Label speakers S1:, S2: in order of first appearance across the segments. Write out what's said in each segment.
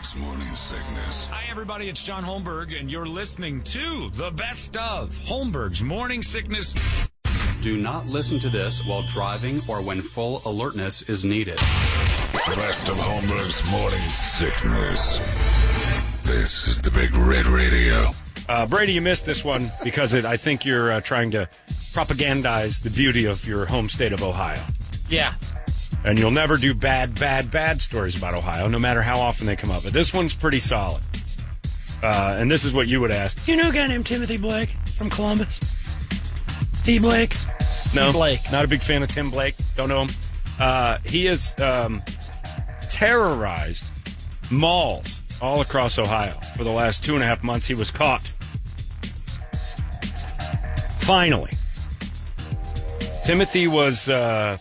S1: This morning sickness.
S2: Hi, everybody. It's John Holmberg, and you're listening to the best of Holmberg's Morning Sickness.
S3: Do not listen to this while driving or when full alertness is needed.
S1: The best of Holmberg's morning sickness. This is the Big Red Radio.
S4: Uh, Brady, you missed this one because it, I think you're uh, trying to propagandize the beauty of your home state of Ohio.
S5: Yeah.
S4: And you'll never do bad, bad, bad stories about Ohio, no matter how often they come up. But this one's pretty solid. Uh, and this is what you would ask.
S6: You know a guy named Timothy Blake from Columbus? T. Blake.
S4: No,
S5: Blake.
S4: Not a big fan of Tim Blake. Don't know him. Uh, he has um, terrorized malls all across Ohio for the last two and a half months. He was caught. Finally, Timothy was uh,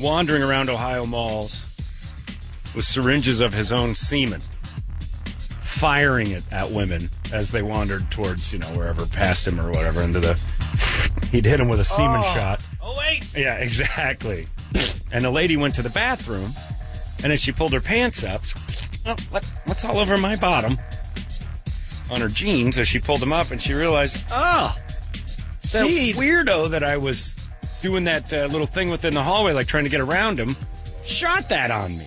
S4: wandering around Ohio malls with syringes of his own semen, firing it at women as they wandered towards, you know, wherever past him or whatever, into the. He'd hit him with a semen shot.
S5: Oh wait.
S4: Yeah, exactly. and the lady went to the bathroom, and as she pulled her pants up, "Oh, what, what's all over my bottom? On her jeans, as she pulled them up, and she realized, oh, that
S5: Seed.
S4: weirdo that I was doing that uh, little thing within the hallway, like trying to get around him, shot that on me.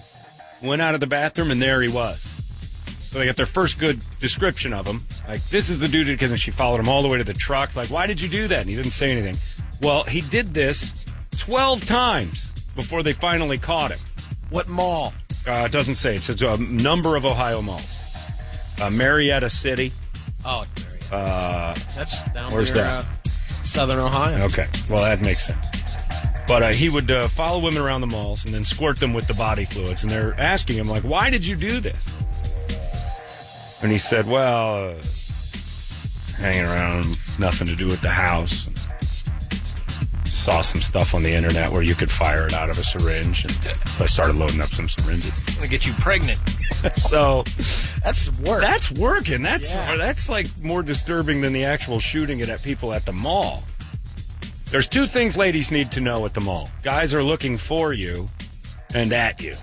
S4: Went out of the bathroom, and there he was. So they got their first good description of him. Like, this is the dude because she followed him all the way to the truck. Like, why did you do that? And he didn't say anything. Well, he did this 12 times before they finally caught him.
S5: What mall?
S4: Uh, it doesn't say. It says a number of Ohio malls. Uh, Marietta City.
S5: Oh,
S4: Uh,
S5: it's Marietta. that's down
S4: where's
S5: near,
S4: that?
S5: Uh, Southern Ohio.
S4: Okay. Well, that makes sense. But uh, he would uh, follow women around the malls and then squirt them with the body fluids. And they're asking him, like, why did you do this? And he said, well, uh, hanging around, nothing to do with the house. Saw some stuff on the internet where you could fire it out of a syringe. And so I started loading up some syringes.
S5: I'm gonna get you pregnant.
S4: so
S5: That's work.
S4: that's working. That's
S5: Yeah.
S4: that's like more disturbing than the actual shooting it at people at the mall. There's two things ladies need to know at the mall. Guys are looking for you and at you.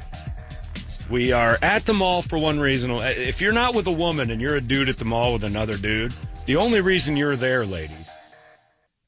S4: We are at the mall for one reason. Uh, If you're not with a woman and you're a dude at the mall with another dude, the only reason you're there, ladies,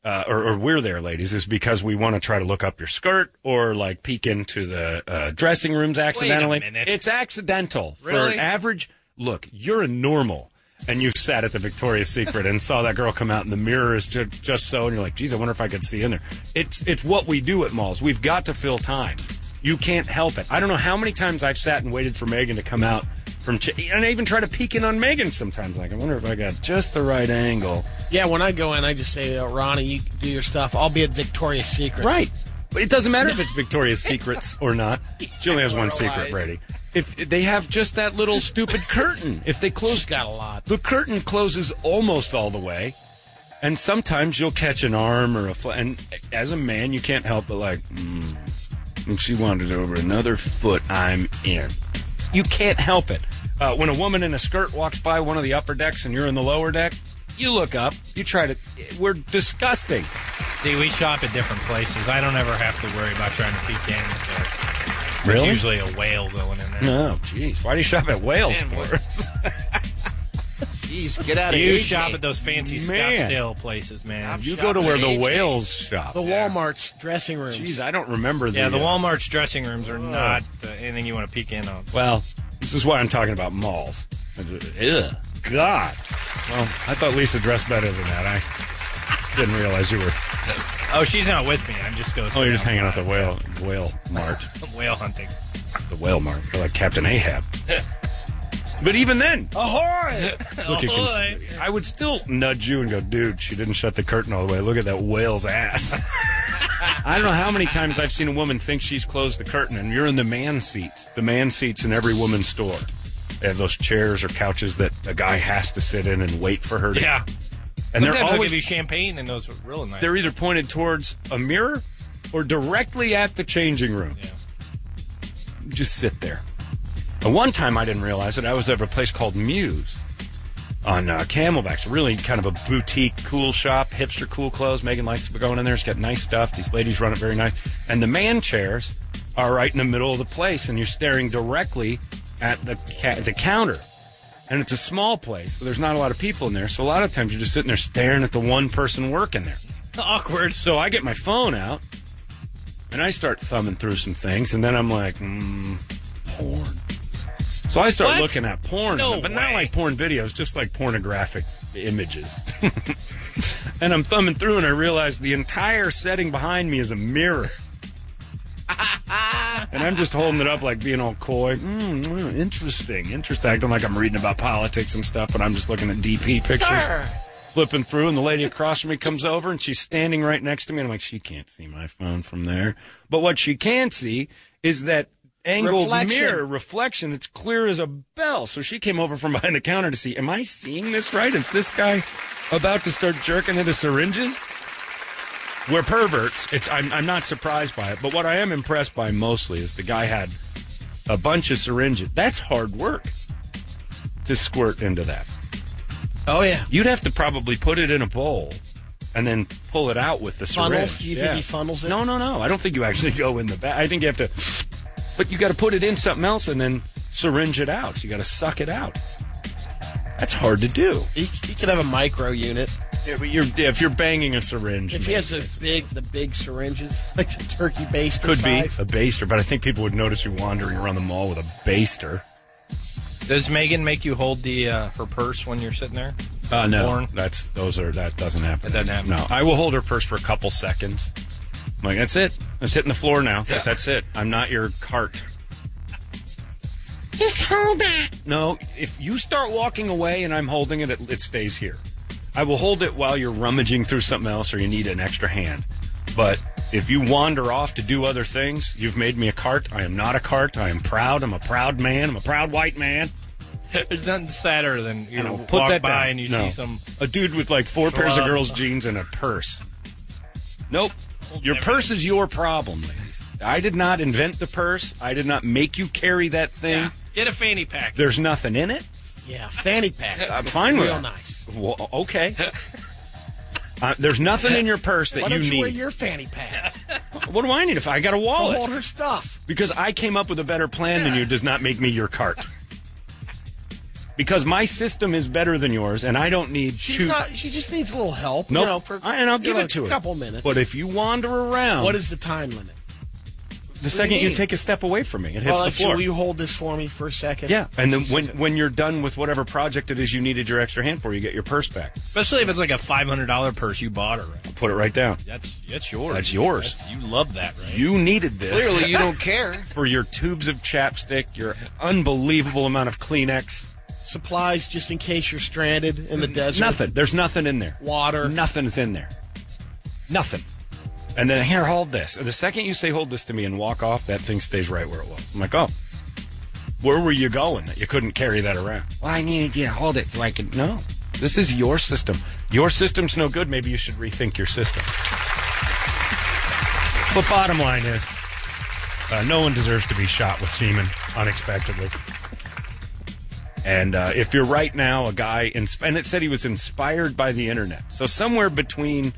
S4: uh, or, or we're there, ladies, is because we want to try to look up your skirt or like peek into the uh, dressing rooms accidentally.
S5: minute.
S4: It's accidental for
S5: Really?
S4: an average. Look, you're a normal, and you've sat at the Victoria's Secret and saw that girl come out in the mirror is ju- just so, and you're like, geez, I wonder if I could see in there. It's it's what we do at malls. We've got to fill time. You can't help it. I don't know how many times I've sat and waited for Megan to come out from, ch- and I even try to peek in on Megan sometimes. Like, I wonder if I got just the right angle.
S5: yeah, when I go in, I just say, oh, Ronnie, you do your stuff. I'll be at Victoria's Secret.
S4: Right. But it doesn't matter if it's Victoria's Secrets or not. She only has one secret,
S5: Otherwise.
S4: Brady. If they have just that little stupid curtain, if they close
S5: She's got a lot.
S4: the curtain closes almost all the way, and sometimes you'll catch an arm or a fl- and as a man you can't help but like, mm, if she wandered over another foot, I'm in. You can't help it. Uh, when a woman in a skirt walks by one of the upper decks and you're in the lower deck, you look up. You try to. We're disgusting.
S7: See, we shop at different places. I don't ever have to worry about trying to peek in. There's usually a whale going in there.
S4: No, Oh, jeez. Why do you shop at Wales?
S5: Man, what-
S4: for?
S5: Jeez, get out of here.
S7: You shop at those fancy
S4: Man.
S7: Scottsdale places, man.
S4: You
S5: Shop
S4: go to
S5: at
S4: where the
S5: AJ.
S4: whales shop.
S5: the Walmart's dressing rooms.
S4: Jeez, I don't remember the.
S7: Yeah, the
S4: uh,
S7: Walmart's dressing rooms are not uh, anything you want to peek in on.
S4: Well, this is why I'm talking about malls. Ugh. God. Well, I thought Lisa dressed better than that. I didn't realize you were.
S7: Oh, she's not with me. I'm just going.
S4: Oh, you're just hanging out at the whale whale mart,
S7: Whale hunting.
S4: the whale mart. You're like Captain Ahab. But even then,
S5: Ahoy!
S4: look, you can,
S7: boy.
S4: s- I would still nudge you and go, dude, she didn't shut the curtain all the way. Look at that whale's ass. I don't know how many times I've seen a woman think she's closed the curtain, and you're in the man seats. The man seats in every woman's store. They have those chairs or couches that a guy has to sit in and wait for her to.
S7: Yeah,
S4: And
S7: Sometimes
S4: they're
S7: they'll
S4: always
S7: give you champagne, and those are real nice.
S4: they're either pointed towards a mirror or directly at the changing room.
S7: Yeah.
S4: Just sit there. And one time I didn't realize it. I was at a place called Muse on uh, Camelback's, really kind of a boutique, cool shop, hipster, cool clothes. Megan likes going in there. It's got nice stuff. These ladies run it very nice. And the man chairs are right in the middle of the place, and you're staring directly at the ca- the counter, and it's a small place, so there's not a lot of people in there. So a lot of times you're just sitting there staring at the one person working there.
S7: Awkward.
S4: So I get my phone out, and I start thumbing through some things, and then I'm like, mm, porn. So I start
S7: What?
S4: looking at porn,
S7: No
S4: but not
S7: way.
S4: like porn videos, just like pornographic images. and I'm thumbing through, and I realize the entire setting behind me is a mirror. And I'm just holding it up like being all coy. Mm, mm, interesting, interesting. Acting like I'm reading about politics and stuff, but I'm just looking at DP pictures. Flipping through, and the lady across from me comes over, and she's standing right next to me. And I'm like, she can't see my phone from there. But what she can see is that angled
S5: Reflection.
S4: mirror reflection. It's clear as a bell. So she came over from behind the counter to see, am I seeing this right? Is this guy about to start jerking into syringes? we're perverts. It's I'm, I'm not surprised by it, but what I am impressed by mostly is the guy had a bunch of syringes. That's hard work to squirt into that.
S5: Oh yeah.
S4: You'd have to probably put it in a bowl and then pull it out with the
S5: Funnels?
S4: syringe.
S5: You think he funnels it?
S4: No, no, no. I don't think you actually go in the back. I think you have to, but you got to put it in something else and then syringe it out. you got to suck it out. That's hard to do.
S5: He, he could have a micro unit
S4: Yeah, but you're, if you're banging a syringe,
S5: if he has those big, the big syringes, like the turkey base.
S4: Could be a baster, but I think people would notice you wandering around the mall with a baster.
S7: Does Megan make you hold the uh, her purse when you're sitting there?
S4: Uh, no,
S7: Porn?
S4: that's those are that doesn't happen.
S7: It doesn't happen.
S4: No, I will hold her purse for a couple seconds. I'm like that's it. I'm hitting the floor now. Yes, that's it. I'm not your cart.
S8: Just hold on.
S4: No, if you start walking away and I'm holding it, it, it stays here. I will hold it while you're rummaging through something else or you need an extra hand. But if you wander off to do other things, you've made me a cart. I am not a cart. I am proud. I'm a proud man. I'm a proud white man.
S7: There's nothing sadder than you
S4: I
S7: know,
S4: know. Put
S7: walk
S4: that
S7: by
S4: down.
S7: and you
S4: No.
S7: see some.
S4: a dude with like four pairs of
S7: Schlub.
S4: girls' jeans and a purse. Nope. Your purse is your problem, ladies. I did not invent the purse. I did not make you carry that thing.
S7: Get a fanny pack.
S4: There's nothing in it.
S5: Yeah, fanny pack.
S4: I'm fine with
S5: Real
S4: it.
S5: nice.
S4: Well, okay. Uh, there's nothing in your purse that
S5: Why
S4: you
S5: don't you, wear
S4: need.
S5: your fanny pack?
S4: what do I need if I got a
S5: I'll
S4: wallet?
S5: hold her stuff.
S4: Because I came up with a better plan than you does not make me your cart. Because my system is better than yours, and I don't need
S5: She's
S4: two-
S5: not. She just needs a little help.
S4: Nope.
S5: You know, for
S4: I- and I'll
S5: you
S4: give
S5: know,
S4: it to
S5: a
S4: her.
S5: couple minutes.
S4: But if you wander around,
S5: what is the time limit?
S4: the second
S5: you
S4: you
S5: mean?
S4: take a step away from me, it hits
S5: well,
S4: the
S5: actually,
S4: floor.
S5: will you hold this for me for a second?
S4: yeah, and then
S5: Just
S4: when
S5: a-
S4: when you're done with whatever project it is you needed your extra hand for, you get your purse back.
S7: Especially if it's like a five hundred dollar purse you bought her. in.
S4: Put it right down.
S7: That's that's yours.
S4: That's yours.
S7: That's- you love that, right?
S4: You needed this
S5: clearly you don't care.
S4: for your tubes of chapstick, your unbelievable amount of Kleenex.
S5: Supplies just in case you're stranded in the desert.
S4: Nothing. There's nothing in there.
S5: Water.
S4: Nothing's in there. Nothing. And then here, hold this. The second you say hold this to me and walk off, that thing stays right where it was. I'm like, oh, where were you going that you couldn't carry that around? Well, I needed you to hold it so I could. No, this is your system. Your system's no good. Maybe you should rethink your system. But bottom line is, uh, no one deserves to be shot with semen unexpectedly. And uh, if you're right now, a guy, in, and it said he was inspired by the internet. So somewhere between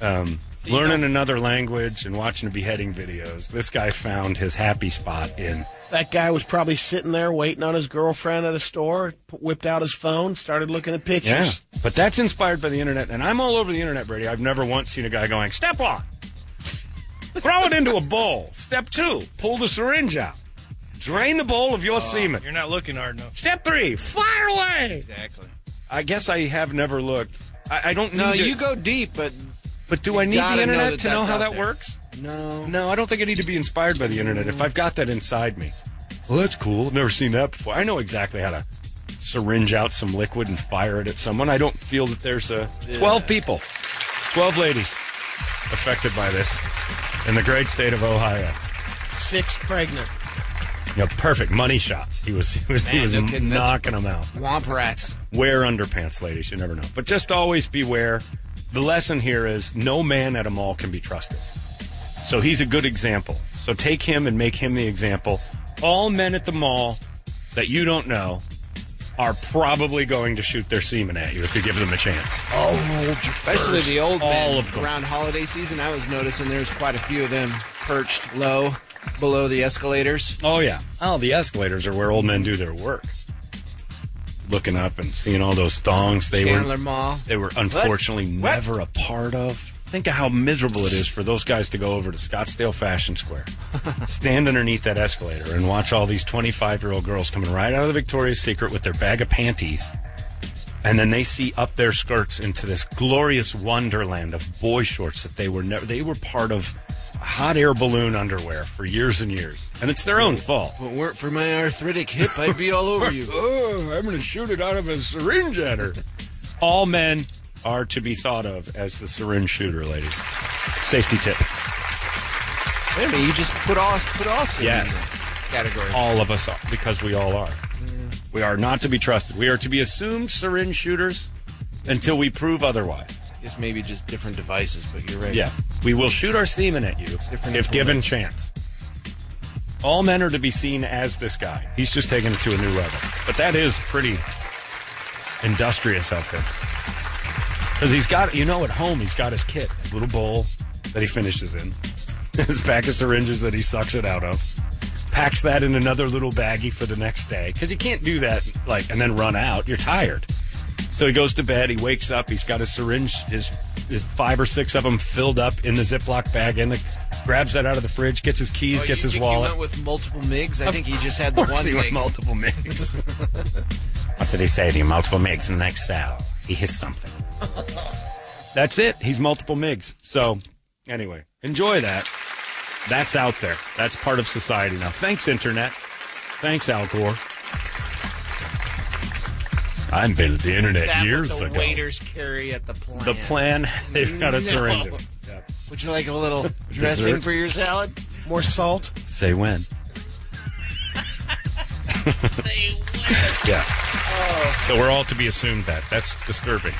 S4: um, learning another language and watching beheading videos, this guy found his happy spot in.
S5: That guy was probably sitting there waiting on his girlfriend at a store, p- whipped out his phone, started looking at pictures.
S4: But that's inspired by the internet, and I'm all over the internet, Brady. I've never once seen a guy going, step on, throw it into a bowl. Step two, pull the syringe out, drain the bowl of your semen.
S7: You're not looking hard enough.
S4: Step three, fire away.
S7: Exactly.
S4: I guess I have never looked. I, I don't need
S9: No,
S4: to-
S9: you go deep, but
S4: But do I need
S9: gotta
S4: the
S9: know
S4: internet
S9: that
S4: to know
S9: that's
S4: how
S9: out
S4: that
S9: there.
S4: works?
S9: no.
S4: No, I don't think I need to be inspired by the internet if I've got that inside me. Well, that's cool. Never seen that before. I know exactly how to syringe out some liquid and fire it at someone. I don't feel that there's a 12 people, 12 ladies affected by this in the great state of Ohio.
S5: Six pregnant.
S4: You know, perfect money shots. He was he was he
S9: Man,
S4: was
S9: no kidding. That's-
S4: knocking them out.
S9: Womp rats.
S4: Wear underpants, ladies. You never know. But just always beware. The lesson here is no man at a mall can be trusted. So he's a good example. So take him and make him the example. All men at the mall that you don't know are probably going to shoot their semen at you if you give them a chance.
S9: Especially the old
S4: All
S9: men.
S4: of them.
S9: Around holiday season, I was noticing there's quite a few of them perched low. below the escalators.
S4: Oh yeah. Oh, the escalators are where old men do their work. Looking up and seeing all those thongs they
S9: Chandler
S4: were
S9: Mall.
S4: they were unfortunately
S9: What?
S4: never a part of. Think of how miserable it is for those guys to go over to Scottsdale Fashion Square, stand underneath that escalator, and watch all these 25 year old girls coming right out of the Victoria's Secret with their bag of panties. And then they see up their skirts into this glorious wonderland of boy shorts that they were never, they were part of hot air balloon underwear for years and years. And it's their own fault.
S9: If it weren't for my arthritic hip, I'd be all over you.
S4: Oh, I'm going to shoot it out of a syringe at her. All men are to be thought of as the syringe shooter, ladies. Safety tip.
S9: Wait a minute, you just put all put all in
S4: Yes.
S9: the category.
S4: All of us are, because we all are. We are not to be trusted. We are to be assumed syringe shooters until we prove otherwise.
S9: I guess maybe just different devices, but you're right.
S4: Yeah. We will shoot our semen at you
S9: Different
S4: if given chance. All men are to be seen as this guy. He's just taking it to a new level. But that is pretty industrious out there. Because he's got, you know, at home, he's got his kit, his little bowl that he finishes in, his pack of syringes that he sucks it out of, packs that in another little baggie for the next day. Because you can't do that, like, and then run out. You're tired. So he goes to bed. He wakes up. He's got his syringe, his, his five or six of them filled up in the Ziploc bag, and grabs that out of the fridge, gets his keys,
S9: Oh,
S4: gets
S9: you
S4: his
S9: think
S4: wallet.
S9: He went with multiple MIGs. I think he just had the one
S4: he went
S9: MIG.
S4: multiple MIGs. what did he say to you? Multiple MIGs in the next cell. He hits something. That's it. He's multiple MIGs. So, anyway, enjoy that. That's out there. That's part of society now. Thanks, Internet. Thanks, Al Gore. I invented the Internet
S9: That what
S4: years
S9: the
S4: ago.
S9: waiters carry at the plant.
S4: The plan, they've got
S9: No.
S4: to surrender.
S9: Would you like a little dressing
S4: Dessert?
S9: for your salad?
S5: More salt.
S4: Say when. yeah. So we're all to be assumed that. That's disturbing.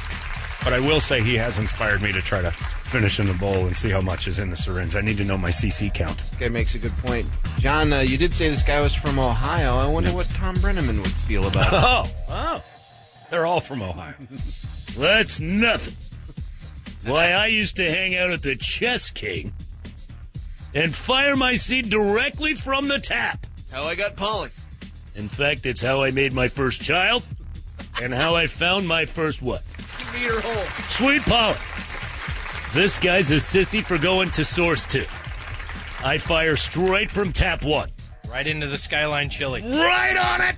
S4: But I will say he has inspired me to try to finish in the bowl and see how much is in the syringe. I need to know my CC count.
S9: This guy makes a good point. John, uh, you did say this guy was from Ohio. I wonder what Tom Brenneman would feel about it.
S4: Oh, oh. They're all from Ohio. That's nothing. Why, I used to hang out at the Chess King and fire my seed directly from the tap.
S9: How I got Pollock.
S4: In fact, it's how I made my first child and how I found my first what?
S9: Meter hole.
S4: Sweet Polly. This guy's a sissy for going to source two. I fire straight from tap one.
S7: Right into the skyline chili.
S4: Right on it!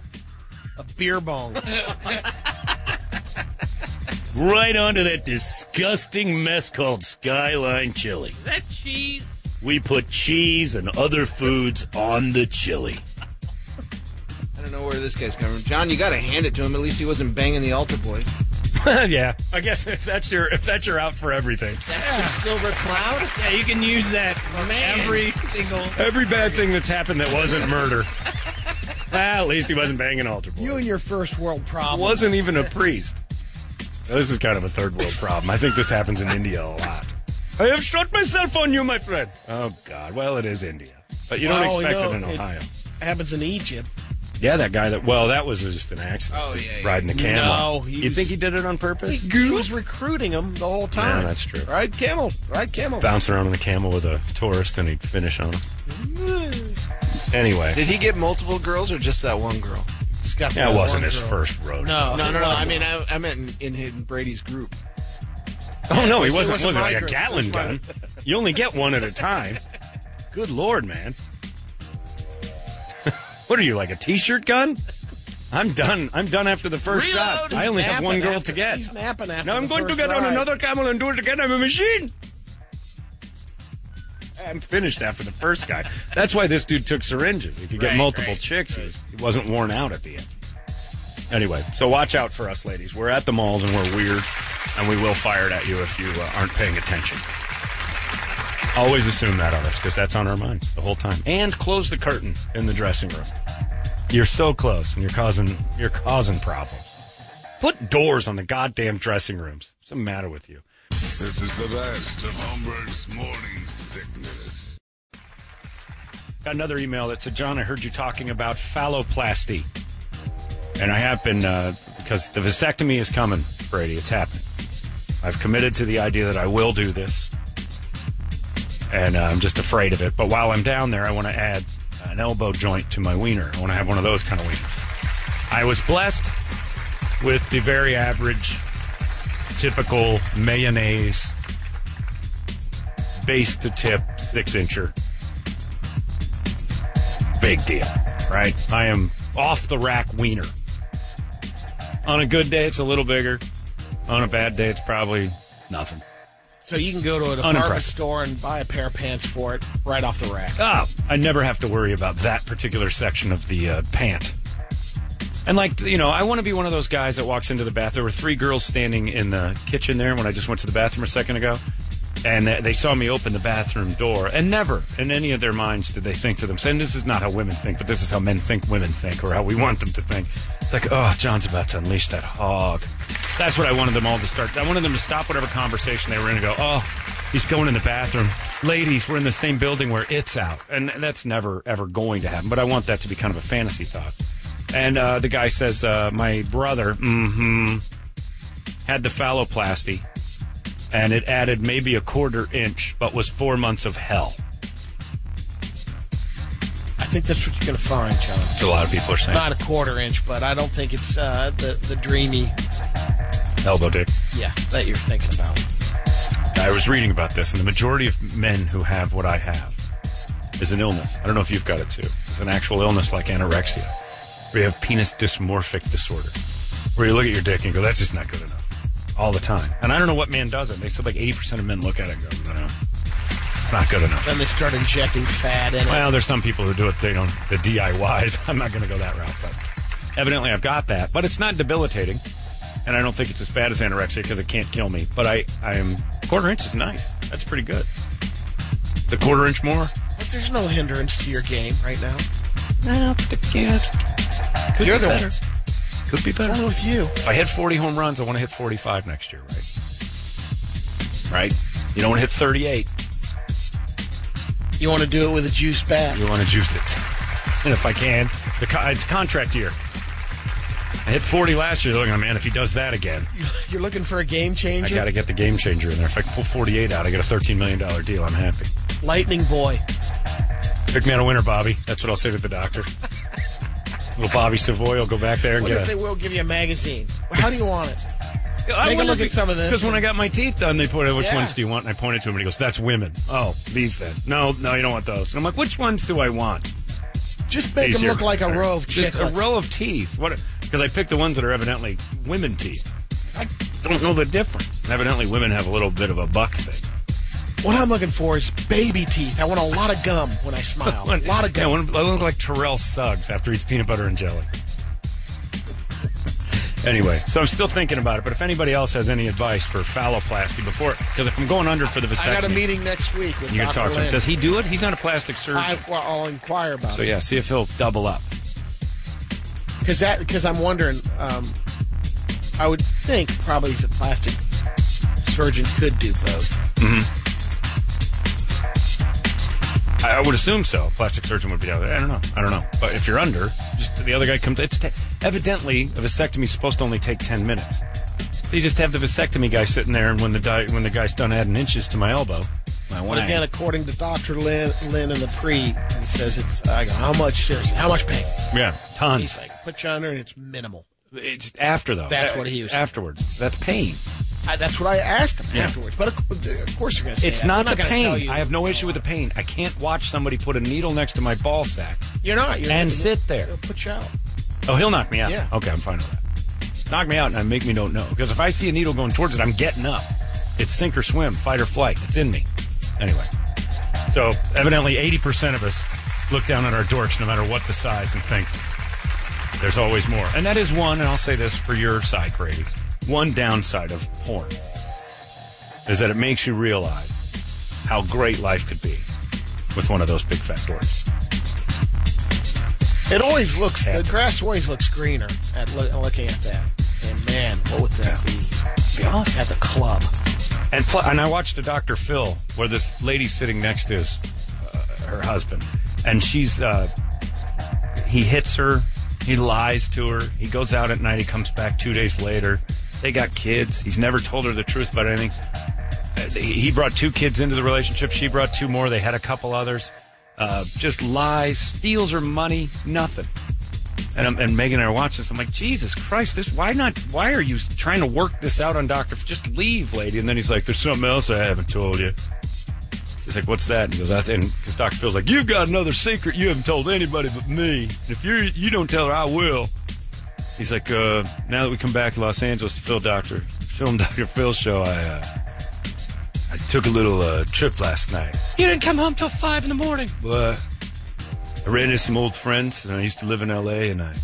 S5: A beer bong.
S4: Right onto that disgusting mess called Skyline Chili. that cheese? We put cheese and other foods on the chili.
S9: I don't know where this guy's coming from. John, you got to hand it to him. At least he wasn't banging the altar boys.
S4: yeah. I guess if that's your if that's your out for everything.
S9: That's your silver cloud?
S7: Yeah, you can use that
S4: Oh,
S7: on
S9: Man.
S7: every single.
S4: Every bad thing that's happened that wasn't murder. well, at least he wasn't banging altar boy.
S5: You and your first world problem.
S4: wasn't even a priest. Now, this is kind of a third world problem. I think this happens in India a lot. I have shot myself on you, my friend. Oh God. Well, it is India, but you
S5: Well,
S4: don't expect
S5: you know,
S4: it in Ohio.
S5: happens in Egypt.
S4: yeah, that guy. That well, that was just an accident.
S9: Oh, yeah, yeah.
S4: riding the camel.
S5: No, he
S4: you
S5: was-
S4: think he did it on purpose?
S5: He was recruiting them the whole time.
S4: that's true.
S5: Right, camel. Right, camel.
S4: Bounce around on the camel with a tourist, and he'd finish on him. Anyway,
S9: Did he get multiple girls or just that one girl?
S5: Just got
S4: that
S5: the
S4: wasn't
S5: one
S4: his
S5: girl.
S4: first road.
S5: No,
S9: No,
S5: it
S9: no, no. I
S5: wasn't.
S9: mean, I, I meant in, in, his- Brady's group.
S4: Oh no, he
S5: It
S4: wasn't.
S5: was
S4: Wasn't
S5: a
S4: like a
S5: migrant.
S4: Gatlin
S5: It was
S4: gun. You only get one at a time. Good lord, man! what are you like a t-shirt gun? I'm done. I'm done after the first
S9: Reload!
S4: shot. I
S9: He's
S4: only have
S5: Napping
S4: one girl
S5: after-
S4: to get.
S5: He's napping after.
S4: Now I'm
S5: the
S4: going to
S5: first
S4: get on
S5: ride.
S4: another camel and do it again. I'm a machine. I'm finished after the first guy. That's why this dude took syringes. He could get
S7: Right,
S4: multiple
S7: right,
S4: chicks. He wasn't worn out at the end. Anyway, so watch out for us, ladies. We're at the malls and we're weird, and we will fire it at you if you uh, aren't paying attention. Always assume that on us because that's on our minds the whole time. And close the curtain in the dressing room. You're so close, and you're causing you're causing problems. Put doors on the goddamn dressing rooms. What's the matter with you?
S1: This is the best of Holmberg's morning sickness.
S4: Got another email that said, John, I heard you talking about phalloplasty. And I have been, uh, because the vasectomy is coming, Brady. It's happening. I've committed to the idea that I will do this. and uh, I'm just afraid of it. But while I'm down there, I want to add an elbow joint to my wiener. I want to have one of those kind of wieners. I was blessed with the very average, typical mayonnaise, base to tip, six incher. Big deal, right? I am off the rack wiener. On a good day, it's a little bigger. On a bad day, it's probably nothing.
S5: So you can go to a department
S4: Unimpressed.
S5: store and buy a pair of pants for it right off the rack.
S4: Oh, I never have to worry about that particular section of the uh, pant. And like you know, I want to be one of those guys that walks into the bath. There were three girls standing in the kitchen there when I just went to the bathroom a second ago, and they- they saw me open the bathroom door. And never in any of their minds did they think to themselves, and this is not how women think, but this is how men think women think, or how we want them to think. It's like, oh, John's about to unleash that hog. That's what I wanted them all to start. I wanted them to stop whatever conversation they were in and go, oh, he's going in the bathroom. Ladies, we're in the same building where it's out. And that's never, ever going to happen, but I want that to be kind of a fantasy thought. And uh, the guy says, uh, my brother mhm, had the phalloplasty, and it added maybe a quarter inch, but was four months of hell.
S5: I think that's what you're going to find, John.
S4: A lot of people are saying
S5: Not a quarter inch, but I don't think it's uh, the the dreamy.
S4: elbow dick.
S5: Yeah, that you're thinking about.
S4: I was reading about this, and the majority of men who have what I have is an illness. I don't know if you've got it too. It's an actual illness like anorexia, where you have penis dysmorphic disorder, where you look at your dick and go, that's just not good enough all the time. And I don't know what man does it. They said like 80% of men look at it and go, no, it's not good enough.
S5: Then they start injecting fat in it.
S4: Well, there's some people who do it. They don't the DIYs. I'm not going to go that route, but evidently I've got that. But it's not debilitating, and I don't think it's as bad as anorexia because it can't kill me. But I, I'm quarter inch is nice. That's pretty good. The quarter inch more.
S5: But there's no hindrance to your game right now.
S4: No, Could
S5: You're
S4: be
S5: the
S4: better. Could be
S5: What's
S4: better.
S5: wrong with you?
S4: If I hit 40 home runs, I want to hit 45 next year, right? Right. You don't want to hit 38.
S5: You want to do it with a juice bat?
S4: You want to juice it. And if I can, the co- it's contract year. I hit 40 last year. Looking, man, if he does that again,
S5: You're looking for a game
S4: I
S5: changer?
S4: got to get the game changer in there. If I can pull 48 out, I get a $13 million deal. I'm happy.
S5: Lightning boy.
S4: Pick me out a winner, Bobby. That's what I'll say to the doctor. Little Bobby Savoy will go back there and
S5: What if
S4: get
S5: they
S4: a.
S5: will give you a magazine? How do you want it?
S4: I
S5: take a look at some of this.
S4: Because when I got my teeth done, they pointed, which
S5: Yeah.
S4: ones do you want? And I pointed to him and he goes, that's women. Oh, these then. No, no, you don't want those. And I'm like, which ones do I want?
S5: Just make them
S4: Easier.
S5: look like a row of chicklets.
S4: Just a row of teeth. What? Because I picked the ones that are evidently women teeth. I don't know the difference. And evidently, women have a little bit of a buck thing.
S5: What I'm looking for is baby teeth. I want a lot of gum when I smile. a lot of
S4: Yeah, I
S5: gum.
S4: want to- I look like Terrell Suggs after he eats peanut butter and jelly. anyway, so I'm still thinking about it. But if anybody else has any advice for phalloplasty before, because if I'm going under for the vasectomy,
S5: I got a meeting next week with
S4: you can
S5: Dr.
S4: talk to him.
S5: Lynn.
S4: Does he do it? He's not a plastic surgeon.
S5: I, well, I'll inquire about
S4: so
S5: it
S4: yeah, see if he'll double up.
S5: because that because I'm wondering. Um, I would think probably the plastic surgeon could do both.
S4: Mm-hmm. I, I would assume so. Plastic surgeon would be down there. I don't know. I don't know. But if you're under, just the other guy comes. It's ta- evidently a vasectomy is supposed to only take ten minutes. So you just have the vasectomy guy sitting there, and when the di- when the guy's done adding inches to my elbow, my
S5: But
S4: wang.
S5: again, according to Dr. Lynn, Lynn in the pre, he says it's I go, how much seriously, how much pain?
S4: yeah,
S5: He's
S4: tons.
S5: like put you under and it's minimal.
S4: It's after though.
S5: That's
S4: Uh,
S5: what he was-
S4: Afterwards, that's pain.
S5: I, that's what I asked him
S4: Yeah.
S5: afterwards. But of, of course you're going to say
S4: It's
S5: that.
S4: not,
S5: I'm
S4: the
S5: gonna tell
S4: pain.
S5: you-
S4: I have no issue with the pain. I can't watch somebody put a needle next to my ball sack.
S5: You're not. You're
S4: And
S5: gonna-
S4: sit there.
S5: They'll put you out.
S4: Oh, he'll knock me out.
S5: Yeah.
S4: Okay, I'm fine with that. Knock me out and I make me don't know. Because if I see a needle going towards it, I'm getting up. It's sink or swim, fight or flight. It's in me. Anyway. So evidently 80% of us look down at our dorks no matter what the size and think there's always more. And that is one, and I'll say this for your side, Brady. One downside of porn is that it makes you realize how great life could be with one of those big fat dorks.
S5: It always looks
S4: Yeah.
S5: the grass always looks greener at loo- looking at that. Saying, man, what would that be?
S4: Be awesome.
S5: At the club,
S4: And pl- and I watched a Dr. Phil where this lady sitting next to his uh, her husband, and she's uh, he hits her, he lies to her, he goes out at night, he comes back two days later. They got kids. He's never told her the truth about anything. Uh, he brought two kids into the relationship. She brought two more. They had a couple others. Uh, just lies, steals her money, nothing. And, I'm, and Megan and I watch this. I'm like, Jesus Christ, this. Why not? Why are you trying to work this out on Doctor? Just leave, lady. And then he's like, There's something else I haven't told you. She's like, What's that? And he goes, I think. Because Doctor Phil's like, You've got another secret you haven't told anybody but me. And if you you don't tell her, I will. He's like, uh, Now that we come back to Los Angeles to film Doctor film Doctor Phil's show, I. Uh, I took a little uh, trip last night.
S6: You didn't come home till five in the morning.
S4: Well, uh, I ran into some old friends, and I used to live in L.A. and I,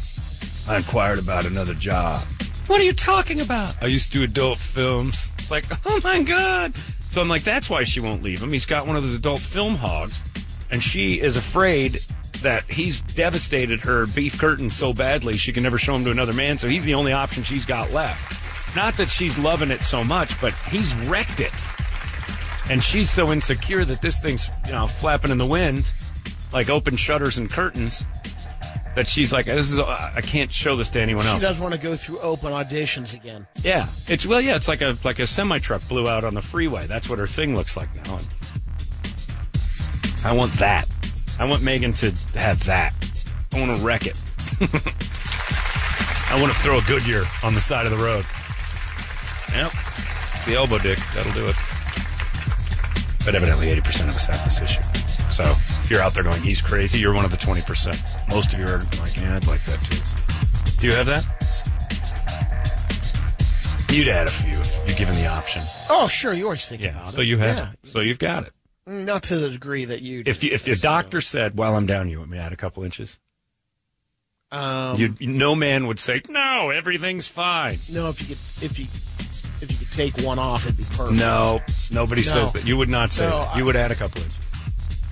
S4: I inquired about another job.
S6: What are you talking about?
S4: I used to do adult films. It's like, oh my god! So I'm like, that's why she won't leave him. He's got one of those adult film hogs, and she is afraid that he's devastated her beef curtain so badly she can never show him to another man. So he's the only option she's got left. Not that she's loving it so much, but he's wrecked it and she's so insecure that this thing's you know flapping in the wind like open shutters and curtains that she's like this is i can't show this to anyone else
S5: She doesn't want to go through open auditions again.
S4: yeah it's well yeah it's like a like a semi truck blew out on the freeway that's what her thing looks like now and i want that i want megan to have that i want to wreck it i want to throw a goodyear on the side of the road yep the elbow dick that'll do it but evidently 80% of us have this issue. So if you're out there going, he's crazy, you're one of the 20%. Most of you are like, yeah, I'd like that too. Do you have that? You'd add a few if you're given the option.
S5: Oh, sure, you always think
S4: Yeah.
S5: about
S4: So
S5: it.
S4: you have,
S5: Yeah. Mm,
S4: so you've got it.
S5: Not to the degree that you.
S4: If you, if your doctor said, "While I'm down, you want me to add a couple inches,"
S5: um,
S4: you no man would say, "No, everything's fine."
S5: no, if you could, if you if you could take one off, it'd be perfect.
S4: No, nobody
S5: No.
S4: says that. You would not say
S5: No,
S4: that. You
S5: I-
S4: would add a couple inches.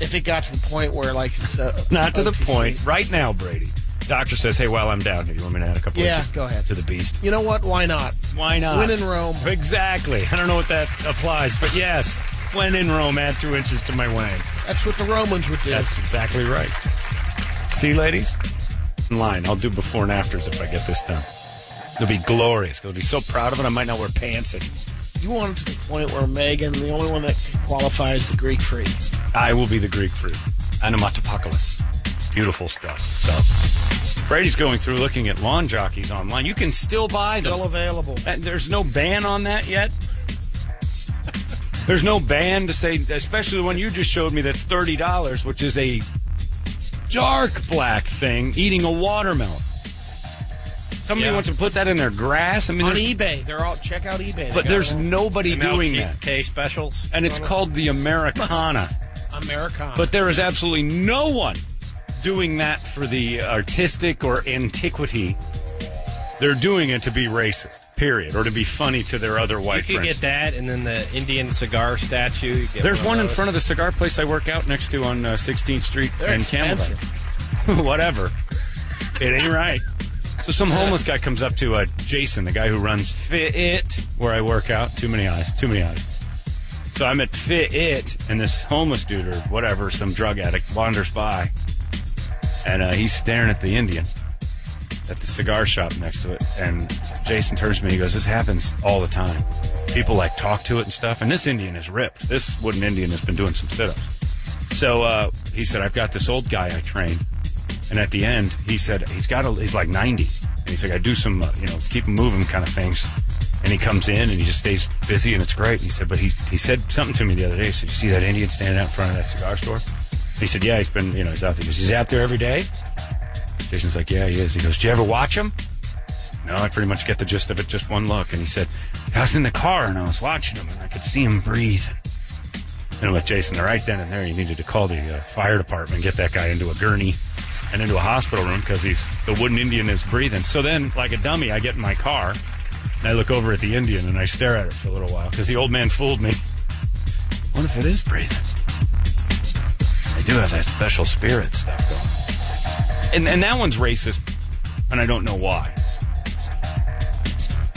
S5: If it got to the point where like it's uh,
S4: Not to the
S5: OTC.
S4: point. Right now, Brady. Doctor says, "Hey, while I'm down here, you want me to add a couple
S5: Yeah,
S4: inches?"
S5: go ahead.
S4: to the beast.
S5: You know what? Why not?
S4: Why not?
S5: When in Rome.
S4: Exactly. I don't know what that applies, but yes, when in Rome, add two inches to my wang.
S5: That's what the Romans would do.
S4: That's exactly right. See, ladies? In line. I'll do before and afters if I get this done. It'll be glorious. 'cause I'll be so proud of it, I might not wear pants anymore.
S5: You want it to the point where Megan, the only one that qualifies, the Greek freak.
S4: I will be the Greek fruit. Onomatopocalypse. Beautiful stuff. So, Brady's going through looking at lawn jockeys online. You can still buy them.
S5: Still available.
S4: And there's no ban on that yet. There's no ban to say, especially the one you just showed me that's thirty dollars, which is a dark black thing eating a watermelon. Somebody
S7: Yeah.
S4: wants to put that in their grass. I mean,
S5: On
S4: there's-
S5: eBay, they're all check out eBay. They
S4: but
S5: got
S4: there's
S5: it
S4: nobody doing that,
S7: K specials.
S4: and it's called the Americana.
S5: all. Americana.
S4: But there is absolutely no one doing that for the artistic or antiquity. They're doing it to be racist, period, or to be funny to their other
S7: You
S4: white
S7: could
S4: friends.
S7: get that, and then the Indian cigar statue. you get
S4: There's one in
S7: those.
S4: front of the cigar place I work out next to on uh, 16th Street
S5: They're
S4: and
S5: expensive.
S4: Camelback. Whatever. It ain't right. So some homeless guy comes up to uh, Jason, the guy who runs Fit It, where I work out. Too many eyes. Too many eyes. So I'm at Fit It, and this homeless dude or whatever, some drug addict, wanders by, and uh, he's staring at the Indian at the cigar shop next to it. And Jason turns to me. He goes, "This happens all the time. People like talk to it and stuff. And this Indian is ripped. This wooden Indian has been doing some sit-ups." So uh, he said, "I've got this old guy I train." And at the end, he said he's got a, he's like 90, and he's like, "I do some uh, you know keep him moving kind of things." And he comes in and he just stays busy and it's great. And he said, but he, he said something to me the other day. He said, you see that Indian standing out in front of that cigar store? He said, yeah, he's been, you know, he's out there. He goes, he's out there every day. Jason's like, yeah, he is. He goes, do you ever watch him? No, I pretty much get the gist of it, just one look. And he said, I was in the car and I was watching him and I could see him breathing. And I'm like, Jason, right then and there, you needed to call the uh, fire department and get that guy into a gurney and into a hospital room because he's the wooden Indian is breathing. So then, like a dummy, I get in my car and I look over at the Indian and I stare at it for a little while because the old man fooled me. What if it is breathing? They do have that special spirit stuff going. And, and that one's racist, and I don't know why.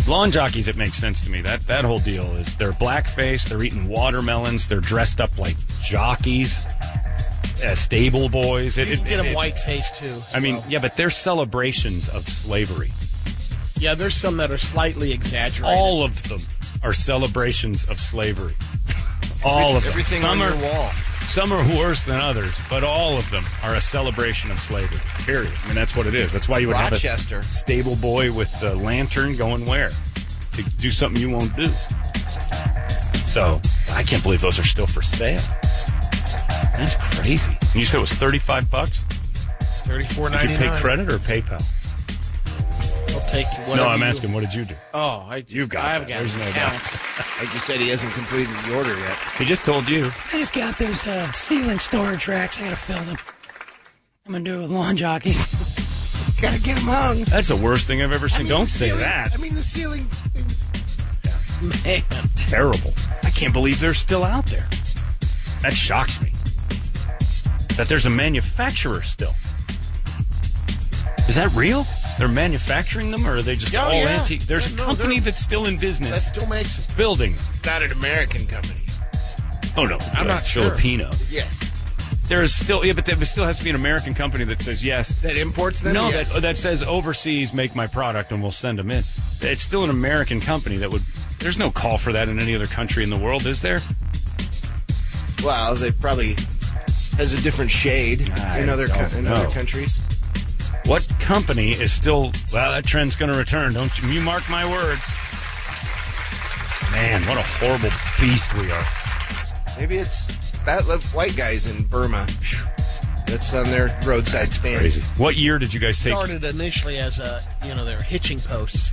S4: Lawn jockeys, it makes sense to me. That that whole deal is they're blackface, they're eating watermelons, they're dressed up like jockeys, uh, stable boys. It,
S5: you
S4: it-
S5: can get them
S4: it's-
S5: white face too.
S4: I mean, yeah, but they're celebrations of slavery.
S5: Yeah, there's some that are slightly exaggerated.
S4: All of them are celebrations of slavery. All of them.
S9: Everything on
S4: Some are-
S9: your wall.
S4: Some are worse than others, but all of them are a celebration of slavery. Period. I mean, that's what it is. That's why you would
S9: Rochester.
S4: have a stable boy with the lantern going where to do something you won't do. So I can't believe those are still for sale. That's crazy. And you said it was thirty-five bucks.
S5: Thirty-four
S4: Did you pay credit or PayPal?
S5: I'll take whatever
S4: no, I'm
S5: you-
S4: asking. What did you do?
S5: Oh, I just,
S4: You've got
S5: I've
S4: that.
S5: got
S4: There's no
S5: an
S4: doubt.
S5: account.
S9: Like you said, he hasn't completed the order yet.
S2: He just told you.
S6: I just got those uh, ceiling storage racks. I gotta fill them. I'm gonna do it with lawn jockeys.
S9: Gotta get him hung.
S4: That's the worst thing I've ever seen.
S9: I mean,
S4: Don't
S9: the
S4: say
S9: ceiling-
S4: that.
S9: I mean, the ceiling. things-
S5: Man,
S4: terrible. I can't believe they're still out there. That shocks me. That there's a manufacturer still. Is that real? They're manufacturing them, or are they just
S9: Yeah,
S4: all
S9: yeah.
S4: antique? There's
S9: Yeah,
S4: a
S9: no,
S4: company
S9: they're-
S4: that's still in
S9: That
S4: business
S9: still makes.
S4: building. them.
S8: Not an American company.
S4: Oh no,
S9: I'm
S4: uh,
S9: not sure.
S4: Filipino.
S9: Yes.
S4: There is still, yeah, but there still has to be an American company that says yes.
S9: That imports them.
S4: no,
S9: yes.
S4: that oh, that says overseas make my product and we'll send them in. It's still an American company that would. There's no call for that in any other country in the world, is there?
S9: Well, they probably has a different shade
S4: I
S9: in other
S4: don't
S9: co- in other
S4: know.
S9: countries.
S4: What company is still? Well, that trend's going to return. Don't you, you mark my words. Man, what a horrible beast we are.
S9: Maybe it's fat lip white guys in Burma. That's on their roadside stands.
S4: What year did you guys take?
S5: started initially as a you know they were hitching posts.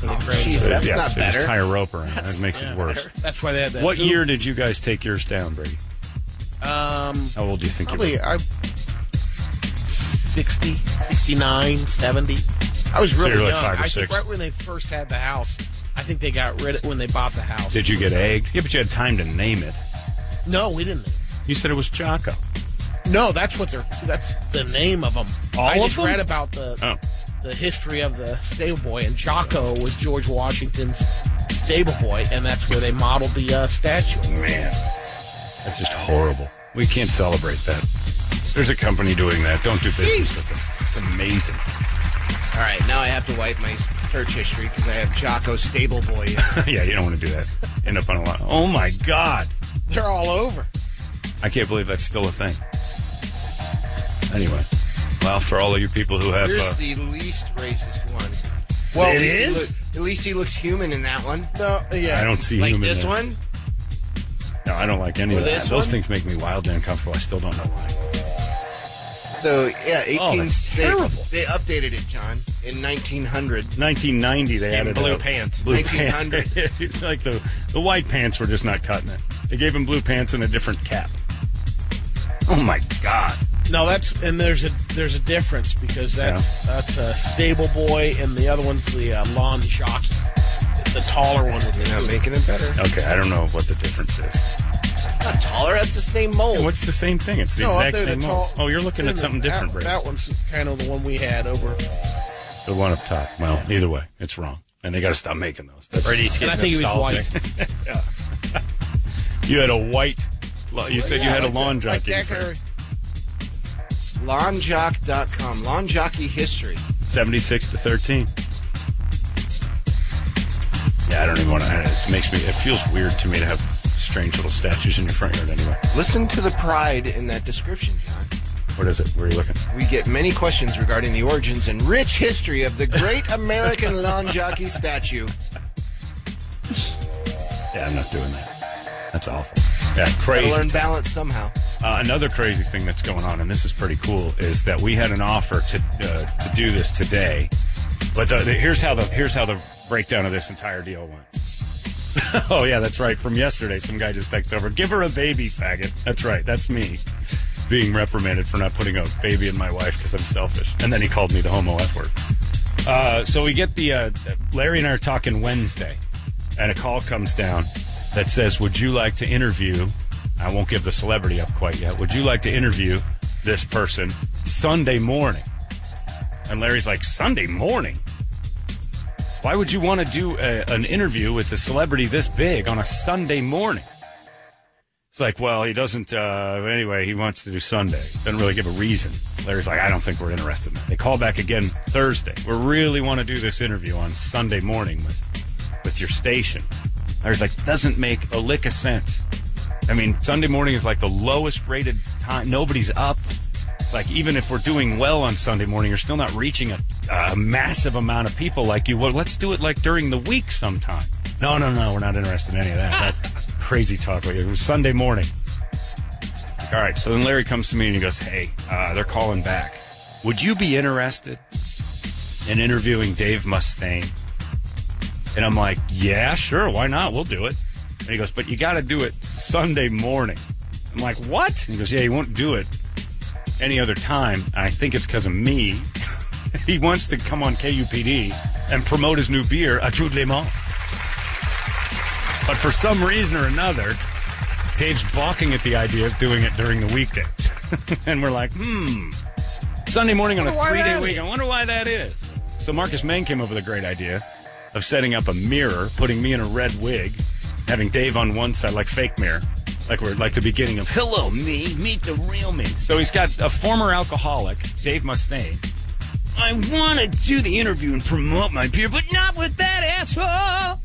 S5: For the
S9: Oh,
S5: graves.
S9: jeez, that's
S4: Yeah,
S9: not
S4: so just
S9: better.
S4: tie a rope around. That makes
S5: Yeah,
S4: it worse.
S5: better. That's why they had that.
S4: What
S5: hoop.
S4: year did you guys take yours down, Brady?
S5: Um,
S4: How old do you think you
S5: probably I 60, 69, 70. I was really
S4: you're like
S5: young.
S4: five or
S5: I think
S4: six.
S5: right when they first had the house. I think they got rid of when they bought the house.
S4: were? Did you get egged? Yeah, but you had time to name it.
S5: No, we didn't.
S4: You said it was Jocko.
S5: No, that's what they're. That's the name of them.
S4: All
S5: I
S4: of
S5: just
S4: them?
S5: read about the
S4: Oh.
S5: the history of the stable boy, and Jocko was George Washington's stable boy, and that's where they modeled the uh, statue.
S4: Man, that's just horrible. We can't celebrate that. There's a company doing that. Don't do business with them. It's amazing.
S9: All right, now I have to wipe my search history because I have Jocko Stable Boy. in.
S4: yeah, you don't want to do that. End up on a lot. Oh my God.
S5: They're all over.
S4: I can't believe that's still a thing. Anyway, well, for all of you people who have,
S9: Here's
S4: uh,
S9: the least racist one. Well,
S4: It
S9: at least he
S4: is?
S9: look- at least he looks human in that one.
S5: No, yeah.
S4: I don't see
S9: like
S4: human
S9: this
S4: there.
S9: one.
S4: No, I don't like any of
S9: Or
S4: that.
S9: this
S4: Those
S9: one?
S4: things make me wildly uncomfortable. I still don't know why.
S9: So yeah, 18.
S4: Oh, that's
S9: they,
S4: terrible.
S9: They updated it, John, in 1900.
S4: 1990, they added
S7: blue
S4: a-
S7: pants.
S4: Blue
S9: 1900.
S4: pants. it's like the the white pants were just not cutting it. They gave him blue pants and a different cap. Oh my God.
S5: No, that's and there's a there's a difference because that's that's a stable boy, and the other one's the uh, lawn jockey, the taller one with the
S9: They're not
S5: hoop.
S9: making it better.
S4: Okay, I don't know what the difference is.
S9: Not taller. That's the same mold.
S4: What's the same thing? It's the
S5: No, up
S4: exact
S5: there,
S4: same.
S5: the
S4: mold.
S5: tall.
S4: oh, you're looking at
S5: That-
S4: something different, Brady.
S5: That one's kind of the one we had over.
S4: The one up top. Well, either way, it's wrong, and they got to stop making those. That's
S7: Brady's
S5: And
S7: getting
S5: I think he was
S7: nostalgic.
S5: white.
S4: You had a white. lo- You said you had a
S5: like
S4: lawn
S5: the- like
S4: jockey
S5: that
S4: for
S5: guy-
S9: Lawnjock.com. Lawn jockey history.
S4: seventy-six to thirteen. Yeah, I don't even want to. It makes me. It feels weird to me to have strange little statues in your front yard. Anyway,
S9: Listen to the pride in that description, John.
S4: what is it? Where are you looking?
S9: We get many questions regarding the origins and rich history of the great American lawn jockey statue.
S4: Yeah, I'm not doing that. That's awful. Yeah, crazy.
S9: It'll unbalance somehow.
S4: Uh, another crazy thing that's going on, and this is pretty cool, is that we had an offer to uh, to do this today, but the, the, here's how the here's how the breakdown of this entire deal went. oh yeah, that's right. From yesterday, some guy just texted over, "Give her a baby, faggot." That's right. That's me being reprimanded for not putting a baby in my wife because I'm selfish. And then he called me the homo f word. Uh, so we get the uh, Larry and I are talking Wednesday, and a call comes down that says, "Would you like to interview?" I won't give the celebrity up quite yet. Would you like to interview this person Sunday morning? And Larry's like, "Sunday morning? Why would you want to do a, an interview with a celebrity this big on a Sunday morning?" It's like, well, he doesn't. Uh, anyway, he wants to do Sunday. Doesn't really give a reason. Larry's like, I don't think we're interested in that. They call back again Thursday. We really want to do this interview on Sunday morning with with your station. Larry's like, doesn't make a lick of sense. And I mean, Sunday morning is like the lowest rated time. Nobody's up. Like, even if we're doing well on Sunday morning, you're still not reaching a, a massive amount of people like you. Well, let's do it like during the week sometime. No, no, no, we're not interested in any of that. That's crazy talk. It was Sunday morning. All right. So then Larry comes to me and he goes, Hey, uh, they're calling back. Would you be interested in interviewing Dave Mustaine? And I'm like, Yeah, sure. Why not? We'll do it. And he goes, But you got to do it Sunday morning. I'm like, What? And he goes, Yeah, you won't do it any other time. And I think it's because of me. he wants to come on KUPD and promote his new beer, a Trou de Limon. But for some reason or another, Dave's balking at the idea of doing it during the weekdays. and we're like, hmm. Sunday morning on a
S5: Wonder why
S4: three day
S5: that
S4: week. I wonder why that is. So Marcus Main came up with a great idea of setting up a mirror, putting me in a red wig, having Dave on one side, like fake mirror. Like we're like the beginning of Hello Me, meet the real me. So he's got a former alcoholic, Dave Mustaine. I wanna do the interview and promote my beer, but not with that asshole.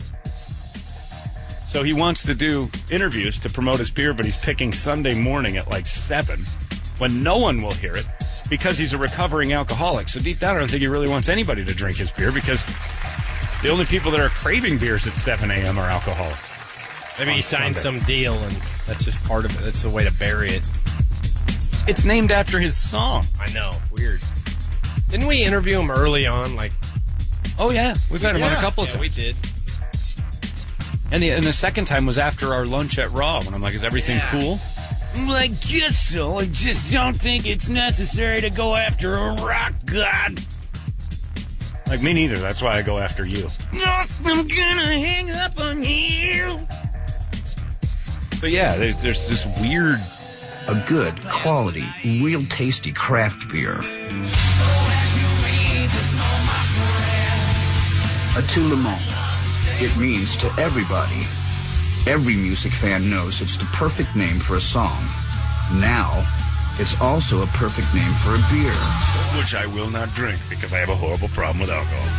S4: So he wants to do interviews to promote his beer, but he's picking Sunday morning at like 7 when no one will hear it because he's a recovering alcoholic. So deep down, I don't think he really wants anybody to drink his beer because the only people that are craving beers at 7 a.m. are alcoholics.
S7: Maybe
S4: On
S7: you signed
S4: Sunday.
S7: some deal, and that's just part of it. That's the way to bury it.
S4: It's named after his song.
S7: I know. Weird. Didn't we interview him early on? Like,
S4: Oh, yeah. We've had him on a couple of
S7: yeah,
S4: times.
S7: we did.
S4: And the, and the second time was after our lunch at Raw when I'm like, is everything cool? Well, I guess so. I just don't think it's necessary to go after a rock god. Like, me neither. That's why I go after you. I'm gonna hang up on you. But yeah, there's, there's this weird.
S8: A good, quality, real tasty craft beer. A tout le monde. It means to everybody. Every music fan knows it's the perfect name for a song. Now, it's also a perfect name for a beer.
S4: Which I will not drink because I have a horrible problem with alcohol.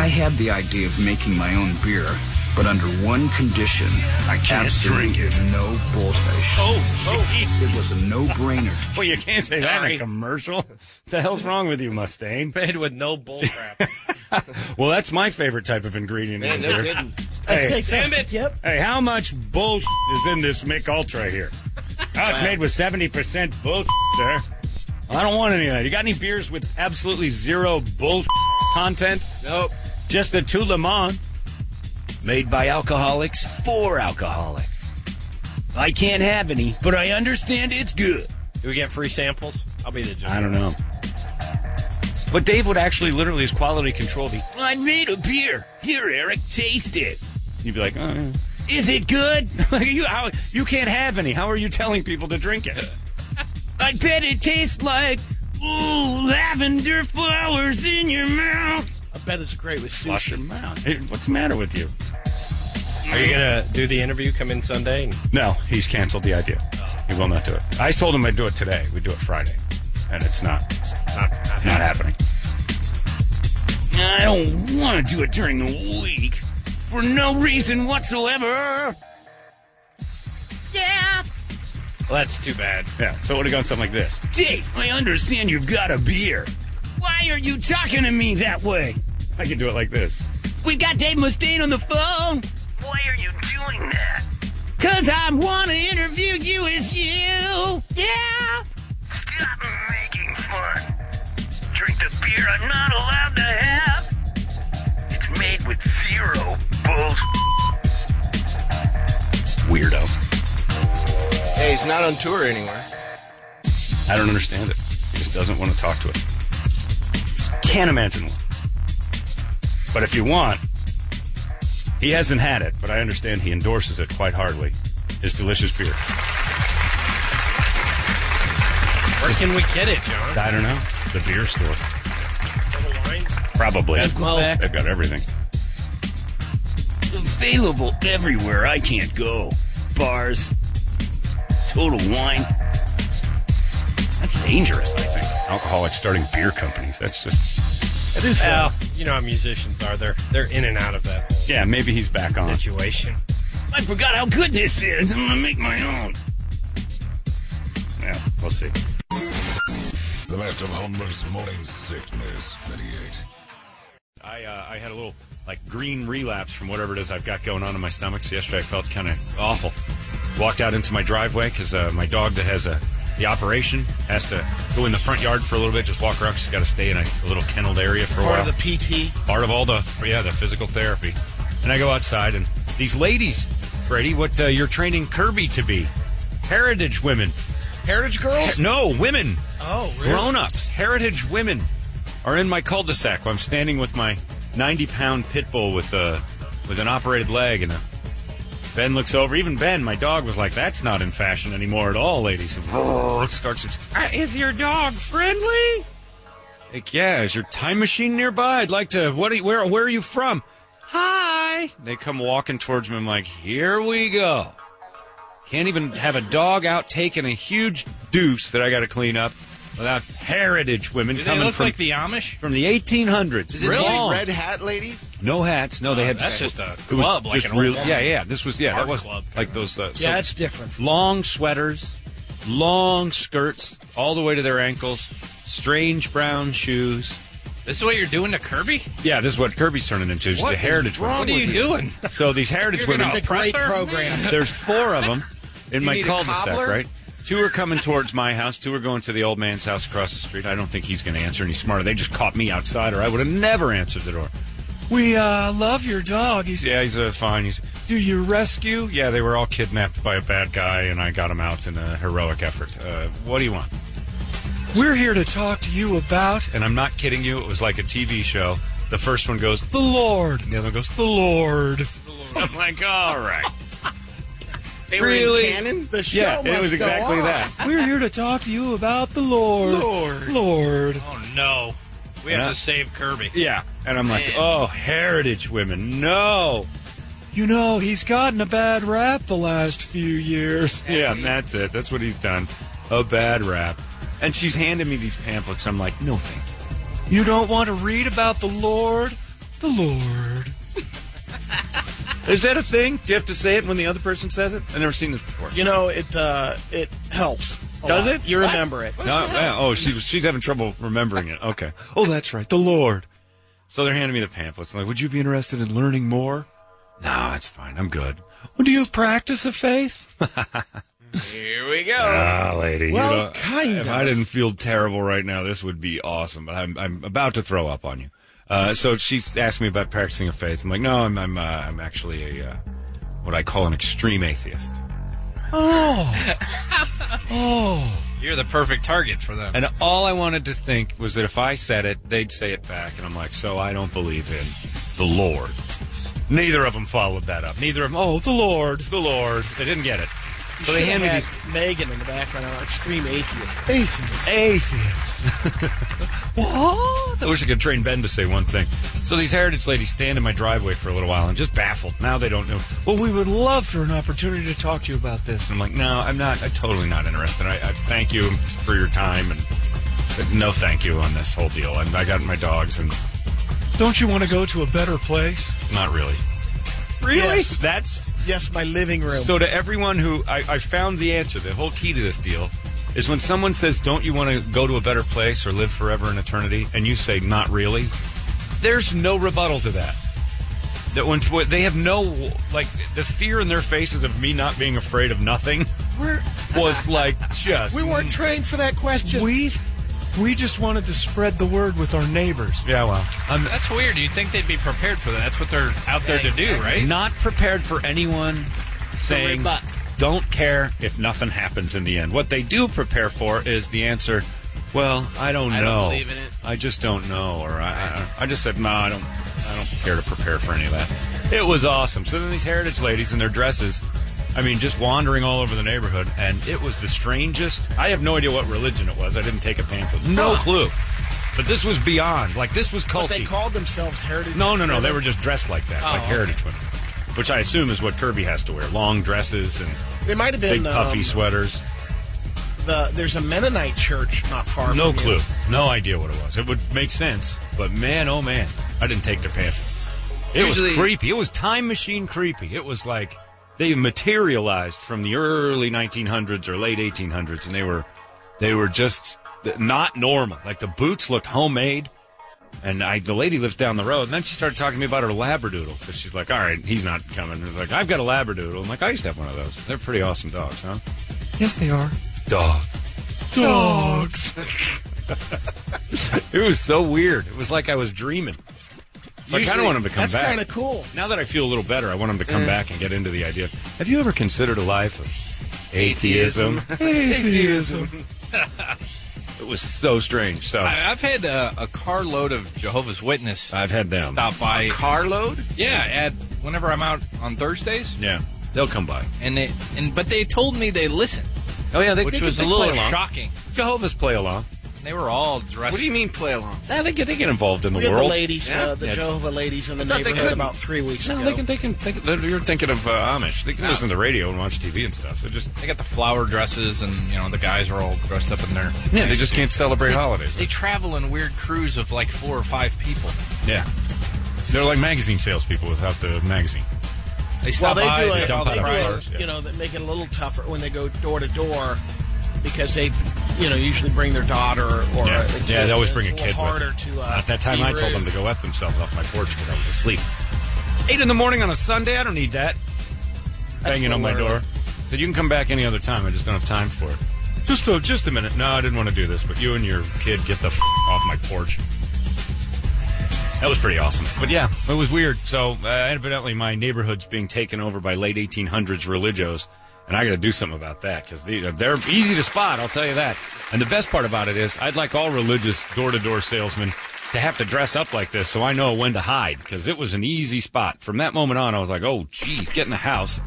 S8: I had the idea of making my own beer, but under one condition. I
S4: can't
S8: absolutely
S4: drink it.
S8: No voltage.
S4: Oh, oh.
S8: It was a no-brainer.
S4: Well, you can't say that in a commercial. What the hell's wrong with you, Mustang?
S7: Made with no bull crap.
S4: Well, that's my favorite type of ingredient
S9: Man,
S4: in
S9: no
S4: beer.
S9: kidding.
S4: Hey.
S5: That takes-
S7: Damn it.
S5: Yep.
S4: Hey, how much bullshit is in this Mick Ultra here? Oh, it's made with 70% bullshit, sir. I don't want any of that. You got any beers with absolutely zero bullshit content?
S9: Nope.
S4: Just a Toulamon. Made by alcoholics for alcoholics. I can't have any, but I understand it's good.
S7: Do we get free samples? I'll be the judge.
S4: I don't know. But Dave would actually literally as quality control be, I made a beer. Here, Eric, taste it. You'd be like, oh, yeah. Is it good? Like, you, how, you can't have any. How are you telling people to drink it? I bet it tastes like ooh, lavender flowers in your mouth.
S5: I bet it's great with sushi.
S4: Wash your mouth. Hey, what's the matter with you?
S7: Are you gonna do the interview? Come in Sunday. And
S4: No, he's canceled the idea. He will not do it. I told him I'd do it today. We do it Friday, and it's not not not, happening. I don't want to do it during the week for no reason whatsoever.
S7: well, that's too bad.
S4: Yeah, so it would have gone something like this. Dave, I understand you've got a beer. Why are you talking to me that way? I can do it like this. We got Dave Mustaine on the phone. Why are you doing that? Cause I want to interview you as you. Yeah.
S10: Stop making fun. Drink the beer I'm not allowed to have. It's made with zero bull.
S4: Weirdo.
S9: Hey, he's not on tour anywhere.
S4: I don't understand it. He just doesn't want to talk to us. Can't imagine one. But if you want, he hasn't had it, but I understand he endorses it quite hardly. His delicious beer.
S7: Where can we get it, John?
S4: I don't know. The beer store. Probably. They've got everything. Available everywhere I can't go. Bars, total wine. That's dangerous, I think. Alcoholics starting beer companies. That's just.
S5: It is.
S4: uh,
S7: Well, you know how musicians are. They're they're in and out of that whole
S4: Yeah, maybe he's back on.
S7: situation.
S2: I forgot how good this is. I'm gonna make my
S11: Mm.
S2: own.
S4: Yeah, we'll see.
S1: The best of Homer's morning sickness. 98.
S4: I uh, I had a little like green relapse from whatever it is I've got going on in my stomach. So yesterday I felt kind of awful. Walked out into my driveway because uh, my dog that has a the operation has to go in the front yard for a little bit, just walk around. She's got to stay in a, a little kenneled area for a
S5: Part
S4: while.
S5: of the PT.
S4: part of all the yeah the physical therapy. And I go outside and these ladies, Brady, what uh, you're training Kirby to be? Heritage women.
S5: Heritage girls?
S4: No, women.
S5: Oh, really?
S4: Grown ups, heritage women are in my cul de sac where I'm standing with my 90 pound pit bull with, a, with an operated leg. And a, Ben looks over. Even Ben, my dog, was like, that's not in fashion anymore at all, ladies. And roar, starts. "Uh, Is your dog friendly? Like, yeah, is your time machine nearby? I'd like to. What? Are you, where? Where are you from? Hi. They come walking towards me. I'm like, here we go. Can't even have a dog out taking a huge deuce that I got to clean up without heritage women
S7: Do they
S4: coming
S7: look
S4: from
S7: like the Amish?
S4: from the 1800s.
S9: Is it
S4: Long.
S9: the red hat ladies?
S4: No hats. No, they had.
S7: Oh, that's just a
S4: it was
S7: club, like
S4: just
S7: an old
S4: real-
S7: woman.
S4: Yeah, yeah. This was yeah. That
S7: Art
S4: was
S7: club.
S4: like those. Uh, so-
S6: Yeah, that's different.
S4: long sweaters, long skirts all the way to their ankles, strange brown shoes.
S7: This is what you're doing to Kirby?
S4: Yeah, this is what Kirby's turning into. is
S9: What
S4: the
S9: is
S4: heritage
S9: wrong
S7: What
S4: women.
S7: are you doing?
S4: So these heritage
S7: You're
S4: women,
S7: gonna
S5: Great
S7: Oppressor?
S5: program.
S4: there's four of them in
S9: You
S4: my
S9: need a
S4: cul-de-sac,
S9: cobbler?
S4: right? Two are coming towards my house. Two are going to the old man's house across the street. I don't think he's going to answer any smarter. They just caught me outside, or I would have never answered the door. We uh, love your dog. He's yeah, he's uh, fine. He's do you rescue? Yeah, they were all kidnapped by a bad guy, and I got him out in a heroic effort. Uh, what do you want? We're here to talk to you about, and I'm not kidding you. It was like a TV show. The first one goes the Lord, and the other one goes the Lord. I'm like, all right.
S9: They
S4: Really?
S9: were in canon?
S5: The show
S4: Yeah, it
S5: must
S4: was
S5: go
S4: exactly
S5: on.
S4: that.
S6: We're here to talk to you about the Lord.
S5: Lord.
S6: Lord.
S7: Oh, no. We
S4: Yeah.
S7: have to save Kirby.
S4: Yeah. And I'm like,
S7: Man.
S4: oh, heritage women. No.
S6: You know, he's gotten a bad rap the last few years.
S4: Yeah, and that's it. That's what he's done. A bad rap. And she's handing me these pamphlets. I'm like, no, thank you.
S6: You don't want to read about the Lord? The Lord.
S4: Is that a thing? Do you have to say it when the other person says it? I've never seen this before.
S5: You know, it uh, it helps. a
S4: Does
S5: lot.
S4: it?
S5: You remember it.
S4: No, yeah, oh, she was, she's having trouble remembering it. Okay. Oh, that's right. The Lord. So they're handing me the pamphlets. I'm like, would you be interested in learning more? No, it's fine. I'm good. Well, do you practice a faith?
S9: Here we go.
S4: Ah, lady.
S5: Well,
S4: know,
S5: kind
S4: If I didn't feel terrible right now, this would be awesome. But I'm, I'm about to throw up on you. Uh, so she's asked me about practicing a faith. I'm like, no, I'm, I'm, uh, I'm actually a, uh, what I call an extreme atheist.
S6: Oh.
S7: You're the perfect target for them.
S4: And all I wanted to think was that if I said it, they'd say it back. And I'm like, so I don't believe in the Lord. Neither of them followed that up. Neither of them, oh, the Lord, the Lord. They didn't get it.
S5: You
S4: So they
S5: should've
S4: hand me
S5: had
S4: these.
S5: Megan in the background on extreme atheist. Atheist.
S4: atheist. what? I wish I could train Ben to say one thing. So these heritage ladies stand in my driveway for a little while and just baffled. Now they don't know. Well, we would love for an opportunity to talk to you about this. And I'm like, no, I'm not. I'm totally not interested. I, I thank you for your time and but no thank you on this whole deal. I, I got my dogs and
S6: Don't you want to go to a better place?
S4: not really.
S5: Yes.
S4: That's
S5: Yes, my living room.
S4: So to everyone who I, I found the answer, the whole key to this deal is when someone says, "Don't you want to go to a better place or live forever in eternity?" and you say, "Not really," there's no rebuttal to that. That when when- they have no like the fear in their faces of me not being afraid of nothing
S5: We're,
S4: was like just
S5: we weren't trained for that question.
S6: We we just wanted to spread the word with our neighbors.
S4: yeah well I'm
S7: That's weird. You'd think they'd be prepared for that. That's what they're out there to do, right?
S4: not prepared for anyone saying
S5: rebut.
S4: don't care if nothing happens in the end. What they do prepare for is the answer. Well, I don't
S9: I don't
S4: know.
S9: believe in it."
S4: I just don't know, or I, I, I just said no. I don't. I don't care to prepare for any of that. It was awesome. So then these heritage ladies in their dresses. I mean, just wandering all over the neighborhood, and it was the strangest. I have no idea what religion it was. I didn't take a pamphlet. No clue. But this was beyond. Like this was culty.
S5: But they called themselves heritage.
S4: No, no, no. They were just dressed like that, like
S5: Oh, okay.
S4: heritage women, which I assume is what Kirby has to wear: long dresses and
S5: They might have
S4: big
S5: been um,
S4: puffy sweaters.
S5: the. There's a Mennonite church not far.
S4: No
S5: from you.
S4: clue, no idea what it was. It would make sense, but man, oh man, I didn't take their pamphlet. It
S9: Usually-
S4: was creepy. It was time machine creepy. It was like they materialized from the early 1900s or late 1800s, and they were they were just not normal. Like the boots looked homemade, and I the lady lived down the road, and then she started talking to me about her labradoodle because she's like, "All right, he's not coming." And I was like, "I've got a labradoodle." I'm like, "I used to have one of those. They're pretty awesome dogs, huh?"
S6: Yes, they are.
S4: Dog.
S6: Dogs.
S4: It was so weird. It was like I was dreaming. So I kind of want him to come
S5: that's
S4: back.
S5: kind of cool.
S4: Now that I feel a little better, I want him to come back and get into the idea. Have you ever considered a life of atheism?
S5: Atheism.
S4: it was so strange. So
S12: I, I've had uh, a carload of Jehovah's Witness.
S4: I've had them
S12: stop by.
S9: carload?
S12: Yeah, at whenever I'm out on Thursdays,
S4: yeah, they'll come by.
S12: and they and but they told me they listen.
S4: Oh yeah, they,
S12: which
S4: they-
S12: was
S4: they
S12: a little
S4: play along.
S12: shocking.
S4: Jehovah's play along.
S12: They were all dressed.
S9: What do you mean play along?
S4: Nah, they get they get involved in the
S5: We had the
S4: world.
S5: ladies, uh, the
S4: Yeah.
S5: Jehovah ladies in the
S9: I thought they
S5: neighborhood
S9: couldn't.
S5: about three weeks
S4: No,
S5: ago.
S4: they can they can they can, they're- you're thinking of uh, Amish. They can
S12: No.
S4: listen to the radio and watch TV and stuff. They just
S12: They got the flower dresses, and you know the guys are all dressed up in their.
S4: yeah, they just can't celebrate holidays.
S12: They travel in weird crews of like four or five people.
S4: yeah, they're like magazine salespeople without the magazine.
S12: They
S5: well,
S12: stop
S5: they
S12: by.
S5: do
S12: they
S5: it.
S12: dump
S5: they
S12: out
S5: do
S12: the
S5: it,
S12: flowers.
S4: yeah.
S5: You know, they make it a little tougher when they go door to door because they, you know, usually bring their daughter or
S4: Yeah,
S5: a kid,
S4: yeah they always
S5: so
S4: bring a
S5: it's
S4: kid
S5: little
S4: with
S5: harder
S4: them.
S5: to. Uh,
S4: At that time,
S5: be
S4: I told
S5: rude.
S4: them to go f themselves off my porch because I was asleep. Eight in the morning on a Sunday, I don't need that
S5: That's
S4: banging on my
S5: still
S4: door.
S5: early.
S4: So you can come back any other time. I just don't have time for it. Just a, just a minute. No, I didn't want to do this, but you and your kid get the f- off my porch. That was pretty awesome. But yeah, it was weird. So uh, evidently, my neighborhood's being taken over by late 1800s religios, and I got to do something about that because they're easy to spot. I'll tell you that. And the best part about it is, I'd like all religious door-to-door salesmen to have to dress up like this so I know when to hide because it was an easy spot. From that moment on, I was like, oh, geez, get in the house.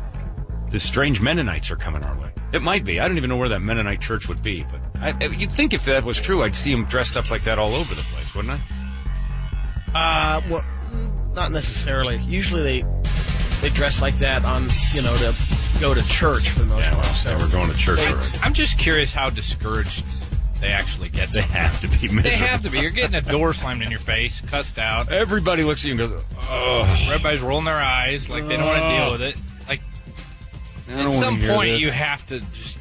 S4: The strange Mennonites are coming our way. It might be. I don't even know where that Mennonite church would be, but I, I- you'd think if that was true, I'd see them dressed up like that all over the place, wouldn't I?
S5: Uh, well, mm, not necessarily. Usually they they dress like that on you know to go to church for the most part. So
S4: we're going to church already.
S12: I'm just curious how discouraged they actually get.
S4: They have to be miserable.
S12: They have to be. You're getting a door slammed in your face, cussed out.
S4: Everybody looks at you and goes, "Oh,
S12: Everybody's rolling their eyes, like they don't want to deal with it. Like at some point, you have to just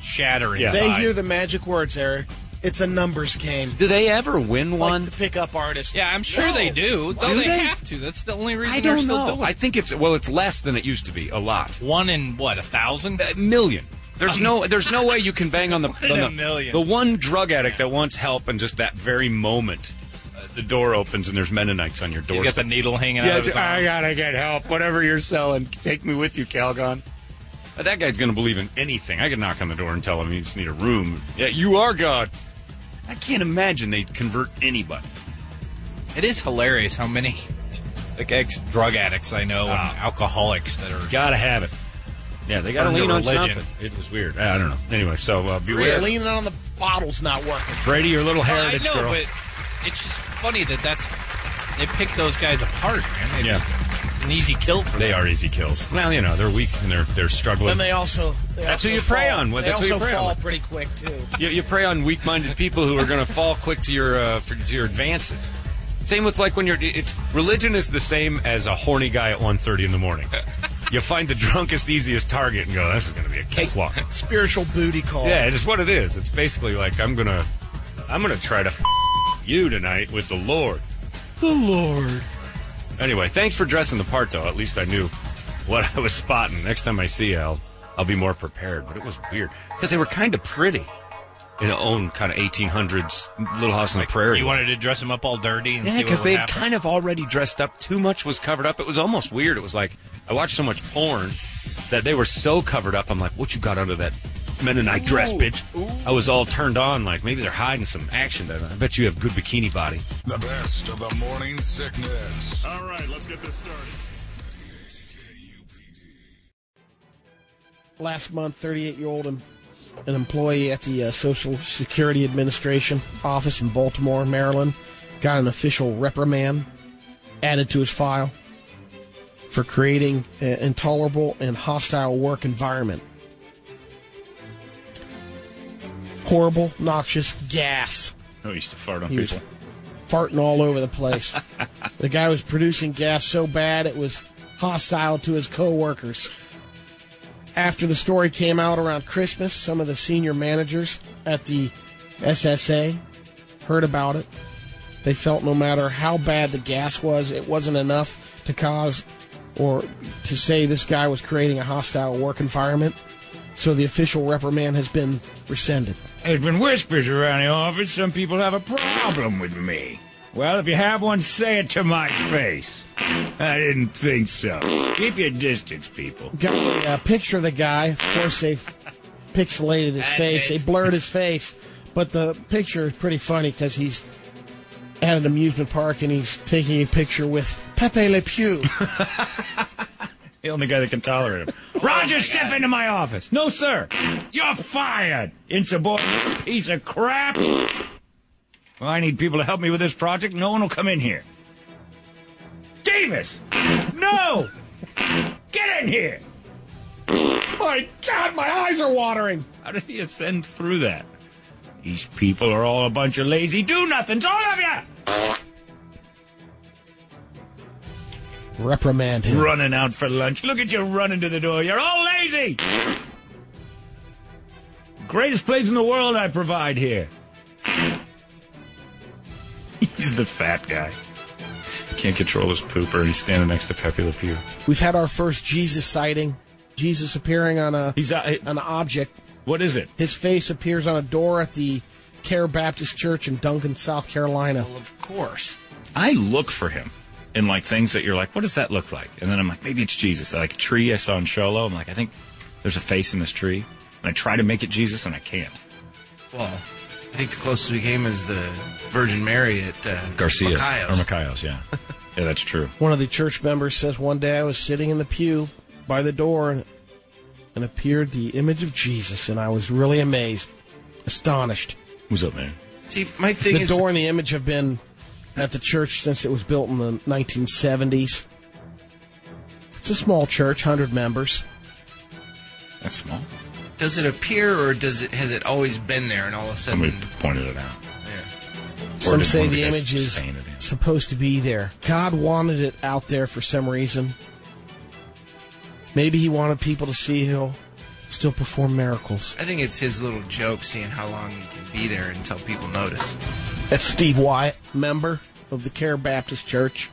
S12: shatter
S4: Yeah.
S12: inside.
S5: they hear the magic words, Eric. It's a numbers game.
S4: Do they ever win
S5: Like the pickup artist.
S12: yeah, I'm sure they do. Though
S4: Do
S12: they,
S4: they?
S12: have to. That's the only reason
S4: I
S12: they're
S4: don't
S12: still
S4: know.
S12: doing
S4: I
S12: it.
S4: think it's well, it's less than it used to be. A lot,
S12: One in what a thousand?
S4: a million. There's no, there's no way you can bang on the,
S12: in
S4: on
S12: a
S4: the
S12: million.
S4: The one drug addict that wants help, and just that very moment, uh, the door opens and there's Mennonites on your
S12: He's got
S4: doorstep.
S12: the needle hanging out.
S4: Yeah,
S12: Of his
S4: it's, I
S12: arm.
S4: gotta get help. Whatever you're selling, take me with you, Calgon. But that guy's gonna believe in anything. I could knock on the door and tell him you just need a room. Yeah, you are God. I can't imagine they convert anybody.
S12: It is hilarious how many like ex drug addicts I know
S4: Ah.
S12: and alcoholics that are.
S4: Gotta have it. Yeah, they gotta
S12: Turn to
S4: lean on
S12: religion.
S4: something. It was weird. I don't know. Anyway, so uh,
S5: You're
S4: beware,
S5: leaning on the bottle's not working.
S4: Brady, your little
S12: Well, I
S4: heritage
S12: know,
S4: girl.
S12: but it's just funny that that's they pick those guys apart, man. They
S4: Yeah.
S12: just, an easy kill for them.
S4: they are easy kills. Well, you know they're weak and they're they're struggling.
S5: And they also they
S4: That's
S5: also
S4: who you prey
S5: fall-
S4: on with.
S5: They
S4: That's who
S5: also
S4: you prey on
S5: fall
S4: with.
S5: pretty quick too.
S4: You, you prey on weak-minded people who are going to fall quick to your uh, for, to your advances. Same with like when you're. It's religion is the same as a horny guy at 1.30 in the morning. You find the drunkest, easiest target and go, "This is going to be a cakewalk."
S5: Spiritual booty call.
S4: yeah, it's what it is. It's basically like I'm gonna, I'm gonna try to f- you tonight with the Lord.
S6: the Lord.
S4: Anyway, thanks for dressing the part, though. At least I knew what I was spotting. Next time I see you, I'll, I'll be more prepared. But it was weird because they were kind of pretty in their own kind of 1800s Little House on the Prairie.
S7: You wanted to dress him up all dirty and
S4: yeah,
S7: see
S4: because
S7: what
S4: they
S7: would
S4: had
S7: happen.
S4: kind of already dressed up. Too much was covered up. It was almost weird. It was like I watched so much porn that they were so covered up. I'm like, what you got under that Mennonite dress, bitch? I was all turned on. Like maybe they're hiding some action. down there. I bet you have good bikini body.
S1: The best of the morning sickness.
S11: All right, let's get this started.
S5: Last month, 38 year old em- an employee at the uh, Social Security Administration office in Baltimore, Maryland, got an official reprimand added to his file for creating an intolerable and hostile work environment. Horrible, noxious gas.
S6: Oh,
S4: No, used to fart on
S5: He was farting all over the place. the guy was producing gas so bad it was hostile to his coworkers. After the story came out around Christmas, some of the senior managers at the SSA heard about it. They felt no matter how bad the gas was, it wasn't enough to cause or to say this guy was creating a hostile work environment. So the official reprimand has been rescinded.
S6: There's been whispers around the office some people have a problem with me. Well, if you have one, say it to my face. I didn't think so. Keep your distance, people.
S5: Got a uh, picture of the guy. Of course, they've pixelated his face. They blurred his face, but the picture is pretty funny because he's at an amusement park and he's taking a picture with Pepe Le Pew.
S6: The only guy that can tolerate him. Roger, step into my office. No, sir. You're fired. Insubordinate piece of crap. Well, I need people to help me with this project. No one will come in here. Davis! No! Get in here! My God, my eyes are watering. How did he ascend through that? These people are all a bunch of lazy do nothings, all of you!
S5: Reprimand him.
S6: Running out for lunch. Look at you running to the door. You're all lazy! Greatest place in the world I provide here. He's the fat guy.
S4: Can't control his pooper, and he's standing next to Pepe Le Pew.
S5: We've had our first Jesus sighting. Jesus appearing on a on an object.
S6: What is it?
S5: His face appears on a door at the Care Baptist Church in Duncan, South Carolina.
S4: Of course. I look for him in like things that you're like, what does that look like? And then I'm like, maybe it's Jesus. Like a tree I saw in Sholo. I'm like, I think there's a face in this tree. And I try to make it Jesus, and I can't.
S9: Well, I think the closest we came is the Virgin Mary at uh,
S4: Garcia or
S9: Macayo's.
S4: Macayos, yeah, yeah, that's true.
S5: One of the church members says one day I was sitting in the pew by the door and, and appeared the image of Jesus, and I was really amazed, astonished.
S4: What's up, man?
S9: See, my thing
S5: the
S9: is
S5: door and the image have been at the church since it was built in the 1970s. It's a small church, 100 members.
S4: That's small.
S9: does it appear or does it has it always been there and all of a sudden?
S4: Somebody pointed it out. Or
S5: Some
S4: did
S5: say
S4: one of
S5: the
S4: guys
S5: image is
S4: stain it in?
S5: supposed to be there. God wanted it out there for some reason. Maybe he wanted people to see he'll still perform miracles.
S9: I think it's his little joke, seeing how long he can be there until people notice.
S5: That's Steve Wyatt, member of the Care Baptist Church.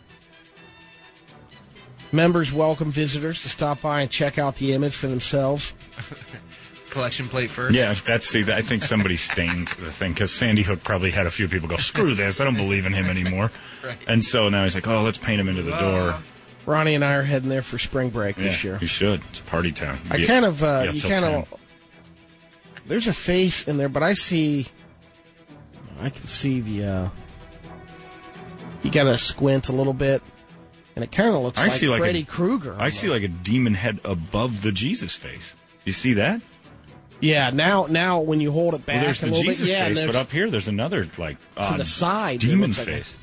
S5: Members welcome visitors to stop by and check out the image for themselves.
S9: Collection plate first.
S4: Yeah, if that's see, I think somebody stained the thing because Sandy Hook probably had a few people go, "Screw this, I don't believe in him anymore," and so now he's like, "Oh, let's paint him into the door."
S5: Ronnie and I are heading there for spring break Uh, this
S4: Yeah,
S5: year.
S4: you should. It's a party town.
S5: I
S4: Be-
S5: kind of, uh,
S4: be up
S5: you
S4: till
S5: kind
S4: 10.
S5: of, there's a face in there, but I see, I can see the, uh, you gotta squint a little bit, and it kind of looks
S4: I
S5: like
S4: see like
S5: Freddy
S4: a,
S5: Krueger.
S4: I see like a demon head above the Jesus face. You see that?
S5: Yeah, now, now when you hold it back
S4: Well, there's
S5: a
S4: the
S5: little
S4: Jesus
S5: bit, yeah, and
S4: face,
S5: there's
S4: but up here there's another like odd
S5: the side, there
S4: demon
S5: looks like a-
S4: face.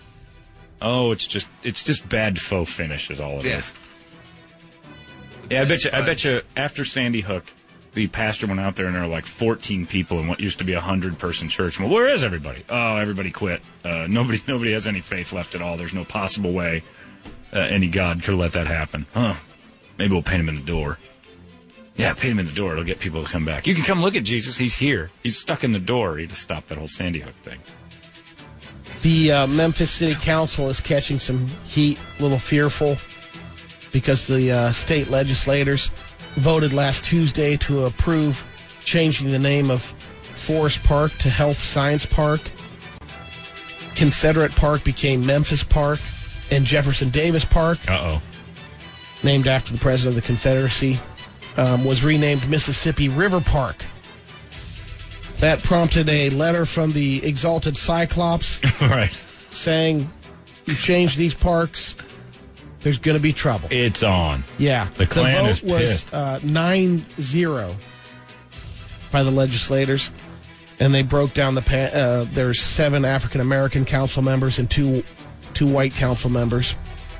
S4: oh, it's just it's just bad faux finish is all it is.
S9: Yeah.
S4: Yeah, I bet you. I bet you. After Sandy Hook, the pastor went out there and there were like 14 people in what used to be a hundred person church. Well, where is everybody? Oh, everybody quit. Uh, nobody. Nobody has any faith left at all. There's no possible way uh, any god could let that happen. Huh? Maybe we'll paint him in the door. Yeah, paint him in the door. It'll get people to come back. You can come look at Jesus. He's here. He's stuck in the door. He just stopped that whole Sandy Hook thing.
S5: The uh, Memphis City Council is catching some heat, a little fearful, because the uh, state legislators voted last Tuesday to approve changing the name of Forest Park to Health Science Park. Confederate Park became Memphis Park, and Jefferson Davis Park,
S4: Uh oh.
S5: named after the president of the Confederacy, um, was renamed Mississippi River Park. That prompted a letter from the exalted Cyclops
S4: All right.
S5: saying, "You change these parks, there's going to be trouble."
S4: It's on.
S5: Yeah,
S4: The Klan
S5: vote
S4: is
S5: was
S4: pissed.
S5: uh, nine zero by the legislators, and they broke down the. Pa- uh, there's seven African American council members and two two white council members.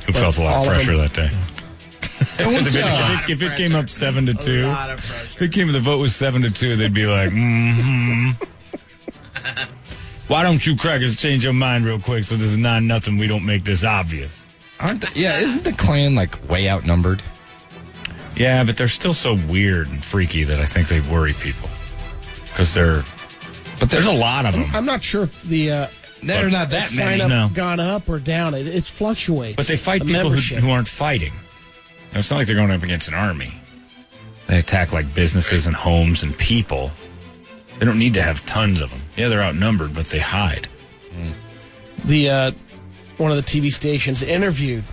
S4: Who
S5: But
S4: felt a lot
S5: all
S4: of
S5: of
S4: pressure
S5: them-
S4: that day?
S5: was
S4: if, it,
S5: a lot
S4: if, it, if it came up seven to two, if it came the vote was seven to two, they'd be like, hmm Mm-hmm. "Why don't you crackers change your mind real quick so this is not nothing? We don't make this obvious."
S7: Aren't the, yeah? Isn't the Klan like way outnumbered?
S4: Yeah, but they're still so weird and freaky that I think they worry people because they're. But there's a lot of them.
S5: I'm not sure if the uh,
S4: There's not that
S5: sign
S4: many,
S5: up
S4: no.
S5: gone up or down. It, it fluctuates.
S4: But they fight
S5: The
S4: people who,
S5: membership.
S4: who aren't fighting. Now, it's not like they're going up against an army. They attack like businesses and homes and people. They don't need to have tons of them. Yeah, they're outnumbered, but they hide.
S5: the uh, one of the TV stations interviewed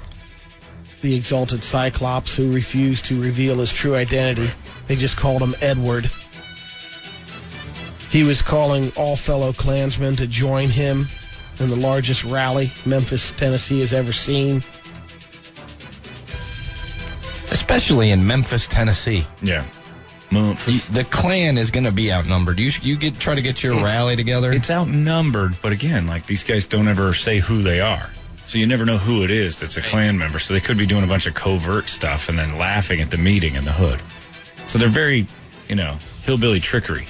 S5: the exalted Cyclops who refused to reveal his true identity. They just called him Edward. He was calling all fellow Klansmen to join him in the largest rally Memphis, Tennessee has ever seen.
S7: especially in Memphis, Tennessee.
S4: Yeah.
S7: The Klan is going to be outnumbered. You you get try to get your
S4: It's-
S7: rally together.
S4: It's outnumbered, but again, like these guys don't ever say who they are. So you never know who it is that's a Klan member. So they could be doing a bunch of covert stuff and then laughing at the meeting in the hood. So they're very, you know, hillbilly trickery.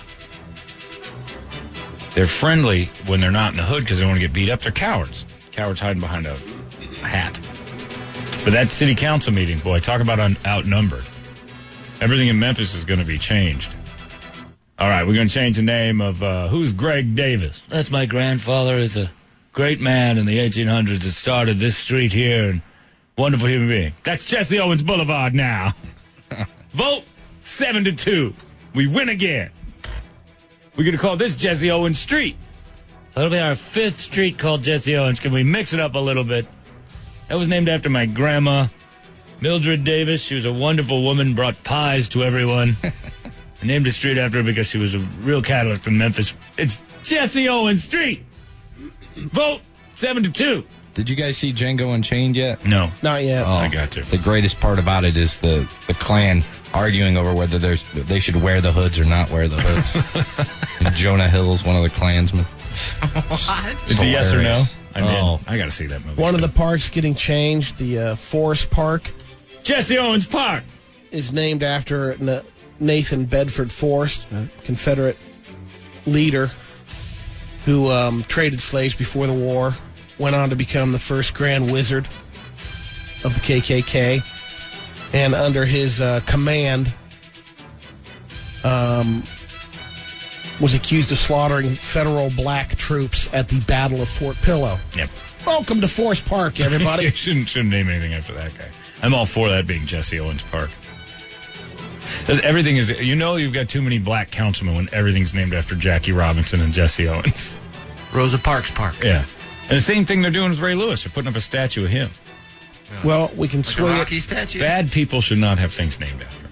S4: They're friendly when they're not in the hood because they don't want to get beat up. They're cowards. Cowards hiding behind a hat. But that city council meeting, boy, talk about un- outnumbered. Everything in Memphis is going to be changed. All right, we're going to change the name of uh, who's Greg Davis. That's my grandfather. Is a great man in the 1800s that started this street here and wonderful human being. That's Jesse Owens Boulevard now. Vote seven to two. We win again. We're going to call this Jesse Owens Street. That'll be our fifth street called Jesse Owens. Can we mix it up a little bit? That was named after my grandma, Mildred Davis. She was a wonderful woman, brought pies to everyone. I named a street after her because she was a real catalyst in Memphis. It's Jesse Owens Street. Vote seven to two.
S7: Did you guys see Django Unchained yet?
S4: No,
S5: not yet.
S7: I
S4: got to.
S7: The greatest part about it is the the Klan arguing over whether there's they should wear the hoods or not wear the hoods. And Jonah Hill's one of the Klansmen.
S5: What?
S7: It's
S4: a yes or no?
S7: hilarious.
S4: I did.
S7: Oh.
S4: I got to see that movie.
S5: One of the parks getting changed, the uh, Forest Park.
S4: Jesse Owens Park
S5: is named after Na- Nathan Bedford Forrest, a Confederate leader who um, traded slaves before the war, went on to become the first Grand Wizard of the KKK, and under his uh, command, um, was accused of slaughtering federal black troops at the Battle of Fort Pillow.
S4: Yep.
S5: Welcome to Forest Park, everybody.
S4: you shouldn't, shouldn't name anything after that guy. I'm all for that being Jesse Owens Park. Does- Everything is. You know, you've got too many black councilmen when everything's named after Jackie Robinson and Jesse Owens.
S7: Rosa Parks Park.
S4: Yeah, and the same thing they're doing with Ray Lewis. They're putting up a statue of him.
S5: Well, we can swing it.
S4: Bad people should not have things named after. them.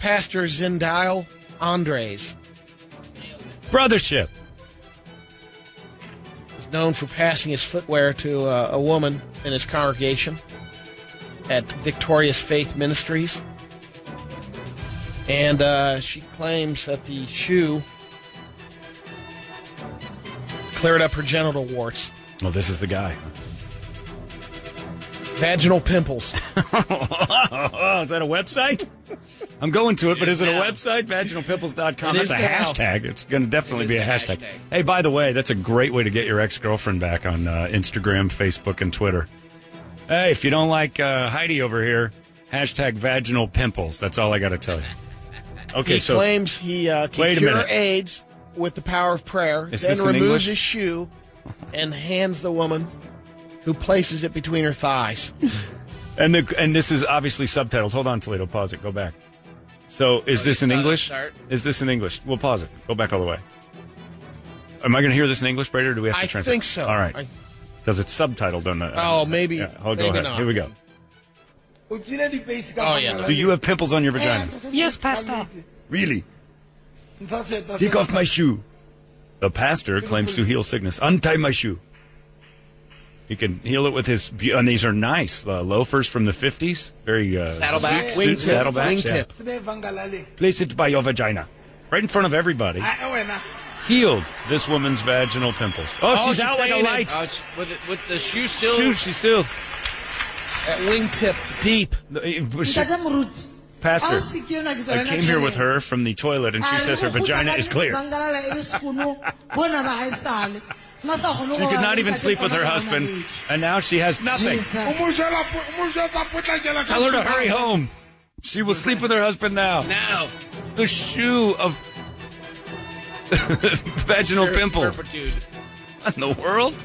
S5: Pastor Zendile Andres
S4: Brothership.
S5: is known for passing his footwear to uh, a woman in his congregation at Victorious Faith Ministries. And uh, she claims that the shoe cleared up her genital warts,
S6: Well, this is the guy.
S5: vaginal pimples.
S4: oh, is that a website? I'm going to it, but
S6: It
S4: is
S6: is
S4: it a
S6: now.
S4: website? VaginalPimples.com.
S6: It
S4: That's
S6: is
S4: a
S6: now.
S4: hashtag. It's going to definitely be a hashtag.
S6: Hey, by the way, that's a great way to get your ex girlfriend back on uh, Instagram, Facebook, and Twitter. Hey, if you don't like uh, Heidi over here, hashtag vaginal pimples. That's all I got to tell you. Okay,
S5: he
S6: so
S5: claims he uh, can
S6: Wait a
S5: cure
S6: minute.
S5: AIDS with the power of prayer,
S6: Is
S5: then
S6: this in
S5: removes
S6: English?
S5: his shoe and hands the woman who places it between her thighs.
S6: and the and this is obviously subtitled. Hold on, Toledo. Pause it. Go back. So, is this in
S5: start,
S6: English?
S5: start.
S6: Is this in English? We'll pause it. Go back all the way. Am I going to hear this in English, Brady, or do we have to
S5: I
S6: translate?
S5: think so.
S6: All right,
S5: I-
S6: because it's subtitled on the.
S5: Oh, maybe-
S6: Yeah, I'll go
S5: maybe
S6: ahead.
S5: not.
S6: Here we go.
S1: Oh, yeah.
S6: Do you have pimples on your vagina?
S13: Yes, Pastor.
S6: Really? Take off my shoe. The pastor claims to heal sickness. Untie my shoe. He can heal it with his. bu- And these are nice uh, loafers from the fifties. Very uh,
S5: Saddleback.
S6: suit-
S5: Wingtip.
S6: Saddlebacks. yeah.
S5: Wingtip.
S6: Place it by your vagina, right in front of everybody. Healed this woman's vaginal pimples. Oh, she's
S9: she
S6: out like a
S9: fainted.
S6: light.
S9: Oh, she- with, the- with the shoe still.
S6: Shoot, she's still. eh,
S5: At wingtip deep.
S6: Pastor, I came here with her from the toilet, and she says her vagina is clear. She
S1: she
S6: could not even sleep with her husband, and now she has nothing.
S1: Tell
S6: Tell her to hurry home.
S4: She will sleep with her husband now.
S14: Now.
S4: The shoe of vaginal
S14: Sure,
S4: pimples.
S14: perpetude.
S4: What in the world?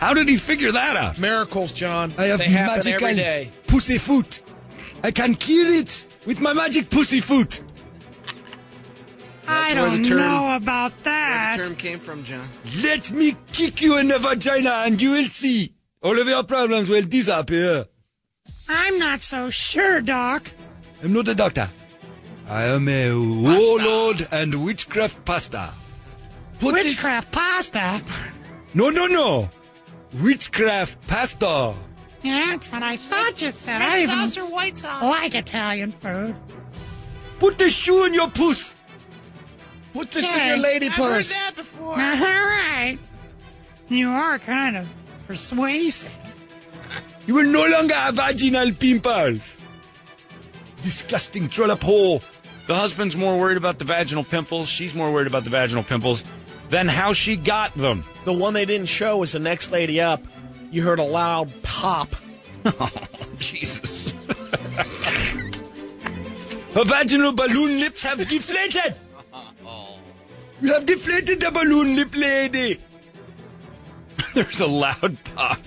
S4: How did he figure that out?
S5: Miracles, John.
S15: I have
S5: they happen
S15: magical
S5: every day.
S15: pussy foot. I can kill it with my magic pussy foot.
S9: I don't know
S6: about
S9: Where
S6: that.
S9: the term came from, John.
S15: Let me kick you in the vagina and you will see. All of your problems will disappear.
S6: I'm not so sure, Doc.
S15: I'm not a doctor. I am a warlord and witchcraft pastor. Put this-
S6: Witchcraft pasta.
S15: No, no, no. Witchcraft pastor.
S6: Yeah, that's what I thought you said.
S16: Red
S6: I even
S16: sauce or white sauce?
S6: like Italian food.
S15: Put the shoe in your puss.
S5: Put
S16: this in your lady I've heard purse. that before.
S6: Now, all right. You are kind of persuasive.
S15: You will no longer have vaginal pimples.
S4: Disgusting trollop hole. The husband's more worried about the vaginal pimples. She's more worried about the vaginal pimples than how she got them.
S5: The one they didn't show was the next lady up. You heard a loud pop.
S4: Jesus.
S15: Her vaginal balloon lips have deflated. You have deflated the balloon lip lady.
S4: There's a loud pop.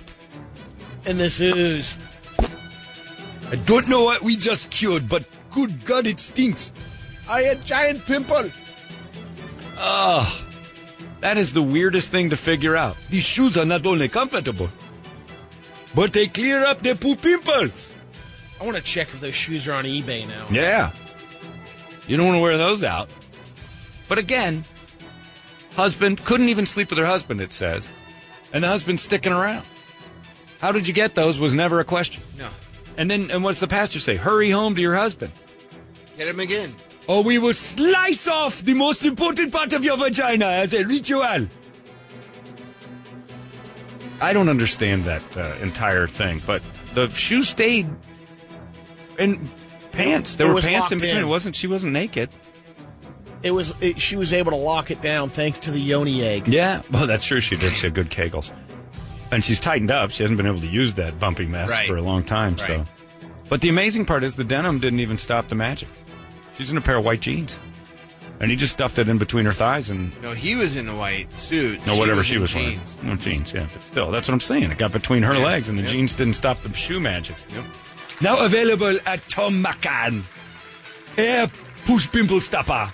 S5: And this is.
S15: I don't know what we just cured, but good God, it stinks.
S5: I had giant pimple.
S15: Ah,
S4: that is the weirdest thing to figure out.
S15: These shoes are not only comfortable, but they clear up the poop pimples.
S5: I want to check if those shoes are on eBay now.
S4: Yeah. You don't want to wear those out. But again, husband couldn't even sleep with her husband, it says. And the husband's sticking around. How did you get those was never a question.
S9: No.
S4: And then, and what's the pastor say? Hurry home to your husband.
S9: Get him again.
S15: Or we will slice off the most important part of your vagina as a ritual.
S4: I don't understand that uh, entire thing, but the shoe stayed in pants. There
S5: It
S4: were
S5: was
S4: pants in
S5: locked
S4: between.
S5: in.
S4: It wasn't, she wasn't naked.
S5: It was. It, she was able to lock it down thanks to the yoni egg.
S4: Yeah. Well, that's true. She did. She had good kegels. And she's tightened up. She hasn't been able to use that bumpy mess
S5: Right.
S4: for a long time. So, but the amazing part is the denim didn't even stop the magic. She's in a pair of white jeans, and he just stuffed it in between her thighs and
S9: No, he was in the white suit.
S4: no whatever she
S9: in
S4: was
S9: jeans.
S4: wearing. No jeans, yeah. But still, that's what I'm saying. It got between her legs, and the jeans didn't stop the shoe magic.
S15: Now available at Tom McCann. Air push pimple stopper.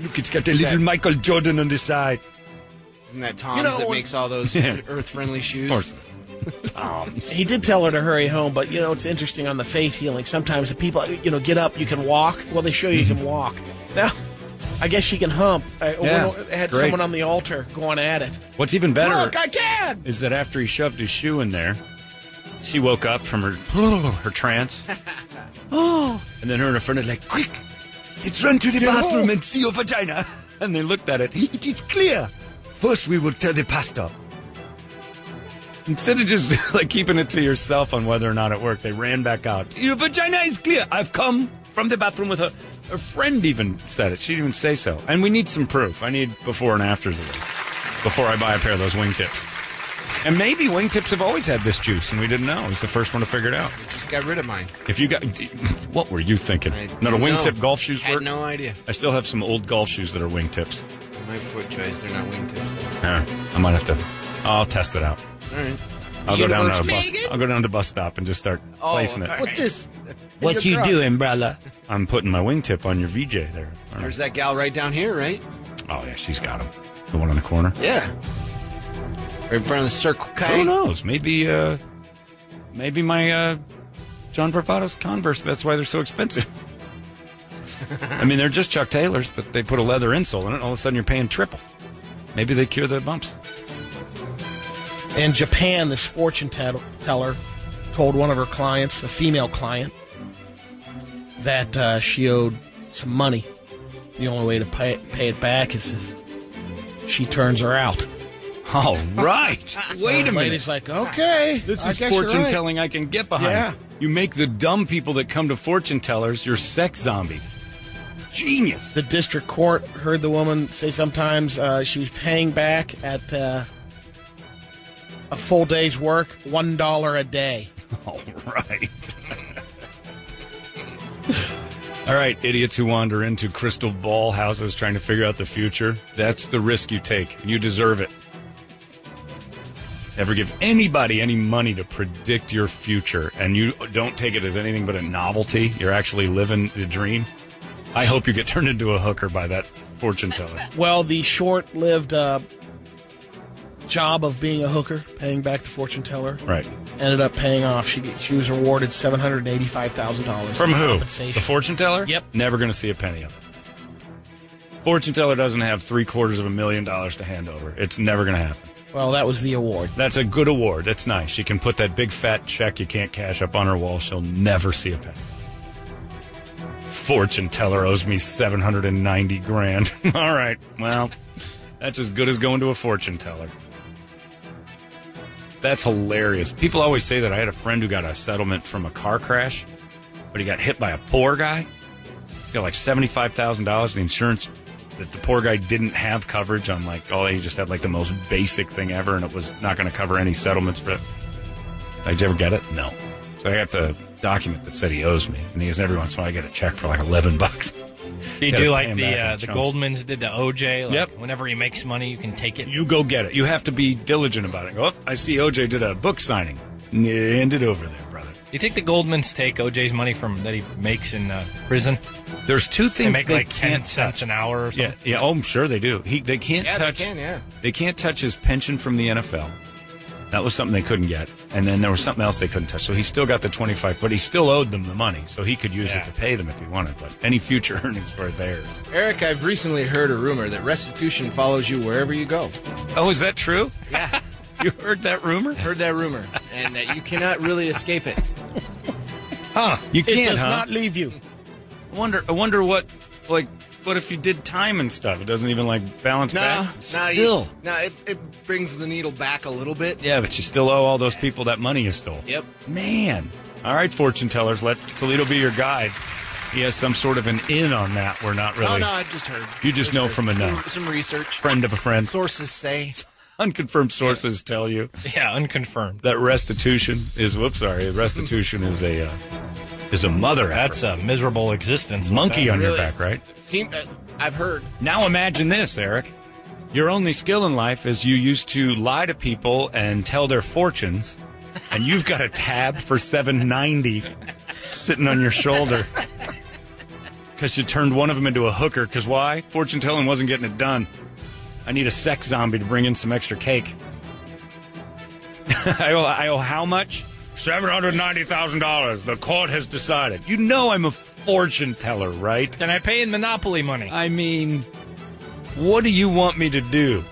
S15: Look, it's got a little Michael Jordan on the side.
S9: Isn't that Tom's
S15: You know,
S9: that
S15: when-
S9: makes all those
S15: Yeah.
S9: earth-friendly shoes?
S4: Um,
S5: He did tell her to hurry home, but you know it's interesting on the faith healing. Sometimes the people, you know, get up, you can walk. Well, they show you you can walk. Now, I guess she can hump. I
S4: Mm-hmm. Yeah,
S5: I had
S4: great.
S5: someone on the altar going at it.
S4: What's even better?
S5: Look, I can.
S4: is that after he shoved his shoe in there, she woke up from her her trance,
S16: Oh.
S4: and then her and her friend are like, "Quick,
S15: Let's run to the
S4: Get
S15: bathroom
S4: home.
S15: and see your vagina. And they looked at it. It is clear. First, we will tell the pastor.
S4: Instead of just like keeping it to yourself on whether or not it worked, they ran back out. Your vagina is clear. I've come from the bathroom with her. Her friend even said it. She didn't even say so. And we need some proof. I need before and afters of this before I buy a pair of those wingtips. And maybe wingtips have always had this juice, and we didn't know. He's the first one to figure it out.
S9: Just got rid of mine.
S4: If you got, what were you thinking? Not a
S9: didn't
S4: wingtip
S9: know.
S4: golf shoes
S9: Had
S4: work?
S9: no idea.
S4: I still have some old golf shoes that are wingtips.
S9: My foot choice. They're not wingtips.
S4: Yeah, I might have to. I'll test it out.
S9: All right.
S4: I'll go down to the
S9: Universe
S4: bus.
S9: Megan?
S4: I'll go down to the bus stop and just start
S9: Oh,
S4: placing it.
S9: all right. What this?
S4: What you
S9: doing?
S4: doing, brother? I'm putting my wingtip on your VJ there. All right.
S9: There's that gal right down here, right?
S4: Oh yeah, she's got him. The one on the corner.
S9: Yeah. Right in front of the Circle K.
S4: Who knows? Maybe, uh, maybe my uh, John Varvatos Converse. That's why they're so expensive. I mean, they're just Chuck Taylors, but they put a leather insole in it. And all of a sudden, you're paying triple. Maybe they cure the bumps.
S5: In Japan, this fortune tel- teller told one of her clients, a female client, that uh, she owed some money. The only way to pay, pay it back is if she turns her out.
S4: All right. Wait a
S5: the
S4: minute.
S5: Lady's like, okay,
S4: This
S5: I
S4: is
S5: guess you're
S4: fortune
S5: right."
S4: telling I can get behind.
S5: Yeah.
S4: You make the dumb people that come to fortune tellers your sex zombies. Genius.
S5: The district court heard the woman say sometimes uh, she was paying back at uh, a full day's work, one dollar a day.
S4: All right. All right, idiots who wander into crystal ball houses trying to figure out the future. That's the risk you take. You deserve it. Never give anybody any money to predict your future, and you don't take it as anything but a novelty. You're actually living the dream. I hope you get turned into a hooker by that fortune teller.
S5: Well, the short lived uh, job of being a hooker, paying back the fortune teller,
S4: Right.
S5: ended up paying off. She she was awarded seven hundred eighty five thousand dollars
S4: From who? The
S5: Compensation.
S4: fortune teller? Yep. Never going to see a penny of it. Fortune teller doesn't have three quarters of a million dollars to hand over. It's never going to happen.
S5: Well, that was the award.
S4: That's a good award. That's nice. She can put that big fat check you can't cash up on her wall. She'll never see a penny. Fortune teller owes me 790 grand. All right. Well, that's as good as going to a fortune teller. That's hilarious. People always say that I had a friend who got a settlement from a car crash, but he got hit by a poor guy. He got like $75,000. The insurance that the poor guy didn't have coverage on, like, oh, he just had like the most basic thing ever, and it was not going to cover any settlements for it. Did you ever get it? No. So I got the document that said he owes me, and he has every once in a while I get a check for like 11 bucks.
S7: You
S4: Gotta
S7: do
S4: pay
S7: like
S4: him
S7: the
S4: back in
S7: uh, the
S4: chunks.
S7: Goldmans did to OJ. Like,
S4: Yep.
S7: Whenever he makes money, you can take it.
S4: You go get it. You have to be diligent about it. Go, oh, I see OJ did a book signing. Hand it over there, brother.
S7: You think the Goldmans take OJ's money from that he makes in uh, prison?
S4: There's two
S7: They
S4: things
S7: make
S4: they
S7: like ten
S4: can't
S7: cents an hour or something.
S4: Yeah, yeah. Oh, I'm sure they do. He, they can't
S7: Yeah, they
S4: touch.
S7: can, yeah.
S4: They can't touch his pension from the NFL. That was something they couldn't get, and then there was something else they couldn't touch. So he still got the twenty five, but he still owed them the money, so he could use it to pay them if he wanted. But any future earnings were theirs.
S9: Eric, I've recently heard a rumor that restitution follows you wherever you go.
S4: Oh, is that true? Yeah. you heard that rumor?
S9: Heard that rumor, and that you cannot really escape it.
S4: Huh? You can't.
S9: does
S4: huh?
S9: not
S5: leave you.
S4: I wonder. I wonder what like. What if you did time and stuff? It doesn't even like balance
S9: No,
S4: back.
S9: no, you-
S4: Still.
S9: no. It, it brings the needle back a little bit.
S4: Yeah, but you still owe all those people that money you stole.
S9: Yep.
S4: Man. All right, fortune tellers, let Toledo be your guide. He has some sort of an in on that. We're not really.
S9: Oh no, I just heard.
S4: You just know
S9: heard.
S4: from a no.
S9: Some, some research.
S4: Friend of a friend.
S9: Sources say.
S4: Unconfirmed sources tell you
S7: Yeah, unconfirmed.
S4: that restitution is. Whoops, sorry. Restitution is a uh, is a mother.
S7: That's
S4: effort.
S7: a miserable existence.
S4: monkey on your
S7: Really?
S4: back, right?
S9: Seem, uh, I've heard.
S4: Now imagine this, Eric. Your only skill in life is you used to lie to people and tell their fortunes, and you've got a tab for seven ninety sitting on your shoulder because you turned one of them into a hooker. Because why? Fortune telling wasn't getting it done. I need a sex zombie to bring in some extra cake. I, owe, I owe how much? Seven hundred ninety thousand dollars. The court has decided. You know I'm a fortune teller, right?
S7: And I pay in monopoly money.
S4: I mean, what do you want me to do?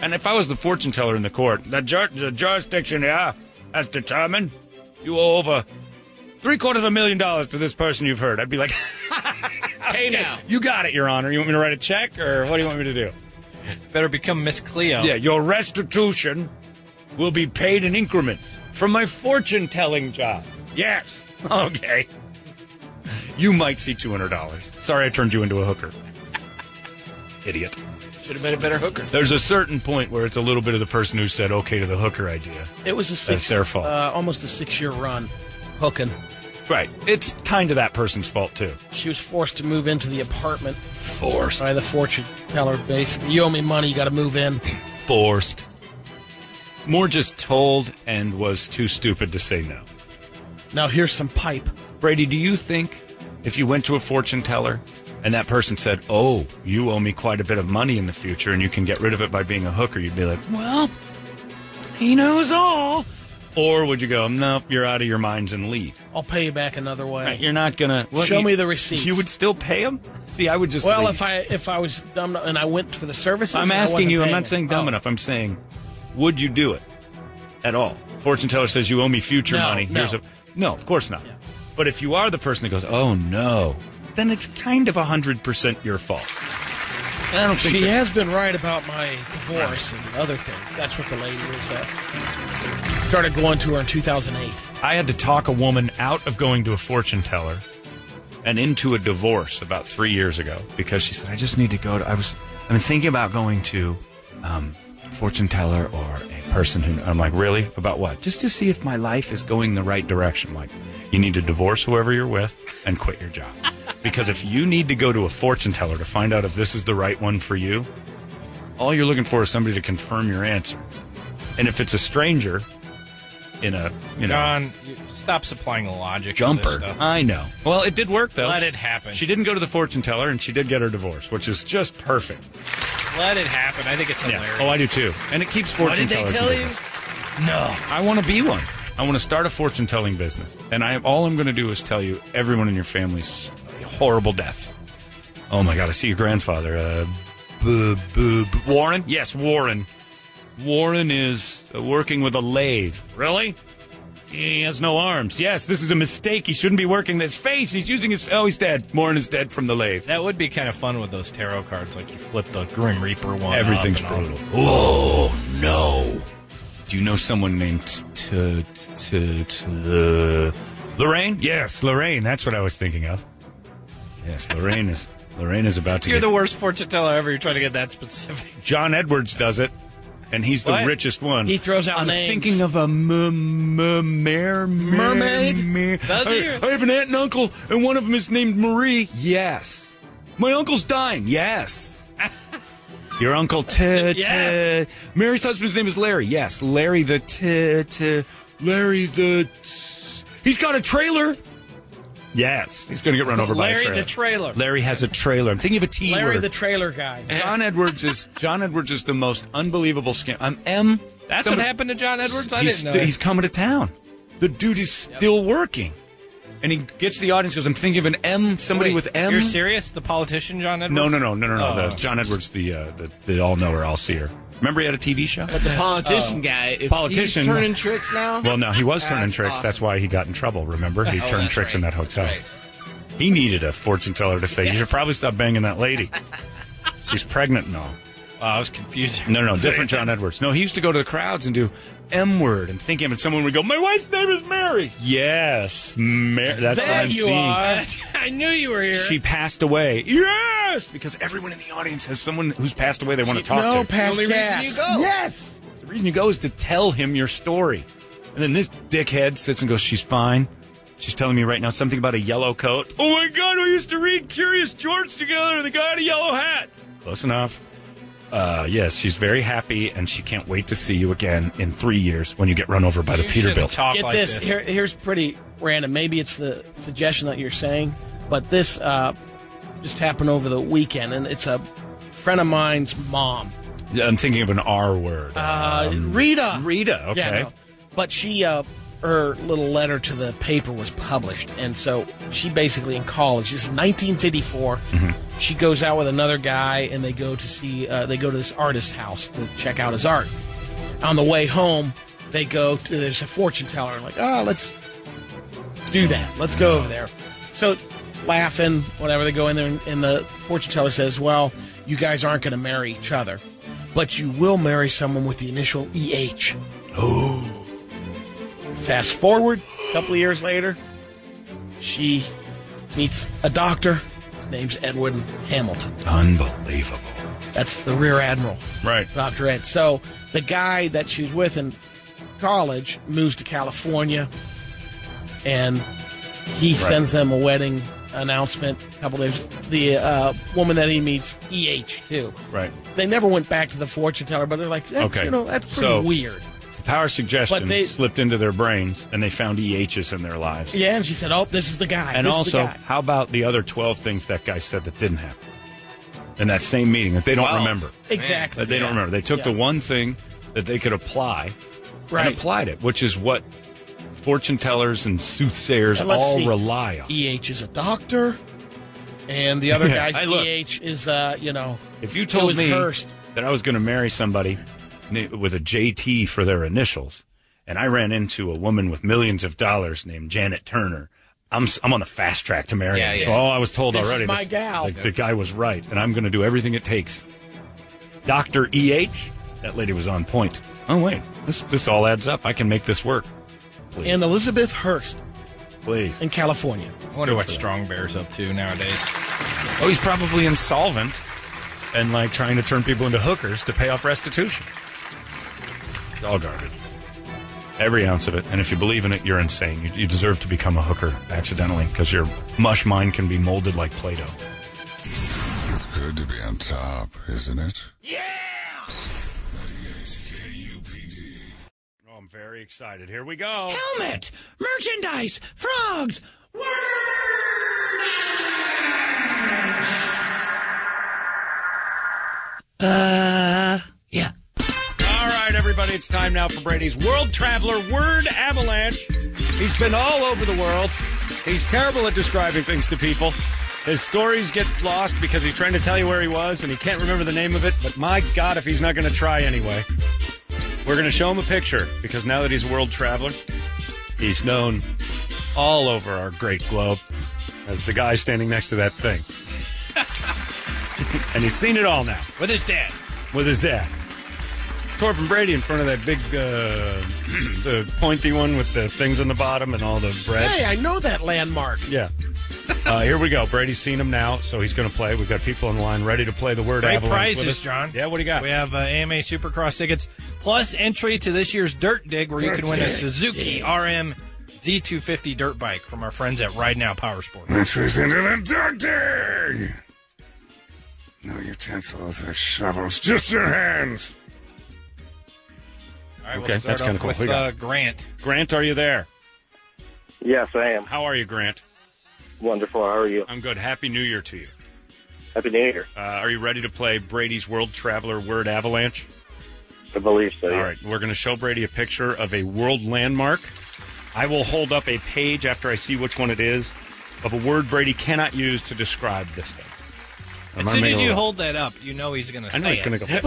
S4: And if I was the fortune teller in the court, the, ju- the jurisdiction here has determined you owe over three quarters of a million dollars to this person you've heard. I'd be like, hey now, you got it, Your Honor. You want me to write a check, or what do you want me to do?
S7: Better become Miss Cleo.
S4: Yeah, your restitution will be paid in increments from my fortune telling job. Yes. Okay. You might see $200. Sorry I turned you into a hooker. Idiot.
S9: Should have been a better hooker.
S4: There's a certain point where it's a little bit of the person who said okay to the hooker idea.
S5: It was a six.
S4: That's their fault.
S5: Uh, almost a six year run, hooking.
S4: right. It's kind of that person's fault, too.
S5: She was forced to move into the apartment.
S4: Forced
S5: by the fortune teller. Basically, you owe me money. You got to move in.
S4: Forced. More just told and was too stupid to say no.
S5: Now here's some pipe.
S4: Brady, do you think if you went to a fortune teller and that person said, Oh, you owe me quite a bit of money in the future and you can get rid of it by being a hooker, you'd be like, Well, he knows all. Or would you go, Nope, you're out of your minds and leave?
S5: I'll pay you back another way.
S4: Right, you're not going to.
S5: Show me the receipts.
S4: You would still pay him? See, I would just.
S5: well,
S4: leave.
S5: if I if I was dumb and I went for the services,
S4: I'm
S5: and I
S4: asking
S5: wasn't
S4: you. I'm
S5: paying
S4: not
S5: it.
S4: saying dumb
S5: Oh.
S4: enough. I'm saying, would you do it at all? Fortune teller says you owe me future
S5: No,
S4: money.
S5: no.
S4: Here's a, no, of course not. But if you are the person that goes, oh no, then it's kind of hundred percent your fault. And I don't think
S5: She
S4: that-
S5: has been right about my divorce and other things. That's what the lady was uh, at. Started going to her in 2008.
S4: I had to talk a woman out of going to a fortune teller and into a divorce about three years ago because she said, I just need to go to, I was, I've been thinking about going to um, a fortune teller or a person who, I'm like, really? About what? Just to see if my life is going the right direction. I'm like, you need to divorce whoever you're with and quit your job. Because if you need to go to a fortune teller to find out if this is the right one for you, all you're looking for is somebody to confirm your answer. And if it's a stranger in a, you know,
S7: John, you- stop supplying the logic. to this
S4: jumper.
S7: stuff.
S4: I know. Well, it did work though.
S7: Let it happen.
S4: She didn't go to the fortune teller, and she did get her divorce, which is just perfect.
S7: Let it happen. I think it's
S4: Yeah.
S7: hilarious.
S4: Oh, I do too. And it keeps
S7: What
S4: fortune
S7: did
S4: tellers.
S7: they tell
S4: in
S7: you?
S4: business. No, I want to be one. I want to start a fortune telling business, and I all I'm going to do is tell you everyone in your family's horrible death. Oh my God! I see your grandfather, uh, b- b- b- Warren. Yes, Warren. Warren is uh, working with a lathe. Really? He has no arms. Yes, this is a mistake. He shouldn't be working his face. He's using his. Oh, he's dead. Warren is dead from the lathe.
S7: That would be kind of fun with those tarot cards. Like you flip the Grim Reaper one.
S4: Everything's
S7: up and all.
S4: brutal. Oh no! Do you know someone named t- t- t- t- Lorraine? Yes, Lorraine. That's what I was thinking of. Yes, Lorraine is Lorraine is about to
S7: You're
S4: get.
S7: the worst fortune teller ever. You're trying to get that specific.
S4: John Edwards does it, and he's the
S7: What?
S4: richest one.
S7: He throws out
S4: I'm
S7: names.
S4: thinking of a m- m- mer- mermaid.
S7: Does he?
S4: I, I have an aunt and uncle, and one of them is named Marie. Yes. My uncle's dying. Yes. Your uncle t-
S10: Yes.
S4: t- Mary's husband's name is Larry. Yes, Larry the t- t- Larry the. T- he's got a trailer. Yes, he's going to get run over by a
S5: Larry
S4: trailer.
S5: the trailer.
S4: Larry has a trailer. I'm thinking of a T
S5: Larry
S4: word.
S5: the trailer guy.
S4: John Edwards is John Edwards is the most unbelievable scam. I'm M.
S12: That's
S4: Somebody-
S12: what happened to John Edwards. I
S4: he's,
S12: didn't know.
S4: He's coming to town. The dude is still working, and he gets the audience. Goes, I'm thinking of an M. Somebody
S7: Wait,
S4: with M.
S7: You're serious? The politician, John Edwards?
S4: No, no, no, no, no, no.
S7: Oh.
S4: The John Edwards, the uh, the, the all knower, all seer. Remember, he had a TV show.
S9: But the politician
S4: Oh.
S9: guy, if
S4: Politician.
S9: he's turning tricks now.
S4: Well, no, he was turning
S9: That's
S4: tricks.
S9: awesome.
S4: That's why he got in trouble. Remember, he
S9: Oh,
S4: turned
S9: that's
S4: tricks in that hotel. He needed a fortune teller to say, "You should probably stop banging that lady. She's pregnant and all."
S7: Wow, I was confused.
S4: No, no, no, different John Edwards. No, he used to go to the crowds and do M word and think him, and someone would go, "My wife's name is Mary." Yes, Mary. That's
S10: There
S4: what I'm
S10: you
S4: seeing.
S10: are.
S7: I knew you were here.
S4: She passed away. Yes, because everyone in the audience has someone who's passed away they want to talk
S5: no,
S4: to.
S5: pass
S4: The only reason
S5: gas.
S4: you go-
S5: Yes.
S4: the reason you go is to tell him your story. And then this dickhead sits and goes, She's fine. She's telling me right now something about a yellow coat. Oh my God, we used to read Curious George together and the guy in a yellow hat. Close enough. Uh, yes, she's very happy and she can't wait to see you again in three years when you get run over by the Peterbilt.
S5: Get this. Here, here's pretty random. Maybe it's the suggestion that you're saying, but this uh, just happened over the weekend, and it's a friend of mine's mom.
S4: Yeah, I'm thinking of an R word.
S5: Uh, Rita.
S4: Rita. Okay.
S5: Yeah, no. But she, uh, her little letter to the paper was published, and so she basically in college. This is 1954.
S4: Mm-hmm.
S5: She goes out with another guy, and they go to see. Uh, they go to this artist's house to check out his art. On the way home, they go to there's a fortune teller. Like, oh, let's do that. Let's go over there. So, laughing, whatever. They go in there, and, and the fortune teller says, "Well, you guys aren't going to marry each other, but you will marry someone with the initial EH." Oh. Fast forward a couple of years later, she meets a doctor. His name's Edwin Hamilton.
S4: Unbelievable.
S5: That's the rear admiral.
S4: Right.
S5: Dr. Ed. So the guy that she was with in college moves to California and he
S17: Right.
S5: sends them a wedding announcement a couple days. The uh, woman that he meets, EH, too.
S4: Right.
S5: They never went back to the fortune teller, but they're like, that's,
S4: Okay.
S5: you know, that's pretty
S4: So-
S5: weird.
S4: The power of suggestion
S5: But they-
S4: slipped into their brains and they found EHs in their lives.
S5: Yeah, and she said, oh, this is the guy.
S4: And
S5: This is the
S4: also,
S5: guy.
S4: how about the other 12 things that guy said that didn't happen in that same meeting that they don't remember?
S5: Exactly,
S4: That they
S5: yeah.
S4: don't remember. They took
S5: Yeah.
S4: the one thing that they could apply
S5: Right.
S4: and applied it, which is what fortune tellers and soothsayers
S5: And let's
S4: all
S5: see.
S4: rely on.
S5: EH is a doctor, and the other
S4: Yeah,
S5: guy's
S4: I look.
S5: EH is, uh, you know,
S4: If you
S5: it
S4: told
S5: was
S4: me
S5: Hearst.
S4: that I was going to marry somebody na- with a JT for their initials, and I ran into a woman with millions of dollars named Janet Turner, I'm s- I'm on the fast track to marrying.
S5: Yeah,
S4: her.
S5: yeah.
S4: So, oh, I was told
S5: This is
S4: already.
S5: my gal.
S4: The, the guy was right, and I'm going to do everything it takes. Doctor E H, that lady was on point. Oh wait, this this all adds up. I can make this work. Please.
S5: and Elizabeth Hurst
S4: Please.
S5: in California.
S7: I wonder what Strong Bear's up to nowadays.
S4: Oh, he's probably insolvent and like trying to turn people into hookers to pay off restitution. It's all garbage. Every ounce of it. And if you believe in it, you're insane. You, you deserve to become a hooker accidentally because your mush mind can be molded like Play Doh.
S1: It's good to be on top, isn't it?
S4: Oh, I'm very excited. Here we go.
S6: Helmet, merchandise, frogs,
S4: Uh, yeah. All right, everybody, it's time now for Brady's World Traveler Word Avalanche. He's been all over the world. He's terrible at describing things to people. His stories get lost because he's trying to tell you where he was and he can't remember the name of it, but my God, if he's not going to try anyway. We're going to show him a picture because now that he's a world traveler, he's known all over our great globe as the guy standing next to that thing. and he's seen it all now
S7: With his dad.
S4: with his dad. It's Torben Brady in front of that big, uh, the pointy one with the things on the bottom and all the bread.
S5: Hey, I know that landmark.
S4: Yeah. Uh, here we go. Brady's seen him now, so he's going to play. We've got people on the line ready to play the word
S7: Great
S4: avalanche with
S7: prizes,
S4: us.
S7: John.
S4: Yeah, what do you got?
S7: We have uh, AMA Supercross tickets plus entry to this year's Dirt Dig, where you
S4: Dirt
S7: can win a
S4: Dig.
S7: Suzuki RM Z250 dirt bike from our friends at Ride Now Powersport.
S1: Entries into the dirt dig! No utensils or shovels, just your hands.
S7: All right,
S4: Okay,
S7: we'll start
S4: that's
S7: off
S4: kinda cool. We
S7: with
S4: got-
S7: uh, Grant.
S4: Grant, are you there?
S17: Yes, I am.
S4: How are you, Grant?
S17: Wonderful. How are you?
S4: I'm good. Happy New Year to you.
S17: Happy New Year.
S4: Uh, are you ready to play Brady's World Traveler Word Avalanche?
S17: I believe so.
S4: All right, we're going to show Brady a picture of a world landmark. I will hold up a page after I see which one it is of a word Brady cannot use to describe this thing.
S7: As soon as you hold that up, you know he's going to
S4: I
S7: say
S4: know he's
S7: going
S4: gonna
S7: to
S4: go-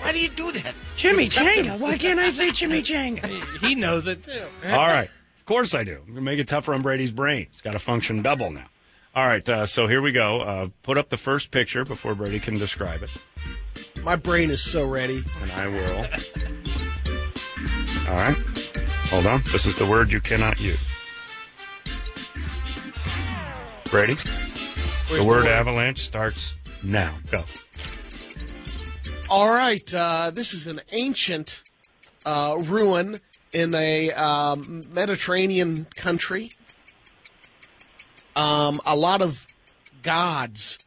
S6: Why do you do that? Chimichanga. Why can't I say chimichanga?
S7: he knows it too.
S4: All right. Of course I do. I'm going to make it tougher on Brady's brain. It's got to function double now. All right, uh, so here we go. Uh, put up the first picture before Brady can describe it.
S5: My brain is so ready.
S4: And I will. All right. Hold on. This is the word you cannot use. Brady?
S5: Where's
S4: the
S5: the
S4: word
S5: word?
S4: avalanche starts now. Go.
S5: All right, uh, this is an ancient uh, ruin in a um, Mediterranean country. Um, a lot of gods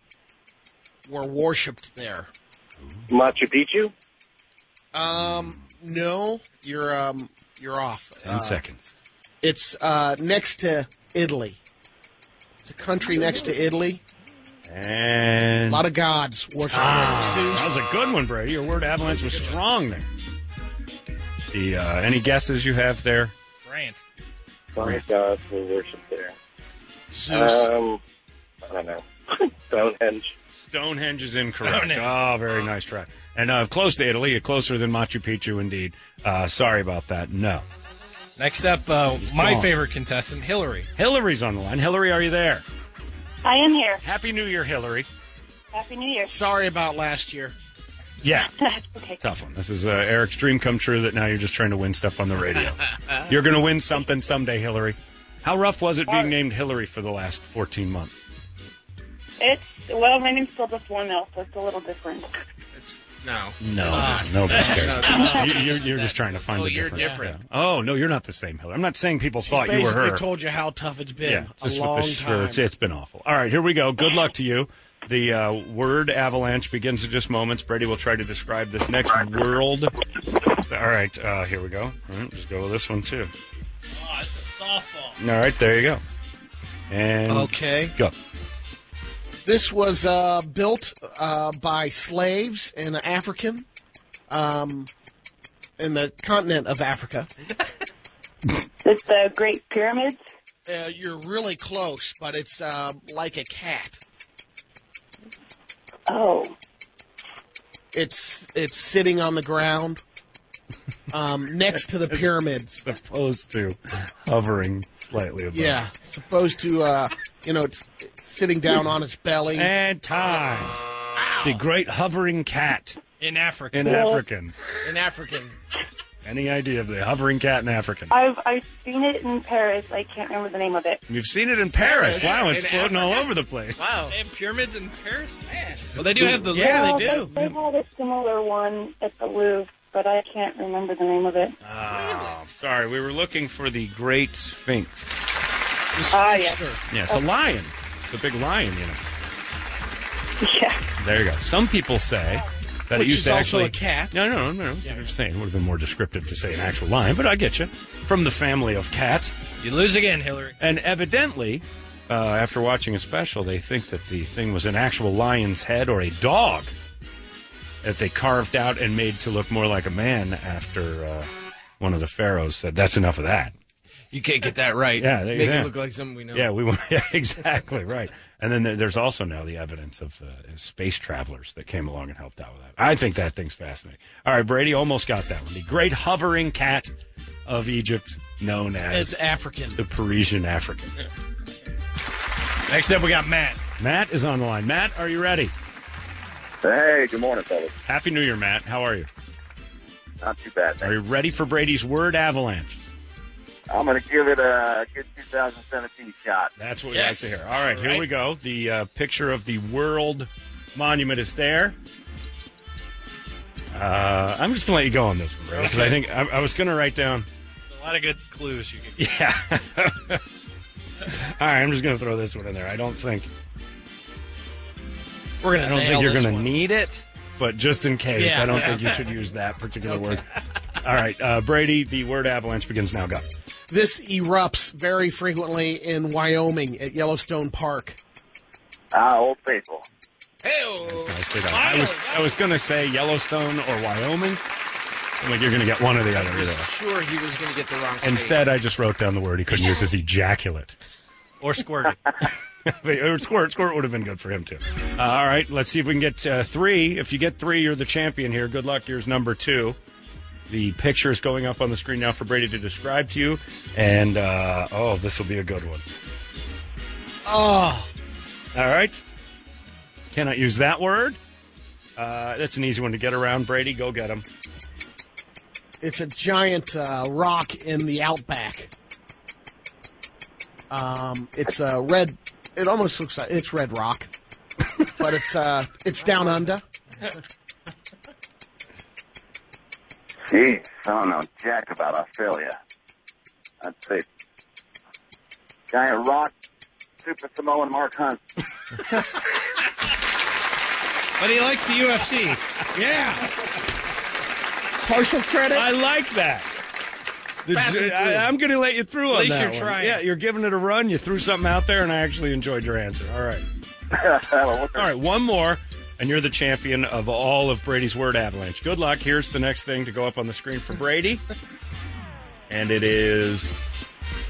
S5: were worshipped there.
S17: Machu Picchu?
S5: Um, no, you're um, you're off.
S4: Ten
S5: Uh,
S4: seconds.
S5: It's uh, next to Italy. It's a country next to Italy. A
S4: And.
S5: lot of gods worshipped there.
S4: Ah, That was a good one, Brady. Your word avalanche was strong there. The uh, Any guesses you have there?
S7: Grant.
S17: Sonic gods were worshipped there.
S4: Zeus.
S17: Um, I don't know. Stonehenge.
S4: Stonehenge is incorrect. Oh, very nice try. And uh, close to Italy, closer than Machu Picchu, indeed. Uh, sorry about that. No.
S7: Next up, uh, my
S4: gone.
S7: favorite contestant, Hillary.
S4: Hillary's on the line. Hillary, are you there?
S18: I am here.
S4: Happy New Year, Hillary.
S18: Happy New Year.
S5: Sorry about last year.
S4: Yeah.
S18: okay.
S4: Tough one. This is uh, Eric's dream come true that now you're just trying to win stuff on the radio. you're going to win something someday, Hillary. How rough was it being named Hillary for the last 14 months?
S18: It's well, my name's still just one L, so it's a little different.
S9: No. Ah.
S4: No,
S9: It's not.
S4: nobody
S9: No,
S4: cares.
S9: it's not.
S4: you, you're, you're just trying to find
S9: Oh,
S4: a
S9: you're
S4: difference.
S9: different.
S4: Yeah. Oh no, you're not the same Hillary. I'm not saying people
S5: She
S4: thought you were
S5: basically
S4: her.
S5: told you how tough it's been.
S4: yeah,
S5: a
S4: just
S5: long
S4: with the
S5: time.
S4: shirts, it's been awful. All right, here we go. Good luck to you. The uh, word avalanche begins in just moments. Brady will try to describe this next world. All right, uh, here we go. All right, just go with this one too.
S7: Oh, it's a softball.
S4: All right, there you go. And
S5: Okay.
S4: go.
S5: This was uh, built uh, by slaves and African um, in the continent of Africa.
S18: It's the Great Pyramids.
S5: Uh, you're really close, but it's uh, like a cat.
S18: Oh,
S5: It's it's sitting on the ground um, next to the pyramids.
S4: Supposed to hovering slightly above.
S5: Yeah, supposed to uh, you know it's, it's sitting down on its belly.
S4: And time. The great hovering cat
S7: In Africa.
S4: in African.
S5: In African.
S4: Any idea of the hovering cat in African?
S18: I've I've seen it in Paris. I can't remember the name of it.
S4: You've seen it in Paris.
S7: Paris?
S4: Wow, it's
S7: In
S4: floating all
S7: Africa?
S4: over the place.
S5: Wow.
S7: And pyramids in Paris? Man. Well, they do have the
S18: Well, They, they had a similar one at the Louvre but I can't remember the name of it.
S9: Uh,
S4: Oh, sorry. We were looking for the Great Sphinx.
S18: Ah, yes.
S4: Yeah, it's a lion. It's a big lion, you know.
S18: Yeah.
S4: There you go. Some people say that
S5: Which
S4: it used
S5: is
S4: to
S5: also
S4: actually
S5: a cat.
S4: No, no, no, no. That's what I'm saying. It would have been more descriptive to say an actual lion, but I get you. From the family of cat.
S7: You lose again, Hillary.
S4: And evidently, uh, after watching a special, they think that the thing was an actual lion's head or a dog that they carved out and made to look more like a man after uh, one of the pharaohs said, That's enough of that.
S9: You can't get that right.
S4: Yeah, there you
S9: Make
S4: go.
S9: it look like something we know.
S4: Yeah, we want. Yeah, exactly right. And then there- there's also now the evidence of uh, space travelers that came along and helped out with that. I think that thing's fascinating. All right, Brady almost got that one. The great hovering cat of Egypt, known
S5: As
S4: as
S5: African.
S4: the Parisian African.
S7: Next up, we got Matt.
S4: Matt is on the line. Matt, are you ready?
S17: Hey, good morning, fellas.
S4: Happy New Year, Matt. How are you?
S17: Not too bad.
S4: Are you ready for Brady's word avalanche?
S17: I'm going to give it a good 2017 shot.
S4: That's what we like to hear. All right, here we go. The uh, picture of the World Monument is there. Uh, I'm just gonna let you go on this one, Brady, because I think I, I was gonna write down.
S7: A lot of good clues you can
S4: Yeah. All right, I'm just gonna throw this one in there. I don't think
S5: We're
S4: I don't think you're gonna need it, but just in case,
S5: Yeah.
S4: I don't think you should use that particular word. All right, uh, Brady, the word avalanche begins now. Go.
S5: This erupts very frequently in Wyoming at Yellowstone Park.
S17: Ah, old faithful.
S4: Nicely done. I was I was gonna say Yellowstone or Wyoming. I'm like you're gonna get one or the other either. way.
S9: Sure, he was going to get the wrong. state.
S4: Instead, I just wrote down the word he couldn't use as ejaculate.
S7: Or squirt it.
S4: Wait, or squirt, squirt would have been good for him too. Uh, all right, let's see if we can get uh, three. If you get three, you're the champion here. Good luck. Here's number two. The picture is going up on the screen now for Brady to describe to you. And uh, oh, this will be a good one.
S5: Oh,
S4: All right. Cannot use that word. Uh, that's an easy one to get around. Brady, go get him.
S5: it's a giant uh, rock in the outback. Um, it's a red. It almost looks like it's red rock, but it's uh, it's down under.
S17: Jeez, I don't know jack about Australia. I'd say giant rock, super Samoan Mark Hunt.
S7: But he likes the UFC.
S5: yeah. Partial credit.
S4: I like that. The
S7: Pass
S4: j-
S7: it
S4: I,
S7: through.
S4: am going to let you through
S7: At
S4: on
S7: least
S4: that
S7: you're
S4: one.
S7: trying.
S4: Yeah, you're giving it a run. You threw something out there, and I actually enjoyed your answer. All right. all right, one more, and you're the champion of all of Brady's word avalanche. Good luck. Here's the next thing to go up on the screen for Brady, and it is.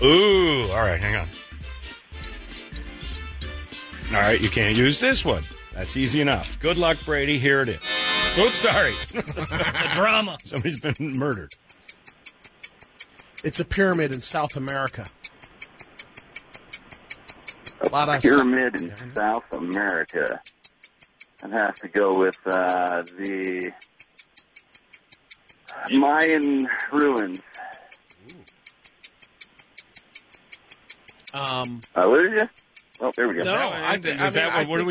S4: Ooh, all right, hang on. All right, you can't use this one. That's easy enough. Good luck, Brady. Here it is. Oops, sorry. the
S7: drama.
S4: Somebody's been murdered.
S5: It's a pyramid in South America. A lot of
S17: Pyramid in South America. I'd have to go with uh, the Mayan ruins.
S5: Um,
S17: I lose Uh, you? Oh, there we go.
S9: No, I thi- I mean, I think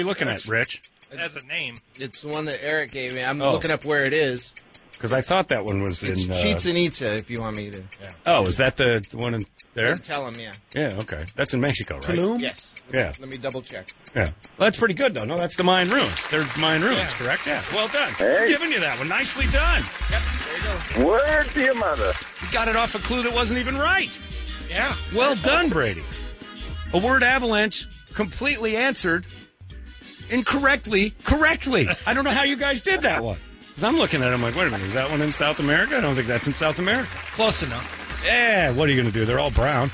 S9: that's-
S4: Rich?
S7: That's a name.
S9: It's the one that Eric gave me. I'm
S4: Oh.
S9: looking up where it is.
S4: Because I thought that one was
S9: It's
S4: in. uh,
S9: Chichen
S5: uh,
S9: Itza, if you want me to. Yeah.
S4: Oh, is that the the one in there?
S9: Tell him, yeah.
S4: Yeah, okay. That's in Mexico, right?
S9: Yes.
S4: Yeah.
S9: Let me double check.
S4: Yeah. Well, that's pretty good, though. No, that's the Mayan ruins. They're Mayan ruins, correct? Yeah. Well done. I'm giving you that one. Nicely done.
S17: Word to your mother.
S4: You got it off a clue that wasn't even right. Yeah. Well done, Brady. A word avalanche completely answered incorrectly, correctly. I don't know how you guys did that one. 'Cause I'm looking at it, I'm like, wait a minute, is that one in South America? I don't think that's in South America.
S7: Close enough.
S4: Yeah, what are you going to do? They're all brown.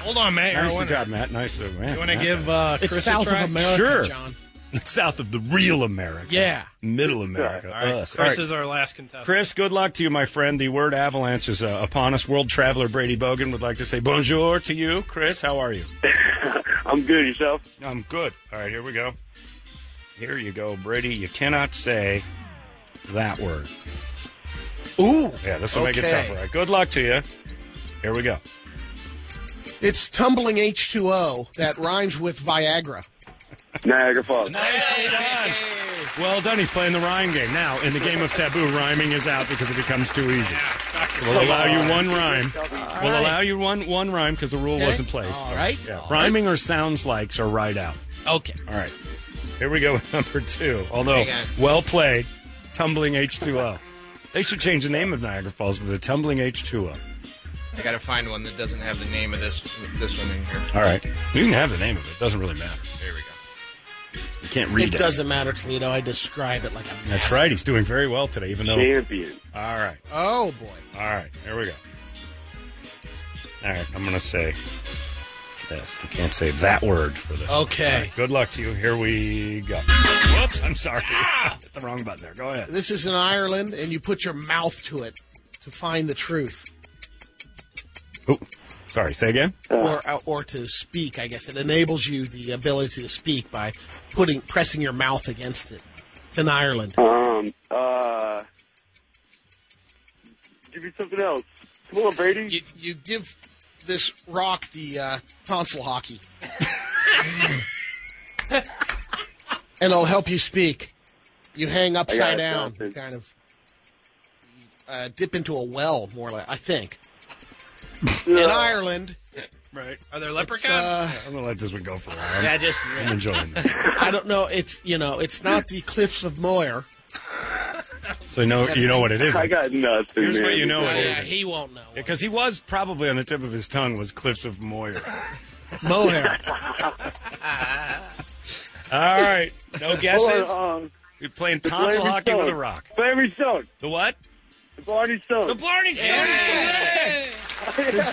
S7: Hold on, Matt.
S4: Nice
S7: You're a winner.
S4: job, Matt. Nice. uh, man.
S7: You wanna
S4: Matt.
S7: give, uh, It's Chris a south of try? America,
S4: sure.
S7: John.
S4: South of the real America.
S7: Yeah.
S4: Middle America.
S7: All right,
S4: us.
S7: Chris
S4: All right.
S7: is our last contestant.
S4: Chris, good luck to you, my friend. The word avalanche is uh, upon us. World traveler Brady Bogan would like to say bonjour to you. Chris, how are you?
S17: I'm good. Yourself?
S4: I'm good. All right, here we go. Here you go, Brady. You cannot say that word.
S5: Ooh.
S4: Yeah, this will make it
S5: Okay.
S4: tougher. All right, good luck to you. Here we go.
S5: It's tumbling H2O that rhymes with Viagra.
S17: Niagara Falls.
S4: Nicely done. Well done. He's playing the rhyme game. Now, in the game of taboo, rhyming is out because it becomes too easy. We'll allow you one rhyme. We'll allow you one one rhyme because the rule
S19: Okay.
S4: wasn't placed.
S19: All right.
S4: Yeah.
S19: All
S4: Rhyming or sounds likes are right out.
S19: Okay.
S4: All right. Here we go with number two. Although,
S19: Hang on.
S4: well played, tumbling H2O. They should change the name of Niagara Falls to the Tumbling H2O.
S19: I gotta find one that doesn't have the name of this this one in here.
S4: All right. You can have the name of it. doesn't really matter.
S19: There we go.
S4: You can't read
S5: it doesn't matter, Toledo. I describe it like a
S4: That's right. He's doing very well today, even though.
S5: Champion.
S4: All right.
S5: Oh boy.
S4: All right. Here we go. All right. I'm going to say this. You can't say that word for this.
S5: Okay.
S4: All right, good luck to you. Here we go. Whoops. I'm sorry. Hit the wrong button there. Go ahead.
S5: This is in Ireland, and you put your mouth to it to find the truth,
S4: Sorry. Say again.
S5: or uh, or to speak. I guess it enables you the ability to speak by putting pressing your mouth against it. It's in Ireland.
S17: Um, uh, give me something else. Come on, Brady.
S5: You, you give this rock the uh, tonsil hockey, and it'll help you speak. You hang upside down,
S17: something.
S5: kind of uh, dip into a well, more like I think. In Ireland,
S4: right?
S5: Are
S7: there
S5: leprechauns?
S4: I'm going to let this one go for a while.
S5: Yeah, just-
S4: I'm enjoying it.
S5: I don't know. It's you know, it's not the Cliffs of Moher.
S4: So you know, you know what it is.
S5: I got
S17: nothing.
S4: Here's what
S5: man.
S4: you know
S5: Yeah,
S4: it is.
S5: he won't know.
S4: Because he was probably on the tip of his tongue was Cliffs of Moyer.
S5: Mohair.
S4: All right. No guesses.
S17: Hold on, um,
S4: You're playing
S17: the
S4: tonsil
S17: Blarney
S4: hockey with
S17: Stone.
S4: a rock.
S17: Blarney Stone.
S4: The what?
S17: The Blarney Stone.
S4: The Blarney Stone. His-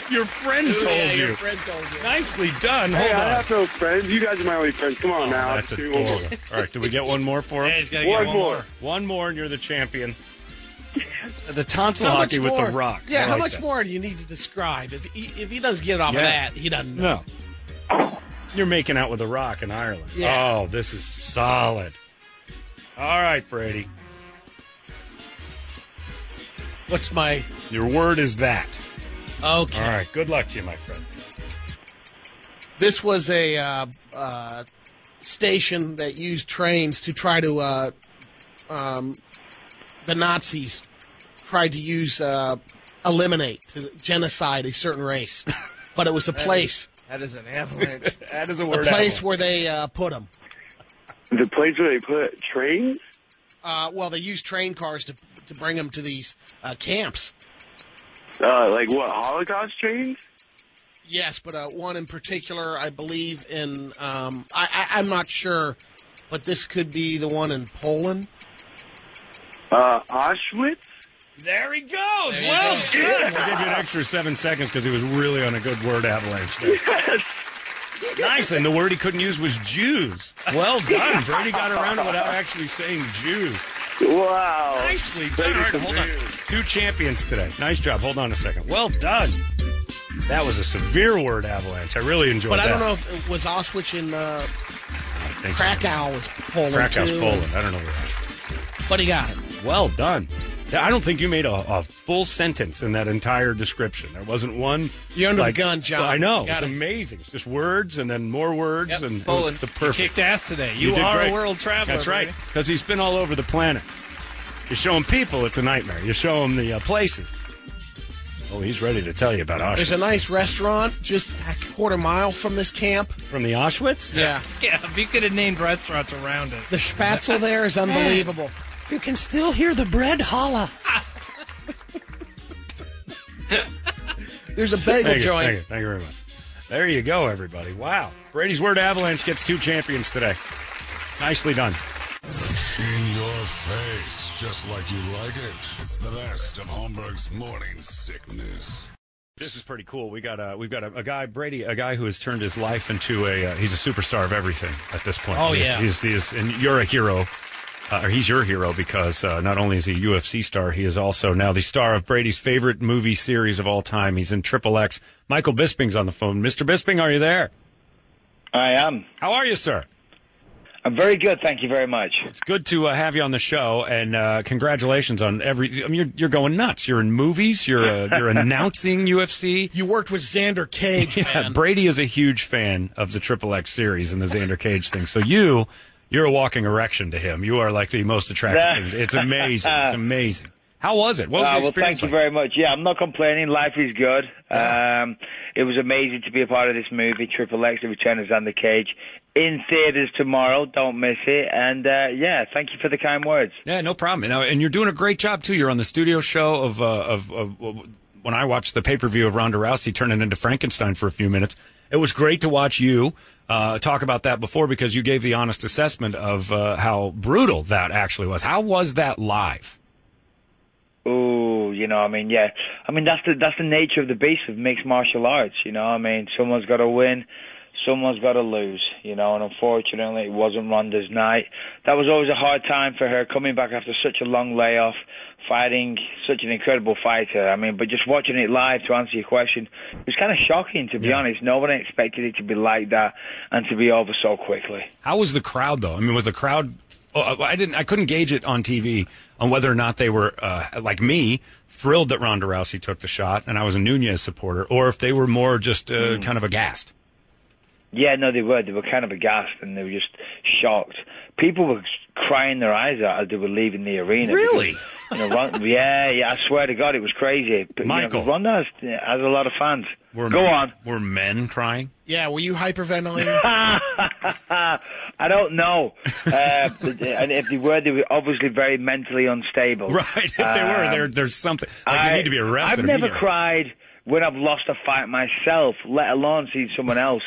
S4: your friend
S17: Ooh, yeah,
S4: told
S17: your
S4: you.
S5: friend told you.
S4: Nicely done.
S17: Hey,
S4: Hold
S17: I
S4: on.
S17: have no friends. You guys are my only friends. Come on now.
S4: That's
S17: Give me
S4: adorable.
S17: one more.
S4: All right, do we get one more for him? Yeah, he's
S17: gotta get One one more. more.
S4: One more, and you're the champion. The tonsil
S5: How much
S4: hockey with
S5: more?
S4: the rock.
S5: Yeah,
S4: I
S5: how
S4: like
S5: much
S4: that.
S5: more do you need to describe? If he, if he doesn't get off
S4: Yeah.
S5: of that, he doesn't know.
S4: No. You're making out with a rock in Ireland.
S5: Yeah.
S4: Oh, this is solid. All right, Brady.
S5: What's my.
S4: Your word is that.
S5: Okay.
S4: All right, good luck to you, my friend.
S5: This was a uh, uh, station that used trains to try to. Uh, um, the Nazis tried to use uh, eliminate to genocide a certain race, but it was a
S19: That is-
S5: place.
S19: that is an avalanche.
S4: that is
S5: a place where they uh, put them.
S17: The place where they put trains?
S5: Uh, well, they used train cars to to bring them to these uh, camps.
S17: Uh, like what? Holocaust trains?
S5: Yes, but uh, one in particular, I believe in. Um, I, I, I'm not sure, but this could be the one in Poland.
S17: Uh, Auschwitz?
S4: There he goes. well done. We'll give you an extra seven seconds because he was really on a good word avalanche there. Nice. And the word he couldn't use was Jews. Well done. Brady got around it without actually saying Jews.
S17: Wow.
S4: Nicely done. All right, hold on. Two champions today. Nice job. Hold on a second. Well done. That was a severe word avalanche. I really enjoyed
S5: But
S4: that.
S5: I don't know if it was Auschwitz in uh,
S4: Thanks.
S5: Krakow was Poland
S4: Krakow's
S5: too.
S4: Poland. I don't know where that is.
S5: But he got it.
S4: Well done. I don't think you made a, a full sentence in that entire description. There wasn't one.
S5: You're under the gun, John.
S4: I know.
S5: You got
S4: It's
S5: it.
S4: amazing. It's just words and then more words and it was
S7: Poland.
S4: the
S7: You
S4: perfect.
S7: kicked ass today. You
S4: did
S7: are a
S4: great.
S7: world traveler,
S4: That's right.
S7: baby.
S4: Because he's been all over the planet. You show him people, it's a nightmare. You show him the uh, places. Oh, he's ready to tell you about Auschwitz.
S5: There's a nice restaurant just a quarter mile from this camp.
S4: From the Auschwitz?
S5: Yeah.
S7: Yeah, if you could have named restaurants around it.
S5: The spatzel there is unbelievable.
S6: You can still hear the bread holla.
S5: There's a bagel
S4: Thank you,
S5: joint.
S4: Thank you, thank you very much. There you go, everybody. Wow. Brady's Word Avalanche gets two champions today. Nicely done.
S1: In your face, just like you like it. It's the best of Holmberg's morning sickness.
S4: This is pretty cool. We got a we've got a, a guy Brady, a guy who has turned his life into a uh, he's a superstar of everything at this point.
S7: Oh,
S4: he's,
S7: yeah.
S4: he's, he's- and you're a hero, uh, or he's your hero because uh, not only is he a UFC star, he is also now the star of Brady's favorite movie series of all time. He's in Triple X. Michael Bisping's on the phone. Mister Bisping, are you there?
S20: I am.
S4: How are you, sir?
S20: I'm very good, thank you very much.
S4: It's good to uh, have you on the show, and uh, congratulations on every. I mean, you're, you're going nuts. You're in movies. You're uh, you're announcing UFC.
S5: You worked with Xander Cage,
S4: Yeah, Brady is a huge fan of the Triple X series and the Xander Cage thing. So you You're a walking erection to him. You are like the most attractive. thing. It's amazing. It's amazing. How was it? What was
S20: Uh,
S4: the
S20: well,
S4: experience?
S20: thank you very much. Yeah, I'm not complaining. Life is good. Um, it was amazing to be a part of this movie, Triple X, The Return of Xander Cage, in theaters tomorrow. Don't miss it. And uh, yeah, thank you for the kind words.
S4: Yeah, no problem. And, uh, and you're doing a great job too. You're on the studio show of uh, of, of of- when I watched the pay per view of Ronda Rousey turning into Frankenstein for a few minutes. It was great to watch you uh, talk about that before because you gave the honest assessment of uh, how brutal that actually was. How was that live?
S20: Ooh, you know, I mean, yeah, I mean that's the that's the nature of the beast of mixed martial arts. You know, I mean, someone's got to win, someone's got to lose. You know, and unfortunately, it wasn't Ronda's night. That was always a hard time for her coming back after such a long layoff, fighting such an incredible fighter. I mean, but just watching it live to answer your question, it was kind of shocking to be honest. No one expected it to be like that and to be over so quickly.
S4: How was the crowd though? I mean, was the crowd? Oh, I didn't. I couldn't gauge it on TV on whether or not they were uh, like me, thrilled that Ronda Rousey took the shot, and I was a Nunez supporter, or if they were more just uh,
S20: Hmm.
S4: kind of aghast.
S20: Yeah, no, they were. They were kind of aghast and they were just shocked. People were crying their eyes out as they were leaving the arena.
S4: Really?
S20: Because, you know, Ron, yeah, yeah. I swear to God, it was crazy. But, you know,
S4: Michael.
S20: Ronda has, has a lot of fans. Go on.
S4: Were men crying?
S5: Yeah, were you hyperventilating?
S20: I don't know. Uh, and if they were, they were obviously very mentally unstable.
S4: Right. If they were, there, there's something. Like, they need to be
S20: Um,
S4: arrested.
S20: I've never
S4: immediately.
S20: cried when I've lost a fight myself, let alone seen someone else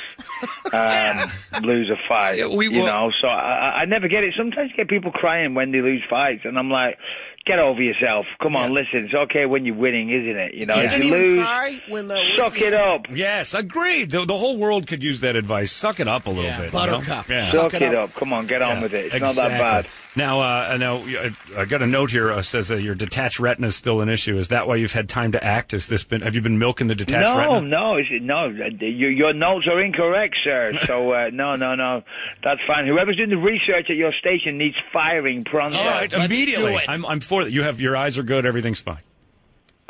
S20: um, lose a fight.
S4: we
S20: you
S4: will-
S20: know, so I, I- I never get it. Sometimes you get people crying when they lose fights, and I'm like, get over yourself. Come on, listen. It's okay when you're winning, isn't it? You know,
S4: Yeah.
S20: if
S4: Didn't
S20: you
S4: even
S20: lose,
S4: cry
S5: when uh,
S20: suck it up.
S4: Yes, agreed. The, the whole world could use that advice. Suck it up a little bit. you know? Yeah.
S20: Suck it up. Come on, get on with it. It's not that bad.
S4: Exactly. Now, uh, now I, I got a note here uh, says that your detached retina is still an issue. Is that why you've had time to act? Has this been? Have you been milking the detached
S20: no,
S4: retina?
S20: no, it's, no. uh, Your, your notes are incorrect, sir. So uh, no, no, no. That's fine. Whoever's doing the research at your station needs firing pronto.
S4: All right, immediately. I'm, I'm for that. You have your eyes are good. Everything's fine.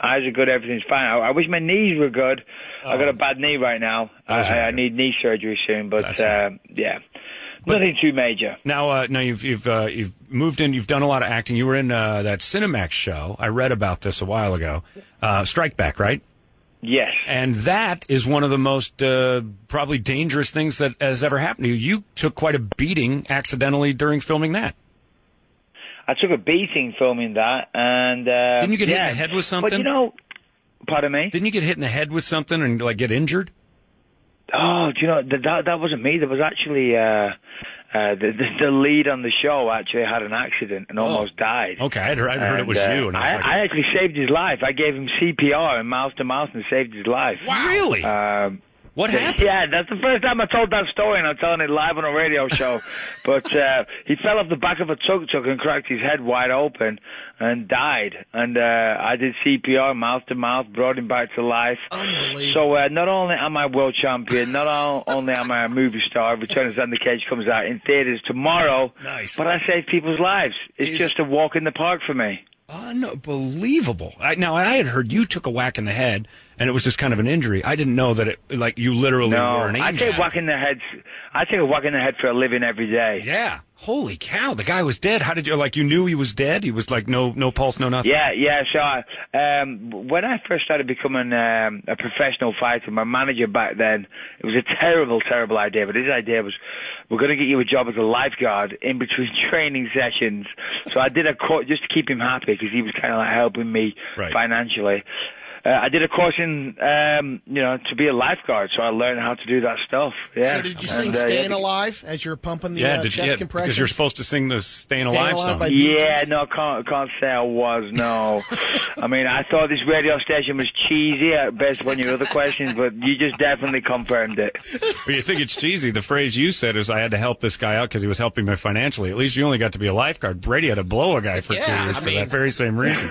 S20: Eyes are good. Everything's fine. I, I wish my knees were good. I've got a bad knee right now. I,
S4: Those Oh. are
S20: I, I need knee surgery soon. But
S4: That's
S20: uh, yeah, nothing too major.
S4: Now, uh, now you've you've uh, you've moved in. You've done a lot of acting. You were in uh, that Cinemax show. I read about this a while ago. Uh, Strike Back, right?
S20: Yes.
S4: And that is one of the most uh, probably dangerous things that has ever happened to you. You took quite a beating accidentally during filming that.
S20: I took a beating filming that, and uh,
S4: Didn't you get hit in
S20: yeah.
S4: the head with
S20: But
S4: something?
S20: you know, pardon me.
S4: Didn't you get hit in the head with something and like get injured?
S20: Oh, do you know th- that that wasn't me. There was actually uh, uh, the, the the lead on the show actually had an accident and almost died.
S4: Oh. Okay, I'd, I'd heard it
S20: And,
S4: was
S20: uh,
S4: you, and I was
S20: I,
S4: like,
S20: I actually saved his life. I gave him CPR and mouth to mouth and saved his life.
S4: Wow. Really?
S20: Um,
S4: what happened?
S20: Yeah, that's the first time I told that story, and I'm telling it live on a radio show. but uh, he fell off the back of a tuk tuk and cracked his head wide open and died. And uh, I did CPR, mouth to mouth, brought him back to life. So uh, not only am I world champion, not all, only am I a movie star. Return of Xander Cage comes out in theaters tomorrow.
S4: Nice.
S20: But I save people's lives. It's just a walk in the park for me.
S4: unbelievable. I, now I had heard you took a whack in the head, and it was just kind of an injury. I didn't know that it like you literally
S20: no,
S4: were an
S20: I
S4: angel.
S20: take a whack in the head. I take a whack in the head for a living every day.
S4: Yeah. Holy cow! The guy was dead. How did you like? You knew he was dead. He was like no, no pulse, no nothing.
S20: Yeah, yeah. So I, um, when I first started becoming um, a professional fighter, my manager back then, it was a terrible, terrible idea. But his idea was, we're going to get you a job as a lifeguard in between training sessions. So I did a course just to keep him happy because he was kind of like helping me financially. Uh, I did a course in, um, you know, to be a lifeguard. So I learned how to do that stuff. Yeah.
S5: So did you sing
S20: And, uh, yeah,
S5: "Staying Alive" as you're pumping the
S4: Yeah,
S5: uh,
S4: did you-
S5: chest
S4: yeah,
S5: compression?
S4: because you're supposed to sing the "Staying, Alive" song.
S20: Yeah, no, can't can't say I was. No, I mean I thought this radio station was cheesy at best when your other questions, but you just definitely confirmed it.
S4: But you think it's cheesy. The phrase you said is, "I had to help this guy out because he was helping me financially." At least you only got to be a lifeguard. Brady had to blow a guy for two years for that very same reason.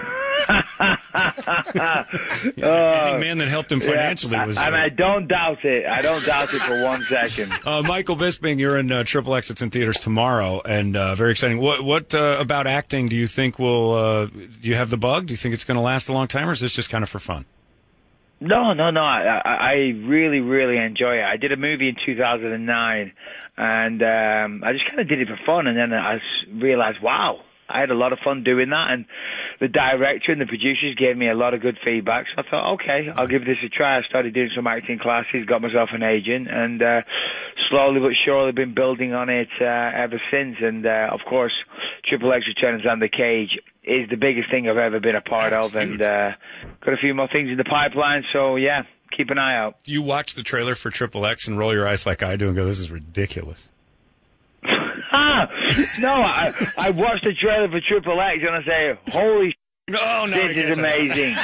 S4: Any man that helped him financially
S20: uh, Yeah,
S4: was.
S20: I, I, mean, I don't doubt it. I don't doubt it for one second.
S4: uh, Michael Bisping, you're in uh, Triple X. It's in theaters tomorrow, and uh, very exciting. What what uh, about acting? Do you think will? Uh, do you have the bug? Do you think it's going to last a long time, or is this just kind of for fun?
S20: No, no, no. I, I I really, really enjoy it. I did a movie in 2009, and um, I just kind of did it for fun, and then I s- realized, wow, I had a lot of fun doing that, and the director and the producers gave me a lot of good feedback. So I thought, okay, I'll give this a try. I started doing some acting classes, got myself an agent, and uh, slowly but surely been building on it uh, ever since. And uh, of course, Triple X Returns and the Cage is the biggest thing I've ever been a part of, and uh, got a few more things in the pipeline. So yeah, keep an eye out.
S4: Do you watch the trailer for Triple X and roll your eyes like I do and go, this is ridiculous?
S20: Ah, no, I, I watched the trailer for Triple X and I say, holy
S4: no,
S20: no, this is amazing.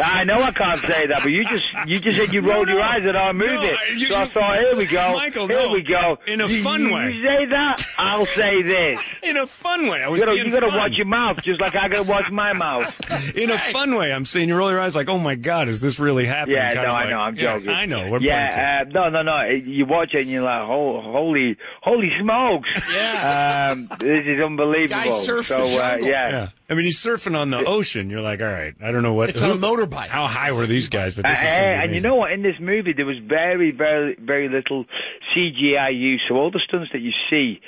S20: I know I can't say that, but you just you just said you rolled your eyes at our movie. so I thought, here we go,
S4: Michael,
S20: here
S4: no.
S20: we go.
S4: In a
S20: You-
S4: fun
S20: you
S4: way.
S20: say that, I'll say this.
S4: In a fun way. I was
S20: you gotta,
S4: being
S20: you gotta
S4: fun.
S20: watch your mouth, just like I gotta watch my mouth.
S4: In a fun way, I'm saying you roll your eyes like, oh my God, is this really happening?
S20: Yeah,
S4: Kind
S20: no,
S4: of
S20: I
S4: like-
S20: know, I'm
S4: Yeah,
S20: joking.
S4: I know, we're
S20: yeah, uh, no, no, no. You watch it and you're like, oh, holy, holy smokes! Yeah, um, this is unbelievable.
S4: playing.
S20: so, uh, yeah.
S4: I mean, he's surfing on the ocean. You're like, all right, I don't know what.
S20: It's on a
S4: motorbike. How high were these guys? But this
S20: Uh,
S4: is gonna be
S20: and you
S4: amazing.
S20: know what? In this movie, there was very, very, very little CGI use. So all the stunts that you see,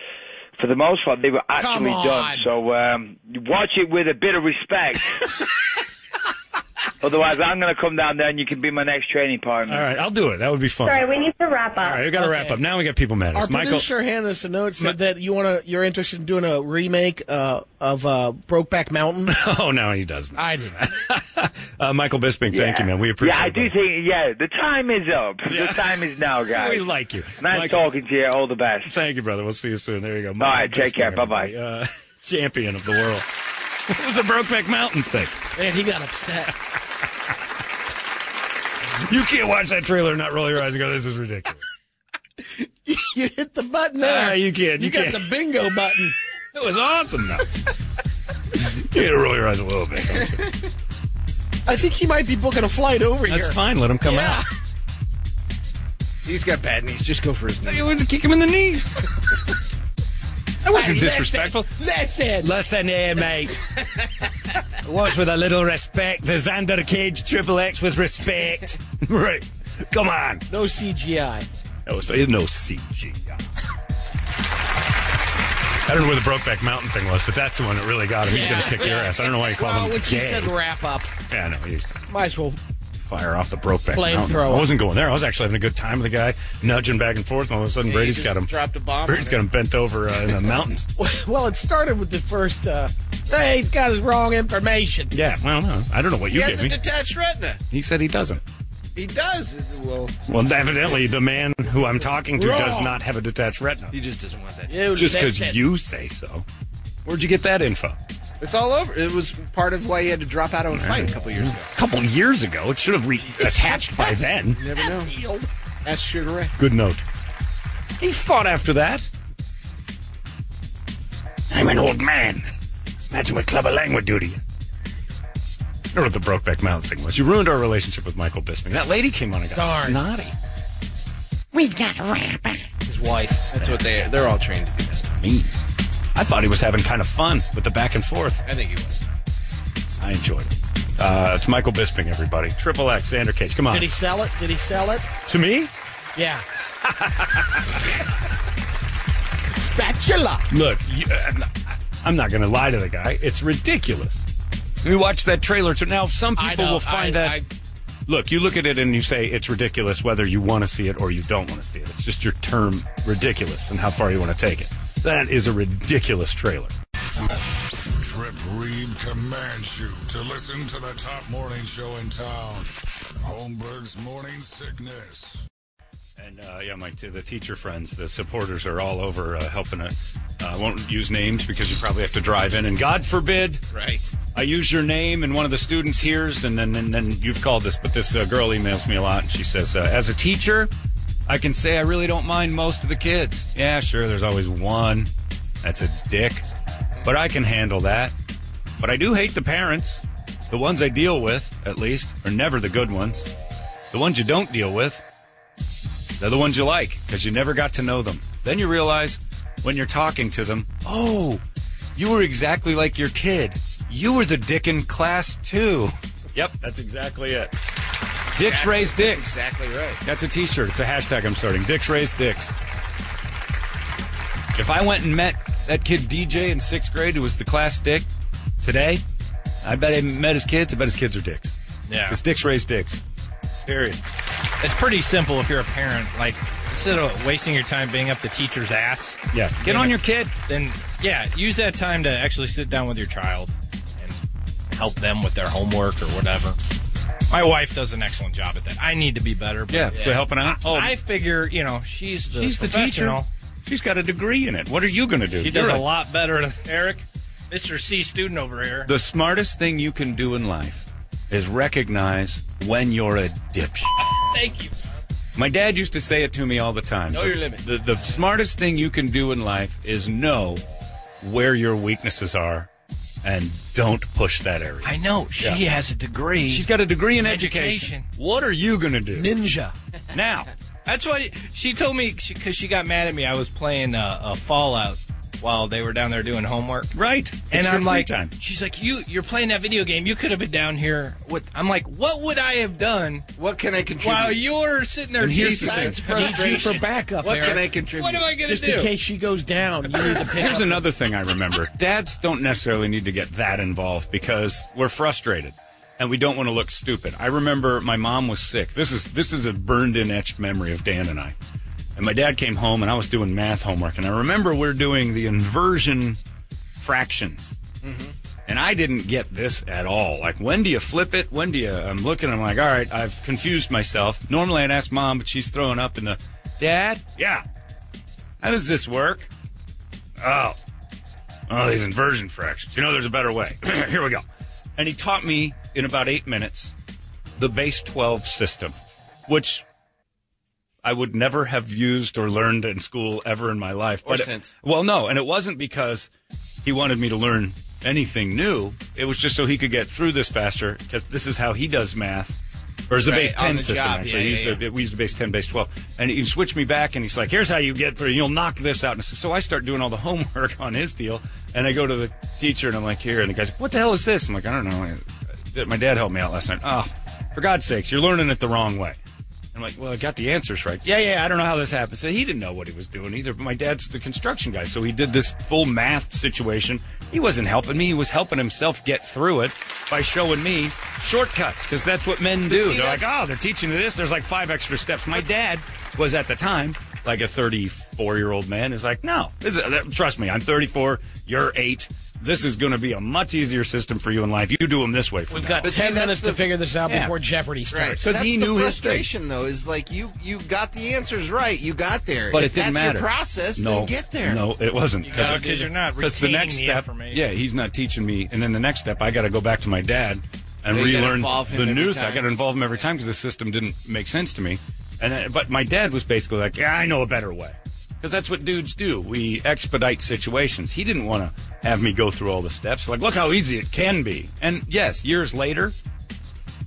S20: for the most part, they were actually
S10: Come on.
S20: done. So um, watch it with a bit of respect. Otherwise, I'm going to come down there and you can be my next training partner.
S4: All right, I'll do it. That would be fun.
S18: Sorry, we need to wrap up.
S4: All right, we got to wrap up. Now we got people mad at
S5: Our
S4: us. Michael,
S5: producer handed us a note said that you want to, you're interested in doing a remake uh, of uh, Brokeback Mountain.
S4: oh no, he doesn't.
S5: I did.
S4: Uh, Michael Bisping, thank you, man. We appreciate.
S20: Yeah, I
S4: it,
S20: do
S4: buddy.
S20: think. Yeah, the time is up. The time is now, guys.
S4: We like you.
S20: Nice
S4: Michael-
S20: talking to you. All the best.
S4: Thank you, brother. We'll see you soon. There you go.
S20: All right, take care. Bye bye.
S4: Uh, champion of the world. What was the Brokeback Mountain thing?
S5: Man, he got upset.
S4: You can't watch that trailer and not roll your eyes and go, "This is ridiculous."
S5: you hit the button there.
S4: Ah, you can't.
S5: You,
S4: You
S5: got
S4: can't.
S5: the bingo button.
S4: It was awesome, though. You gotta roll your eyes a little bit.
S5: I think he might be booking a flight over here.
S4: That's fine. Let him come
S5: Yeah.
S4: out.
S9: He's got bad knees. Just go for his knees.
S4: Kick him in the knees. That
S9: wasn't
S4: Hey, disrespectful. eh,
S5: Listen.
S15: Listen here, mate. Watch with a little respect. The Xander Cage Triple X with respect.
S4: right. Come on.
S5: No CGI.
S4: That was no CGI. I don't know where the Brokeback Mountain thing was, but that's the one that really got him. He's
S5: Yeah.
S4: gonna kick your ass. I don't know why you called
S5: Well,
S4: him
S5: when she
S4: gay.
S5: said wrap up,
S4: yeah, no, you
S5: might as well.
S4: fire off the Brokeback
S5: Flame
S4: Mountain.
S5: thrower.
S4: I wasn't going there. I was actually having a good time with the guy, nudging back and forth, and all of a sudden
S5: Yeah,
S4: Brady's
S5: you
S4: got
S5: just
S4: him.
S5: dropped a bomb
S4: Brady's
S5: on
S4: got him bent over uh, in the mountains.
S5: Well, it started with the first. Uh, hey, he's got his wrong information.
S4: Yeah, well, no, I don't know what
S9: He
S4: you
S9: has
S4: gave
S9: a
S4: me.
S9: detached retina.
S4: He said he doesn't.
S9: He does. Well,
S4: Well, evidently, the man who I'm talking to does
S9: Wrong.
S4: not have a detached retina.
S9: he just doesn't want that.
S4: Just because you say so. Where'd you get that info?
S9: It's all over. It was part of why he had to drop out of a fight a couple years ago.
S4: A couple years ago. It should have re- attached by then.
S9: You never know. That's Sugar Ray.
S4: Good note. He fought after that. I'm an old man. Imagine what Clubber Lang would do to you. I don't know what the Brokeback Mountain thing was. You ruined our relationship with Michael Bisping. That lady came on and got
S9: Darn.
S4: snotty.
S10: We've got a wrap up.
S9: His wife. That's what they. They're all trained to do. That.
S4: Mean. I thought he was having kind of fun with the back and forth.
S9: I think he was.
S4: I enjoyed it. Uh, it's Michael Bisping, everybody. Triple X, Xander Cage. Come on.
S5: Did he sell it? Did he sell it?
S4: to me?
S5: Yeah. Spatula.
S4: Look, you, uh, I'm not, I'm not going to lie to the guy. It's ridiculous. We watched that trailer. So now some
S5: I
S4: people
S5: know,
S4: will find
S5: I- I-
S4: that. look, you look at it and you say it's ridiculous whether you want to see it or you don't want to see it. It's just your term ridiculous and how far you want to take it. That is a ridiculous trailer.
S1: Trip Reed commands you to listen to the top morning show in town. Holmberg's Morning Sickness.
S4: And uh, yeah, my t- the teacher friends, the supporters are all over uh, helping. uh, uh, I won't use names because you probably have to drive in, and God forbid,
S9: right?
S4: I use your name, and one of the students hears, and then and then you've called this. But this uh, girl emails me a lot, and she says, uh, as a teacher, I can say I really don't mind most of the kids. Yeah, sure, there's always one that's a dick, but I can handle that. But I do hate the parents. The ones I deal with, at least, are never the good ones. The ones you don't deal with, they're the ones you like because you never got to know them. Then you realize when you're talking to them, oh, you were exactly like your kid. You were the dick in class too. Yep, that's exactly it. Dicks raise dicks.
S19: exactly right.
S4: That's a T-shirt. It's a hashtag I'm starting. Dicks raise dicks. If I went and met that kid DJ in sixth grade who was the class dick today, I bet I met his kids. I bet his kids are dicks.
S7: Yeah.
S4: Because dicks raise dicks. Period.
S7: It's pretty simple if you're a parent. Like instead of wasting your time being up the teacher's ass,
S4: Yeah.
S7: get on your kid. Then yeah, use that time to actually sit down with your child and help them with their homework or whatever. My wife does an excellent job at that. I need to be better. But
S11: Yeah, so helping out.
S7: I, I figure you know she's the
S11: She's the teacher.
S7: professional.
S11: She's got a degree in it. What are you going to do?
S7: She does
S11: You're
S7: a lot better than Eric, Mr. C student over here.
S4: The smartest thing you can do in life is recognize when you're a dipshit.
S7: Thank you.
S4: My dad used to say it to me all the time.
S7: Know
S4: The-
S7: your limit.
S4: The, the smartest thing you can do in life is know where your weaknesses are and don't push that area.
S7: I know she
S4: Yeah.
S7: has a degree.
S4: She's got a degree in education. What are you going to do?
S5: Ninja.
S4: Now,
S7: that's why she told me because she, got mad at me. I was playing uh, a Fallout while they were down there doing homework.
S4: Right,
S7: and
S4: It's your
S7: I'm
S4: free
S7: like,
S4: time.
S7: she's like, you you're playing that video game. You could have been down here. With I'm like, what would I have done?
S19: What can I contribute?
S7: While you're sitting there,
S19: And here's the
S7: besides
S19: thing. Need you for
S7: frustration.
S5: for backup.
S7: What
S5: Eric.
S7: can I contribute? What am I gonna
S5: Just
S7: do?
S5: in case she goes down, you need to pick
S4: Here's
S5: up.
S4: another thing I remember. Dads don't necessarily need to get that involved because we're frustrated and we don't want to look stupid. I remember my mom was sick. This is this is a burned in etched memory of Dan and I. And my dad came home and I was doing math homework and I remember we're doing the inversion fractions. And I didn't get this at all. Like, when do you flip it? When do you? I'm looking. I'm like, all right, I've confused myself. Normally, I'd ask mom, but she's throwing up in the dad. Yeah. How does this work? Oh, oh, these inversion fractions. You know, there's a better way. Here we go. And he taught me in about eight minutes the base 12 system, which I would never have used or learned in school ever in my life.
S19: Or
S4: it-
S19: since.
S4: well, no, and it wasn't because he wanted me to learn anything new. It was just so he could get through this faster because this is how he does math. Or is the
S19: Right,
S4: base
S19: on
S4: 10
S19: the
S4: system,
S19: job.
S4: actually.
S19: Yeah,
S4: He
S19: yeah,
S4: used the- we used the base 10, base 12. And he switched me back and he's like, here's how you get through. You'll knock this out. And so I start doing all the homework on his deal. And I go to the teacher and I'm like, here. And the guy's like, what the hell is this? I'm like, I don't know. My dad helped me out last night. Oh, for God's sakes, you're learning it the wrong way. I'm like, well, I got the answers right. Yeah, yeah, I don't know how this happened. So he didn't know what he was doing either. But my dad's the construction guy, so he did this full math situation. He wasn't helping me; he was helping himself get through it by showing me shortcuts, because that's what men do.
S11: see,
S4: they're like,
S11: that's-
S4: oh, they're teaching you this. There's like five extra steps. My dad was at the time like a 34 year old man. Is like, no, this is- that- trust me, I'm 34. You're eight. This is going to be a much easier system for you in life. You do them this way. For now.
S5: Got ten minutes to figure this out
S4: Yeah.
S5: before Jeopardy starts.
S4: Right. 'Cause
S9: That's
S4: he
S9: the
S4: knew his thing.
S9: frustration, though, is like you you got the answers right, you got there.
S4: But
S9: if
S4: it didn't
S9: that's
S4: matter.
S9: your process, then get there.
S4: No, it wasn't
S9: You gotta do that.
S4: because the next step. Yeah, he's not teaching me, and then the next step, I got to go back to my dad and
S9: Yeah, you gotta
S4: relearn
S9: involve him
S4: the
S9: every
S4: new. thing.
S9: time.
S4: I got to involve him every time because the system didn't make sense to me. And I, but my dad was basically like, "Yeah, I know a better way," because that's what dudes do. We expedite situations. He didn't want to have me go through all the steps. Like, look how easy it can be. And yes, years later,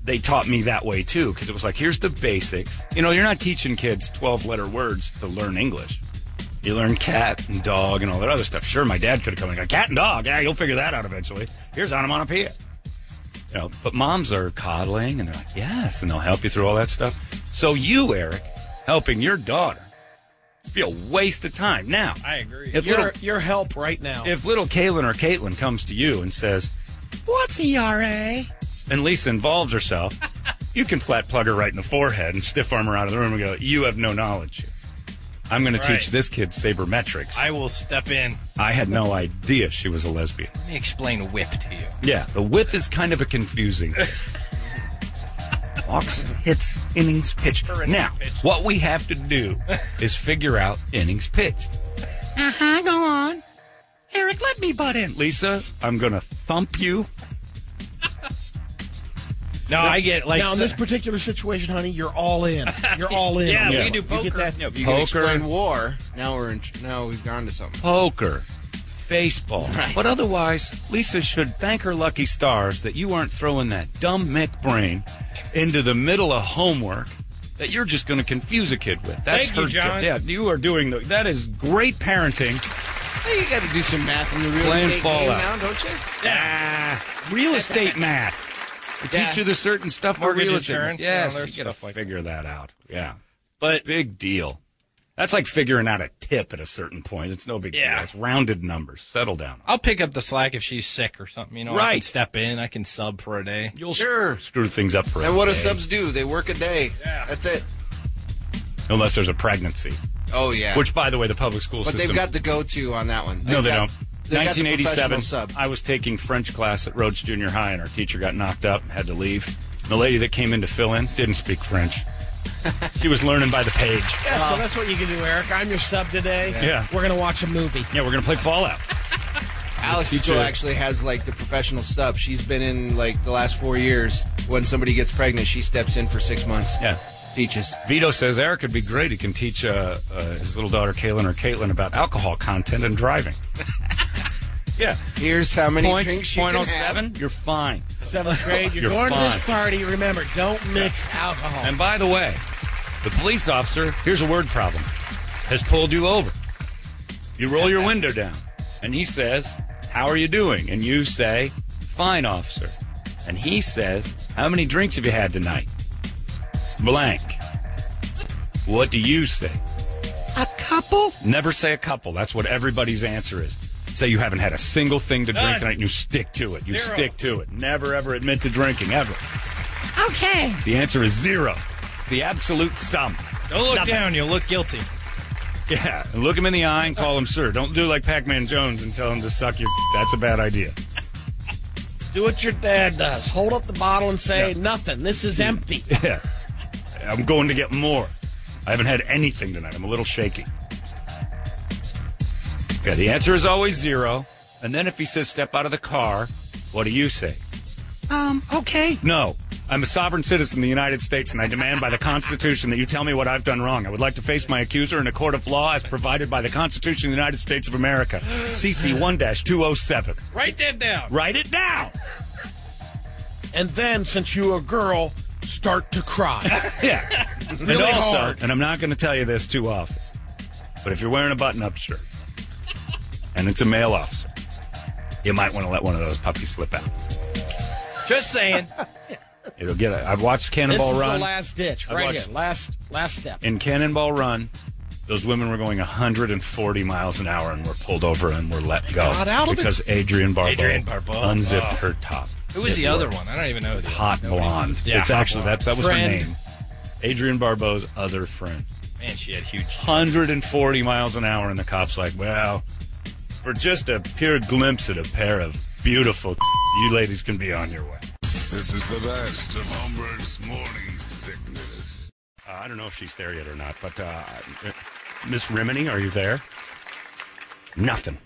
S4: they taught me that way too because it was like here's the basics you know you're not teaching kids 12 letter words to learn english you learn cat and dog and all that other stuff sure my dad could have come and gone cat and dog yeah you'll figure that out eventually here's onomatopoeia you know Uh, but moms are coddling and they're like yes and they'll help you through all that stuff so you eric helping your daughter would be a waste of time now
S7: I agree.
S4: if
S5: your,
S4: little,
S5: your help right now.
S4: if little kaylin or caitlin comes to you and says
S6: What's ERA?
S4: and Lisa involves herself, you can flat plug her right in the forehead and stiff arm her out of the room and go, You have no knowledge. I'm going to
S7: Right.
S4: teach this kid sabermetrics.
S7: I will step in.
S4: I had no idea she was a lesbian.
S7: Let me explain whip to you.
S4: Yeah, the whip is kind of a confusing. Walks, hits, innings pitched.
S7: innings
S4: Now,
S7: pitched.
S4: what we have to do is figure out innings pitched.
S6: Uh huh, go on. Eric, let me butt in.
S4: Lisa, I'm going to thump you.
S7: No, I get like
S5: now in this particular situation, honey, you're all in. You're all in.
S7: Yeah,
S5: on
S7: we
S5: this one.
S7: can do
S5: You get
S7: poker.
S5: that?
S9: If you
S4: Poker.
S9: can explain war, now we're in, now we've gone to something.
S4: poker, baseball. But otherwise, Lisa should thank her lucky stars that you aren't throwing that dumb Mick brain into the middle of homework that you're just going to confuse a kid with. That's
S7: Thank
S4: her
S7: you,
S4: job.
S7: John.
S4: Yeah, you are doing the, that is great parenting.
S9: Hey, you got to do some math in the real
S4: Playing
S9: estate game
S4: Fallout.
S9: now, don't you?
S4: Ah, real estate math. They
S12: Yeah.
S4: teach you the certain stuff for
S12: Mortgage
S4: real estate.
S12: insurance and all
S4: Yes,
S12: their
S4: you gotta
S12: stuff like
S4: figure that out. Yeah, but big deal. That's like figuring out a tip at a certain point. It's no big
S7: Yeah.
S4: deal. It's rounded numbers. Settle down.
S7: I'll pick up the slack if she's sick or something. You know, I can
S4: Right.
S7: step in. I can sub for a day.
S4: You'll sure screw things up for.
S9: And what do
S4: everybody.
S9: subs do? They work a day. Yeah. That's it.
S4: Unless there's a pregnancy.
S9: Oh, yeah.
S4: Which, by the way, the public school
S9: But
S4: system.
S9: they've got the go-to on that one.
S4: no,
S9: They've
S4: they
S9: got-
S4: don't.
S9: they've got the professional
S4: 1987.
S9: sub.
S4: I was taking French class at Rhodes Junior High, and our teacher got knocked up and had to leave. And the lady that came in to fill in didn't speak French. she was learning by the page.
S5: Yeah, so that's what you can do, Eric. I'm your sub today.
S4: Yeah.
S5: We're going to watch a movie.
S4: Yeah, we're going to play Fallout.
S9: Alex
S4: Teacher.
S9: School actually has like the professional sub. She's been in like the last four years. When somebody gets pregnant, she steps in for six months.
S4: Yeah.
S9: Teaches.
S4: Vito says Eric would be great. He can teach uh, uh, his little daughter Kaylin or Caitlin about alcohol content and driving. yeah.
S9: Here's how many
S4: Points,
S9: drinks you
S4: point
S9: can
S4: oh seven,
S9: have.
S4: You're fine.
S5: Seventh grade, you're,
S4: You're
S5: going to
S4: fine.
S5: this party. Remember, don't mix alcohol.
S4: And by the way, the police officer, here's a word problem, has pulled you over. You roll your window down, and he says, How are you doing? And you say, Fine, officer. And he says, How many drinks have you had tonight? Blank. What do you say?
S6: A couple?
S4: Never say a couple. That's what everybody's answer is. Say you haven't had a single thing to drink
S6: None.
S4: tonight, and you stick to it. You
S6: Zero.
S4: stick to it. Never, ever admit to drinking, ever.
S6: Okay.
S4: The answer is zero. The absolute sum.
S7: Don't look
S4: Nothing.
S7: down. You'll look guilty.
S4: Yeah, and look him in the eye and call him sir. Don't do like Pac-Man Jones and tell him to suck your. That's a bad idea.
S5: Do what your dad does. Hold up the bottle and say, nothing. This is empty.
S4: Yeah, I'm going to get more. I haven't had anything tonight. I'm a little shaky. Yeah, the answer is always zero. And then if he says step out of the car, what do you say?
S6: Um, okay.
S4: No. I'm a sovereign citizen of the United States, and I demand by the Constitution that you tell me what I've done wrong. I would like to face my accuser in a court of law as provided by the Constitution of the United States of America, CC 1 207.
S7: Write that down.
S4: Write it down.
S5: And then, since you a girl, start to cry.
S4: yeah.
S5: Really
S4: and also,
S5: hard.
S4: and I'm not going to tell you this too often, but if you're wearing a button-up shirt and it's a male officer, you might want to let one of those puppies slip out.
S7: Just saying.
S4: It'll get it. I've watched Cannonball
S5: this is
S4: Run.
S5: the last ditch,
S4: I
S5: right
S4: watched-
S5: here. Last, last step.
S4: In Cannonball Run, those women were going 140 miles an hour and were pulled over and were let go
S7: got out of it?
S4: because Adrian Barbeau,
S7: Adrian Barbeau.
S4: unzipped
S7: Oh.
S4: her top.
S7: Who was
S4: It
S7: the other
S4: worked.
S7: one? I don't even know. the-
S4: Hot
S7: Nobody-
S4: blonde.
S7: Yeah,
S4: it's
S7: hot
S4: actually
S7: blonde.
S4: that, that was
S7: Friend.
S4: her name. Adrian Barbeau's other friend.
S7: Man, she had huge.
S4: 140 miles an hour, and the cop's like, well, for just a pure glimpse at a pair of beautiful, you ladies can be on your way.
S1: This is the best of Holmberg's morning sickness.
S4: Uh, I don't know if she's there yet or not, but uh, Miss Rimini, are you there? Nothing.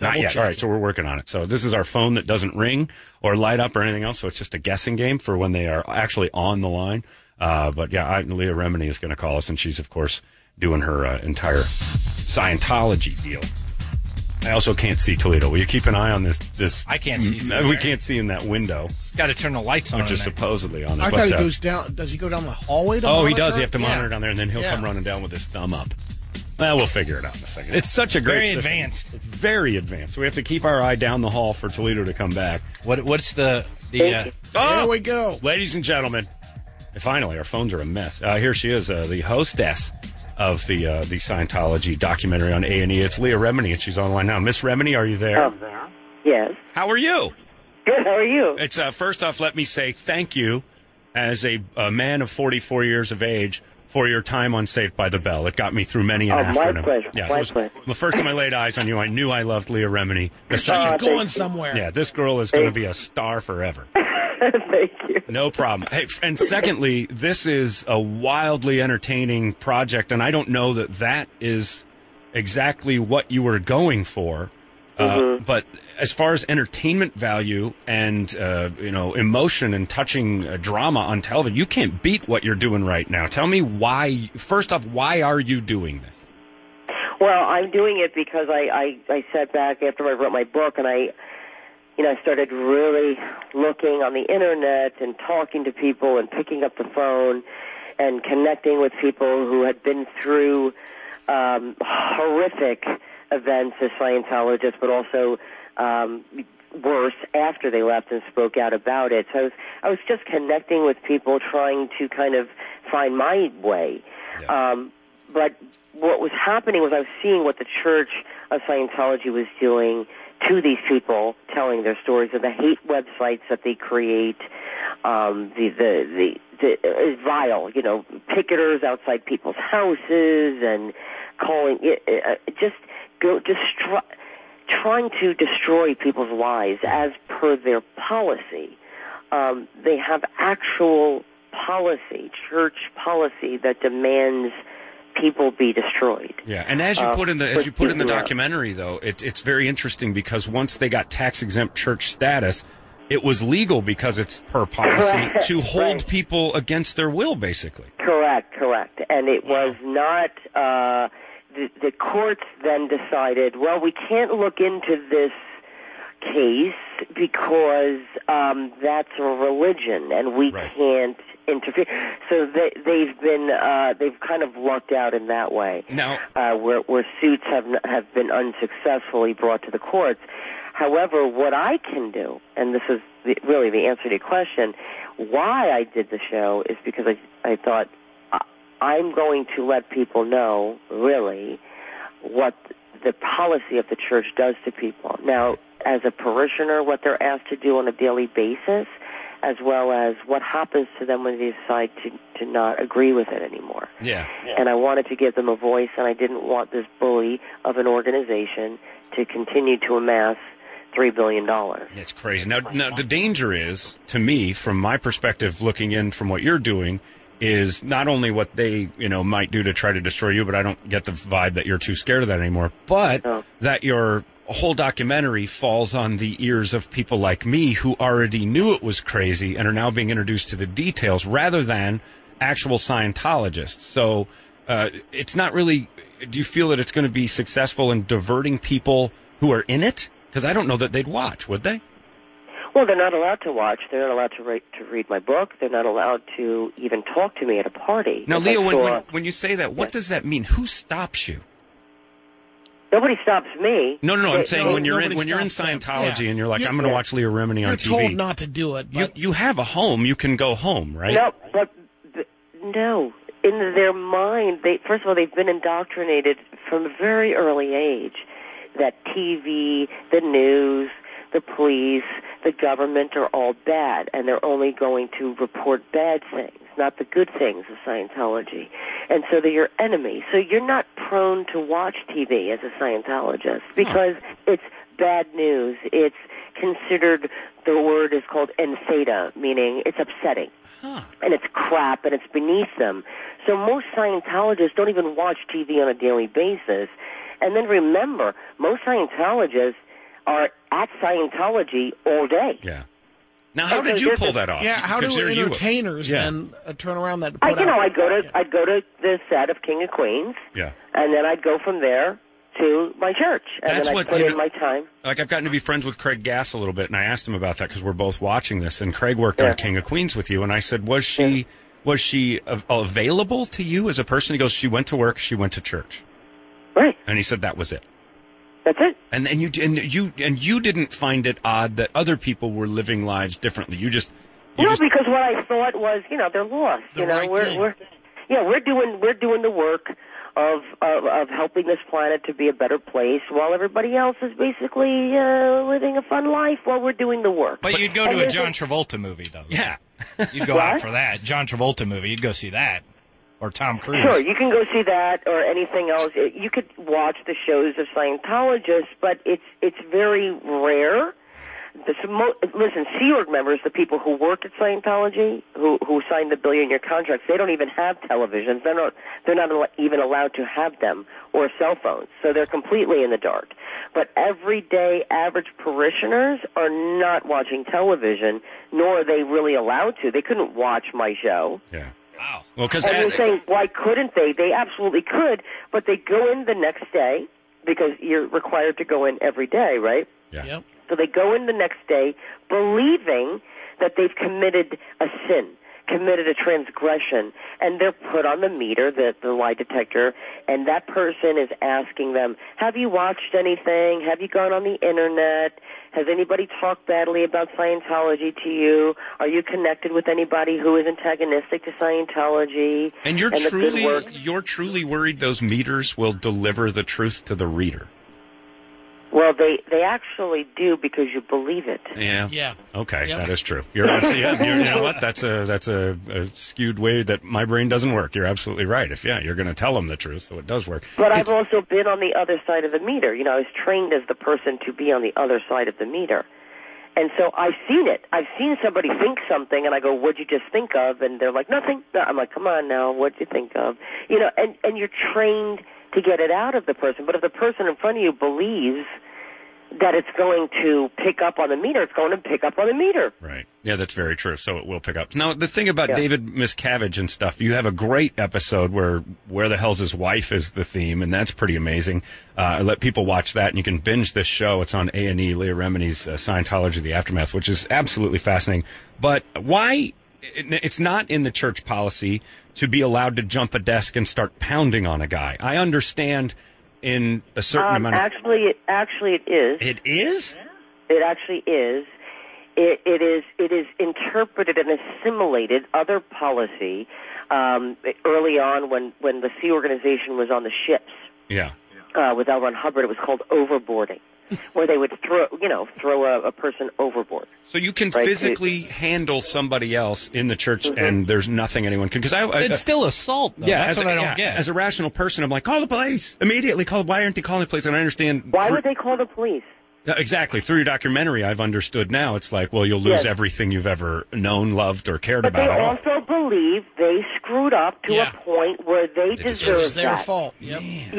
S4: Not
S1: Double
S4: yet.
S1: check.
S4: All right, so we're working on it. So this is our phone that doesn't ring or light up or anything else. So it's just a guessing game for when they are actually on the line. Uh, but yeah, I, Leah Remini is going to call us, and she's of course doing her uh, entire Scientology deal. I also can't see Toledo. Will you keep an eye on this? This
S7: I can't see through
S4: We
S7: there.
S4: can't see in that window,
S7: Got to turn the lights on.
S4: which is
S7: in there.
S4: supposedly on. There.
S5: I thought
S4: But,
S5: he
S4: uh,
S5: goes down. Does he go down the hallway? To
S4: Oh, he
S5: monitor
S4: down.
S5: it?
S4: You have to
S5: Yeah.
S4: monitor down there, and then he'll
S5: Yeah.
S4: come running down with his thumb up. Well, we'll figure it out in a second. It's such a great,
S7: Very
S4: system.
S7: advanced.
S4: It's very advanced. So we have to keep our eye down the hall for Toledo to come back.
S7: What? What's the the? Uh,
S5: There we go.
S4: Ladies and gentlemen, finally, our phones are a mess. Uh, here she is, uh, the hostess of the uh, the Scientology documentary on A and E. It's Leah Remini, and she's online now. Miss Remini, are you
S6: Uh,
S4: there?
S21: I'm there. Yes.
S4: How are you?
S21: Good. How are you?
S4: It's uh, first off, let me say thank you as a, a man of 44 years of age for your time on Saved by the Bell. It got me through many an
S21: Oh, my
S4: afternoon.
S21: pleasure.
S4: Yeah, it
S21: My
S4: was-
S21: pleasure.
S4: The first time I laid eyes on you, I knew I loved Leah Remini. The
S21: Uh,
S5: She's
S4: second-
S5: going somewhere.
S4: Yeah, this girl is going to be a star forever.
S21: Thank you.
S4: No problem. Hey, f- and secondly, this is a wildly entertaining project, and I don't know that that is exactly what you were going for.
S21: Mm-hmm.
S4: Uh, but as far as entertainment value and uh, you know emotion and touching uh, drama on television, you can't beat what you're doing right now. Tell me why. First off, why are you doing this?
S21: Well, I'm doing it because I, I, I sat back after I wrote my book and I, you know, I started really looking on the internet and talking to people and picking up the phone and connecting with people who had been through um, horrific events as Scientologists, but also um, worse after they left and spoke out about it. So I was, I was just connecting with people, trying to kind of find my way. Um, but what was happening was I was seeing what the Church of Scientology was doing to these people telling their stories and the hate websites that they create, um, the, the, the, the it's vile, you know, picketers outside people's houses and calling, uh, uh, just go, destroy, trying to destroy people's lives as per their policy. Um, they have actual policy, church policy that demands people be destroyed.
S4: Yeah, and as you
S21: Uh,
S4: put in the
S21: but
S4: as you put in the
S21: people-
S4: documentary, though, it, it's very interesting because once they got tax exempt church status, it was legal because it's per policy
S21: Right,
S4: to hold
S21: right.
S4: people against their will, basically.
S21: Correct, correct. And it was not, uh, the, the courts then decided, well, we can't look into this case because um, that's a religion and we can't interfere. So they, they've been, uh, they've kind of lucked out in that way.
S4: Now,
S21: uh, where, where suits have n- have been unsuccessfully brought to the courts. However, what I can do, and this is the, really the answer to your question, why I did the show is because I I thought I, I'm going to let people know really what the policy of the church does to people. Now, as a parishioner, what they're asked to do on a daily basis, as well as what happens to them when they decide to to not agree with it anymore
S4: Yeah.
S21: and I wanted to give them a voice, and I didn't want this bully of an organization to continue to amass three billion dollars.
S4: It's crazy. Now, now the danger is to me, from my perspective, looking in from what you're doing, is not only what they you know might do to try to destroy you, but I don't get the vibe that you're too scared of that anymore. But that your whole documentary falls on the ears of people like me who already knew it was crazy and are now being introduced to the details rather than actual Scientologists. So uh, it's not really. Do you feel that it's going to be successful in diverting people who are in it? Because I don't know that they'd watch, would they?
S21: Well, they're not allowed to watch. They're not allowed to write, to read my book. They're not allowed to even talk to me at a party.
S4: Now,
S21: If I
S4: Leo, when,
S21: saw-
S4: when, when you say that, what does that mean? Who stops you?
S21: nobody stops me.
S4: No, no, no.
S21: They-
S4: I'm saying
S21: they-
S4: when you're in, when you're in Scientology
S5: Yeah.
S4: and you're like,
S5: You-
S4: I'm going to
S5: yeah.
S4: watch Leo Remini on
S5: You're
S4: TV.
S5: told not to do it.
S4: you you have a home. You can go home, right?
S21: No, but, but no. In their mind, they first of all they've been indoctrinated from a very early age that TV, the news, the police, the government are all bad, and they're only going to report bad things, not the good things of Scientology. And so they're your enemy. So you're not prone to watch TV as a Scientologist because it's bad news. It's considered the word is called enfeta, meaning it's upsetting and it's crap and it's beneath them. So most Scientologists don't even watch TV on a daily basis. And then remember, most Scientologists are at Scientology all day.
S4: Yeah. Now, how
S21: Okay,
S4: did you
S21: this
S4: pull
S21: is-
S4: that off?
S5: Yeah, how
S4: Because
S5: do
S4: there you were.
S5: entertainers
S4: Yeah.
S5: then uh, turn around that? and
S21: I,
S5: put
S21: you
S5: out-
S21: know, I'd go to I'd go to the set of King of Queens,
S4: Yeah.
S21: and then I'd go from there to my church, and
S4: That's
S21: then I'd
S4: what,
S21: put
S4: you
S21: in
S4: know-
S21: my time.
S4: Like I've gotten to be friends with Craig Gass a little bit, and I asked him about that because we're both watching this. And Craig worked on King of Queens with you, and I said, "Was she was she av- available to you as a person?" He goes, "She went to work. She went to church."
S21: Right.
S4: And he said that was it.
S21: That's it.
S4: And then you and you and you didn't find it odd that other people were living lives differently. You just you
S21: no,
S4: just
S21: because what I thought was, you know, they're lost. you know, we're, we're yeah, we're doing we're doing the work of, of of helping this planet to be a better place, while everybody else is basically uh, living a fun life while we're doing the work.
S7: But you'd go
S21: And
S7: to a
S21: there's
S7: John Travolta movie, though.
S4: Yeah.
S7: You'd go out for that. John Travolta movie. You'd go see that. Or Tom Cruise.
S21: Sure, you can go see that or anything else. It- You could watch the shows of Scientologists, but it's it's very rare. The, smo- listen, Sea Org members, the people who work at Scientology, who who signed the billion-year contracts, they don't even have televisions. They're not they're not al- even allowed to have them or cell phones, so they're completely in the dark. But everyday average parishioners are not watching television, nor are they really allowed to. They couldn't watch my show.
S4: yeah. Wow. Well, because
S21: And you're saying, why couldn't they? They absolutely could, but they go in the next day because you're required to go in every day, right?
S4: Yeah.
S21: So they go in the next day believing that they've committed a sin. committed a transgression, and they're put on the meter, the, the lie detector, and that person is asking them, "Have you watched anything? Have you gone on the internet? Has anybody talked badly about Scientology to you? Are you connected with anybody who is antagonistic to Scientology?"
S11: And you're
S21: the good
S11: truly
S21: work
S11: you're truly worried those meters will deliver the truth to the reader.
S21: Well, they they actually do because you believe it.
S11: Yeah.
S21: Yeah.
S4: Okay,
S21: Yep.
S4: that is true. You're absolutely. Yeah, you're- you know what? That's a that's a, a skewed way that my brain doesn't work. You're absolutely right. If yeah, you're going to tell them the truth, so it does work.
S21: But I've also been on the other side of the meter. You know, I was trained as the person to be on the other side of the meter. And so I've seen it. I've seen somebody think something, and I go, "What'd you just think of?" And they're like, "Nothing." No. I'm like, "Come on now, what'd you think of?" You know, and and you're trained to get it out of the person. But if the person in front of you believes that it's going to pick up on the meter, it's going to pick up on the meter.
S4: Right. Yeah, that's very true. So it will pick up. Now, the thing about
S11: Yeah.
S4: David Miscavige and stuff, you have a great episode where Where the Hell's His Wife is the theme, and that's pretty amazing. Uh, I let people watch that, and you can binge this show. It's on A&E, Leah Remini's uh, Scientology, The Aftermath, which is absolutely fascinating. But why, it- it's not in the church policy to be allowed to jump a desk and start pounding on a guy. I understand in a certain
S21: um,
S4: amount of...
S21: actually, it, actually, it is.
S4: It is.
S21: It actually is. It, it is. It is interpreted and assimilated other policy um, early on when when the Sea Organization was on the ships
S4: Yeah.
S21: uh, with L. Ron Hubbard. It was called overboarding, where they would throw you know throw a, a person overboard.
S4: So you can
S21: Right, Mm-hmm.
S4: physically handle somebody else in the church, and there's nothing anyone can. Because I, I-
S7: It's still assault, though.
S4: Yeah,
S7: That's
S4: as
S7: what
S4: a-
S7: I don't
S4: yeah,
S7: get.
S4: As a rational person, I'm like, call the police immediately. Call. Why aren't they calling the police? And I understand.
S21: Why
S4: through-
S21: would they call the police?
S4: Yeah, exactly through your documentary, I've understood now. It's like, well, you'll
S21: Yes.
S4: lose everything you've ever known, loved, or cared
S21: But they
S4: about. at all.
S21: also believe they screwed up to a point where they,
S4: deserve
S21: deserve
S4: it. It's their
S21: that.
S5: fault.
S21: Yes.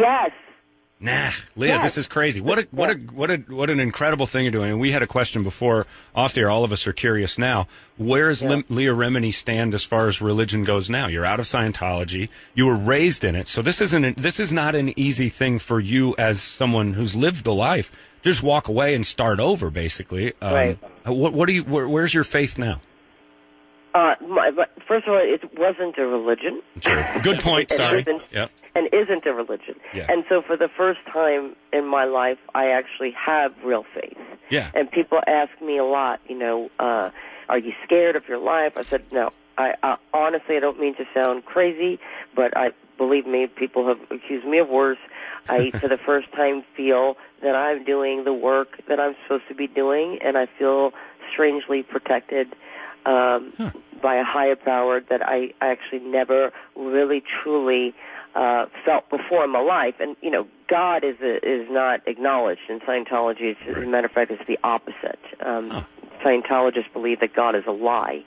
S4: Nah, Leah, this is crazy. What a what a what a what an incredible thing you're doing. And we had a question before off the air. All of us are curious now. Where does Lim- Leah Remini stand as far as religion goes now? You're out of Scientology. You were raised in it, so this isn't an, this is not an easy thing for you as someone who's lived the life. Just walk away and start over, basically. Um,
S21: Right.
S4: What what do you? Where, where's your faith now?
S21: Uh, my, but first of all, it wasn't a religion.
S4: Sure. Good point.
S21: It
S4: Sorry.
S21: isn't.
S4: Yep.
S21: and isn't a religion.
S4: Yeah.
S21: And so for the first time in my life, I actually have real faith.
S4: Yeah.
S21: And people ask me a lot, you know, uh, are you scared of your life? I said, no. I, I honestly, I don't mean to sound crazy, but I believe me, people have accused me of worse. I, for the first time, feel that I'm doing the work that I'm supposed to be doing, and I feel strangely protected um, by a higher power that I actually never really truly uh, felt before in my life. And you know, God is a, is not acknowledged in Scientology. It's, As a matter of fact, it's the opposite. Um, Scientologists believe that God is a lie.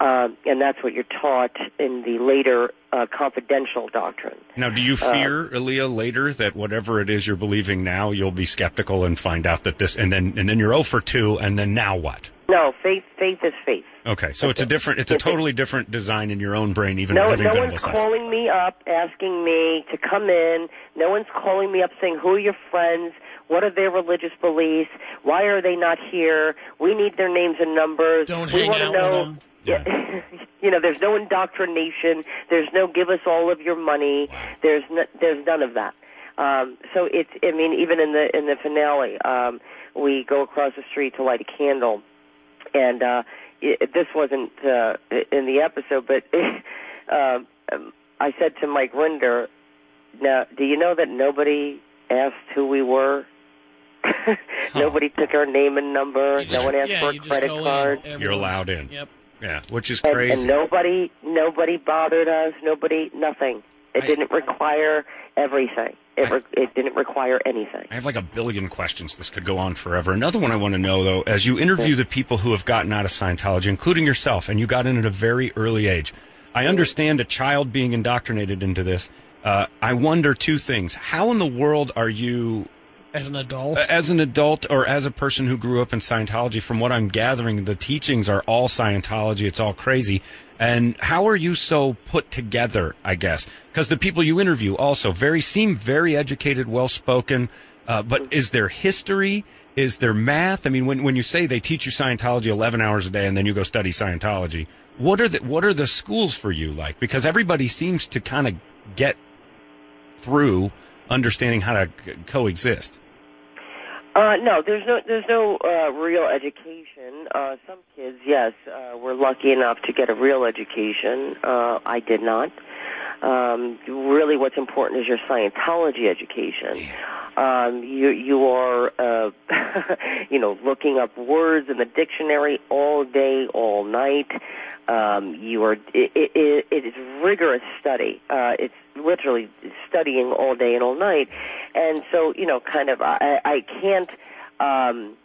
S21: Um, and that's what you're taught in the later uh, confidential doctrine.
S4: Now, do you fear, Leah, later that whatever it is you're believing now, you'll be skeptical and find out that this, and then and then you're 0 for two, and then now what?
S21: No, faith faith is faith.
S4: Okay, so it's a different, it's a totally different design in your own brain, even
S21: No,
S4: having
S21: no
S4: been
S21: one's
S4: beside.
S21: calling me up asking me to come in. No one's calling me up saying, "Who are your friends? What are their religious beliefs? Why are they not here? We need their names and numbers. Don't we
S5: hang
S21: want to
S5: out
S21: know."
S5: with
S21: you know, there's no indoctrination. There's no give us all of your money. There's no, there's none of that. Um, so it's I mean even in the in the finale, um, we go across the street to light a candle, and uh, it, this wasn't uh, in the episode, but um I said to Mike Rinder, "Now, do you know that nobody asked who we were? Nobody took our name and number. no one asked
S5: yeah,
S21: for a
S5: you just
S21: credit
S5: go in.
S21: card."
S4: You're allowed in. Yep. Yeah, which is
S21: and,
S4: crazy.
S21: and nobody nobody bothered us nobody nothing it didn't require everything it, re- it didn't require anything
S4: I have like a billion questions. This could go on forever. Another one I want to know, though, as you interview the people who have gotten out of Scientology, including yourself, and you got in at a very early age, I understand a child being indoctrinated into this. Uh, I wonder two things. How in the world are you
S5: as an adult.
S4: A- As an adult or as a person who grew up in Scientology, from what I'm gathering, the teachings are all Scientology. It's all crazy. And how are you so put together, I guess? Because the people you interview also very seem very educated, well spoken. Uh, but is there history? Is there math? I mean, when, when you say they teach you Scientology 11 hours a day and then you go study Scientology, what are the, what are the schools for you like? Because everybody seems to kind of get through understanding how to c- coexist.
S21: Uh, no, there's no there's no uh, real education. Uh, some kids, yes, uh, were lucky enough to get a real education. Uh, I did not. Um, really, what's important is your Scientology education. Um, you you are uh, you know looking up words in the dictionary all day, all night. Um, you are it, it, it is rigorous study. Uh, it's literally studying all day and all night, and so you know, kind of I, I can't. Um,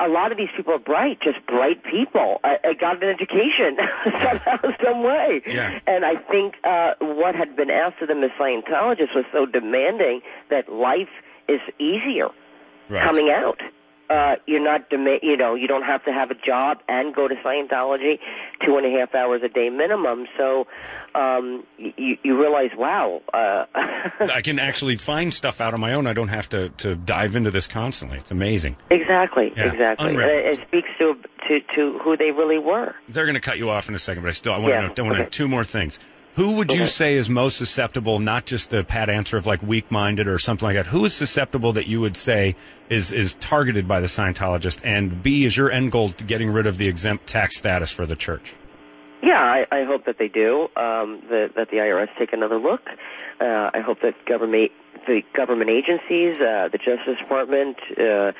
S21: a lot of these people are bright, just bright people. I, I got an education somehow, some way.
S10: Yeah.
S21: And I think uh, what had been asked of them as Scientologists was so demanding that life is easier coming out. Uh, you're not, dema- you know, you don't have to have a job and go to Scientology, two and a half hours a day minimum. So um, y- you, you realize, wow, uh,
S4: I can actually find stuff out on my own. I don't have to, to dive into this constantly. It's amazing.
S21: exactly,
S4: Yeah,
S21: exactly.
S4: unreal.
S21: It, it speaks to to to who they really were.
S4: They're going to cut you off in a second, but I still I want
S21: Yeah,
S4: to know, I want to
S21: okay.
S4: two more things. Who would you say is most susceptible? Not just the pat answer of like weak minded or something like that. Who is susceptible that you would say is is targeted by the Scientologist? And B is your end goal to getting rid of the exempt tax status for the church?
S21: Yeah, I, I hope that they do. Um, that, that the IRS take another look. Uh, I hope that government, the government agencies, uh, the Justice Department, uh,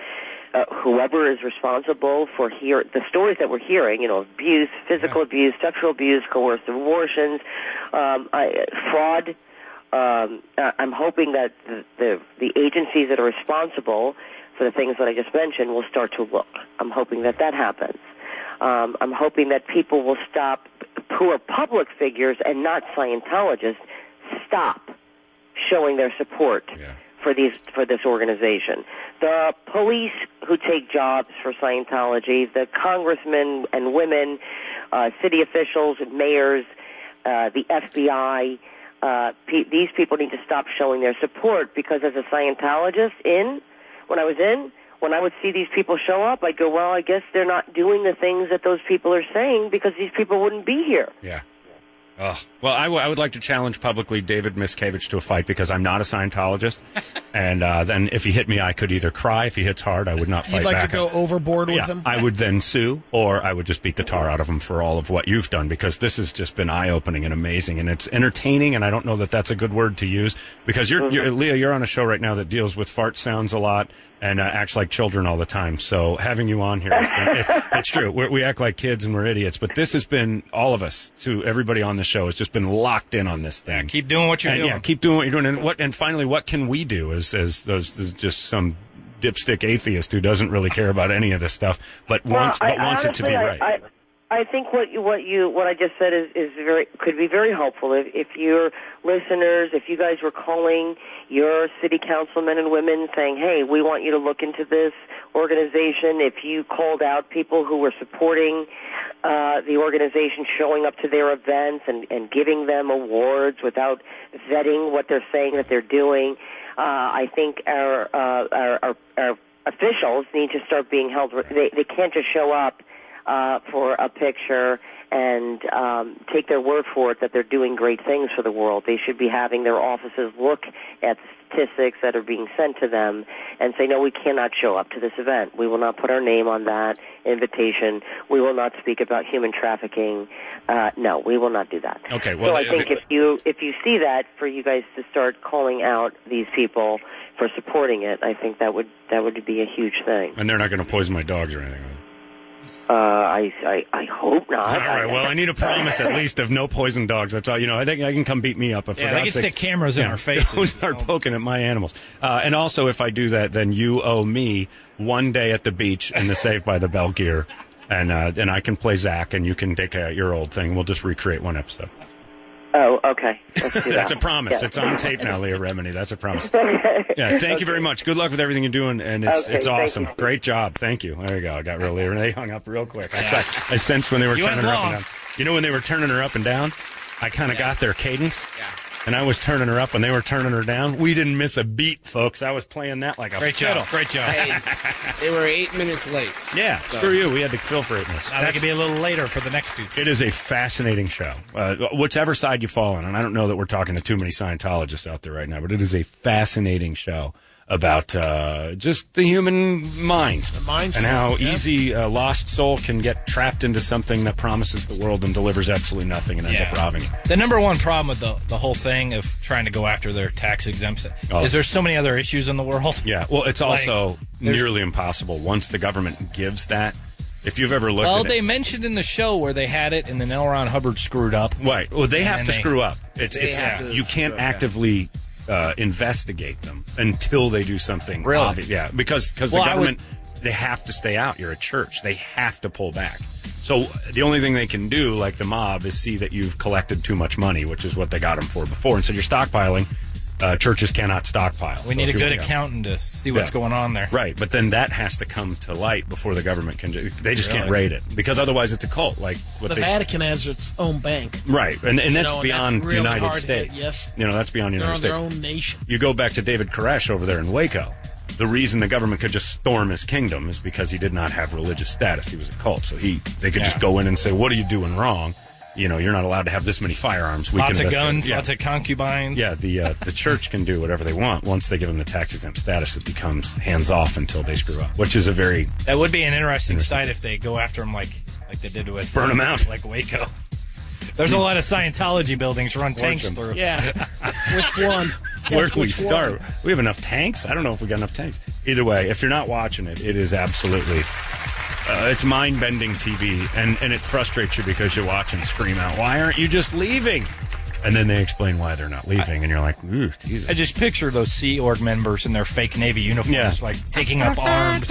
S21: uh, whoever is responsible for hear the stories that we're hearing, you know, abuse, physical abuse, sexual abuse, coercive abortions, um, I, fraud. Um, I- I'm hoping that the, the the agencies that are responsible for the things that I just mentioned will start to look. I'm hoping that that happens. Um, I'm hoping that people will stop, who are public figures and not Scientologists, stop showing their support for these for this organization. The police who take jobs for Scientology, the congressmen and women, uh, city officials, mayors, uh, the FBI. Uh, pe- these people need to stop showing their support because, as a Scientologist in when I was in, when I would see these people show up, I'd go, well, I guess they're not doing the things that those people are saying because these people wouldn't be here.
S4: Yeah. Oh, well, I, w- I would like to challenge publicly David Miscavige to a fight because I'm not a Scientologist. and uh, then if he hit me, I could either cry. If he hits hard, I would not fight
S5: You'd like
S4: back.
S5: to go overboard with
S4: Yeah,
S5: them?
S4: I would then sue, or I would just beat the tar out of them for all of what you've done because this has just been eye opening and amazing, and it's entertaining. And I don't know that that's a good word to use because you're, you're Leah. You're on a show right now that deals with fart sounds a lot and uh, acts like children all the time. So having you on here, it's, it's, it's true. We're, we act like kids and we're idiots, but this has been all of us to everybody on the show has just been locked in on this thing.
S7: Keep doing what you're
S4: And,
S7: doing.
S4: Yeah, keep doing what you're doing. And what? And finally, what can we do? As as those as just some dipstick atheist who doesn't really care about any of this stuff, but wants
S21: Well, I-
S4: but wants it to be
S21: honestly,
S4: right.
S21: I, I, I think what you, what you what I just said is, is very could be very helpful if, if your listeners, if you guys were calling your city councilmen and women saying, "Hey, we want you to look into this organization." If you called out people who were supporting uh, the organization, showing up to their events and, and giving them awards without vetting what they're saying that they're doing, uh, I think our uh, our, our, our officials need to start being held. They they can't just show up uh, for a picture and um, take their word for it that they're doing great things for the world. They should be having their offices look at the statistics that are being sent to them and say, no, we cannot show up to this event. We will not put our name on that invitation. We will not speak about human trafficking. Uh, no, we will not do that.
S4: Okay, well,
S21: so I
S4: the-
S21: think if you if you see that, for you guys to start calling out these people for supporting it, I think that would that would be a huge thing.
S4: and they're not going to poison my dogs or anything.
S21: Uh, I, I I hope not.
S4: All right. Well, I need a promise at least of no poison dogs. That's all. You know, I think I can come beat me up if.
S7: Yeah,
S4: for
S7: they
S4: God's
S7: can
S4: sake-
S7: stick cameras in our faces,
S4: Don't start poking at my animals. Uh, and also, if I do that, then you owe me one day at the beach in the Saved by the Bell gear, and uh, and I can play Zach, and you can take uh, your old thing. We'll just recreate one episode.
S21: Oh, okay. Let's do
S4: That's a
S21: that.
S4: promise.
S21: Yeah.
S4: It's on tape now, Leah Remini. That's a promise. Yeah, thank you very much. Good luck with everything you're doing, and it's
S21: Okay,
S4: it's
S21: thank
S4: awesome.
S21: you.
S4: Great job. Thank you. There you go. I got real Leah. They hung up real quick. I, saw, I sensed when they were
S15: You went
S4: turning her up
S15: long.
S4: and down. You know when they were turning her up and down, I kind of got their cadence. Yeah. And I was turning her up when they were turning her down. We didn't miss a beat, folks. I was playing that like a
S9: Great job.
S4: fiddle.
S9: Great job. Hey, they were eight minutes late.
S4: Yeah,
S9: So-
S4: screw you. We had to fill for eight minutes.
S9: I think it'd
S4: be a little later for the next few. It is a fascinating show, uh, whichever side you fall on. And I don't know that we're talking to too many Scientologists out there right now, but it is a fascinating show about uh, just the human mind, the
S5: mindset,
S4: and how
S5: yeah.
S4: easy a lost soul can get trapped into something that promises the world and delivers absolutely nothing and ends up robbing you.
S7: The number one problem with the, the whole thing of trying to go after their tax exempt
S4: Oh.
S7: is there's so many other issues in the world.
S4: Yeah, well, it's
S7: Like,
S4: also
S7: there's-
S4: nearly impossible once the government gives that. If you've ever looked
S7: Well,
S4: at it,
S7: they mentioned in the show where they had it, and then L. Ron Hubbard screwed up.
S4: Right. Well, they
S7: And
S4: have
S7: then
S4: to screw up. It's,
S7: They
S4: it's
S7: have to
S4: you can't
S7: screw up, yeah.
S4: actively uh, investigate them until they do something.
S7: Really?
S4: obvious. Yeah. Because because
S7: Well,
S4: the
S7: I would-
S4: government they have to stay out. You're a church. They have to pull back. So the only thing they can do, like the mob, is see that you've collected too much money, which is what they got them for before, and so you're stockpiling. Uh, churches cannot stockpile. So
S7: We need a
S4: if you-
S7: good
S4: yeah.
S7: accountant to see what's
S4: Yeah.
S7: going on there.
S4: Right, but then that has to come to light before the government can. ju- They just can't
S5: Really?
S4: raid it because otherwise it's a cult. Like what
S5: the
S4: they,
S5: Vatican has its own bank.
S4: Right, and,
S5: You
S4: and that's
S5: know,
S4: beyond
S5: really
S4: United
S5: hard hit,
S4: States.
S5: yes,
S4: You know, that's beyond
S5: they're
S4: United
S5: on
S4: States.
S5: their own nation.
S4: You go back to David Koresh over there in Waco. The reason the government could just storm his kingdom is because he did not have religious status. He was a cult, so he they could just
S7: Yeah.
S4: go in and say, "What are you doing wrong? You know, you're not allowed to have this many firearms. We
S7: lots
S4: can
S7: of
S4: investigate."
S7: guns,
S4: Yeah.
S7: lots of concubines.
S4: Yeah, the uh, the church can do whatever they want once they give them the tax exempt status. It becomes hands off until they screw up, which is a very
S7: That would be an interesting, sight if they go after them like like they did with uh,
S4: Burn 'em out.
S7: like Waco. There's a lot of Scientology buildings run tanks
S4: Torch 'em.
S7: through.
S5: Yeah. Which one?
S4: Where
S5: Guess
S4: do we
S5: which one?
S4: start? We have enough tanks. I don't know if we got enough tanks. Either way, if you're not watching it, it is absolutely uh, it's mind bending TV, and and it frustrates you because you watch and scream out, "Why aren't you just leaving?" And then they explain why they're not leaving, and you're like, "Ooh, Jesus."
S7: I just picture those Sea Org members in their fake Navy uniforms,
S4: Yeah.
S7: like taking up arms.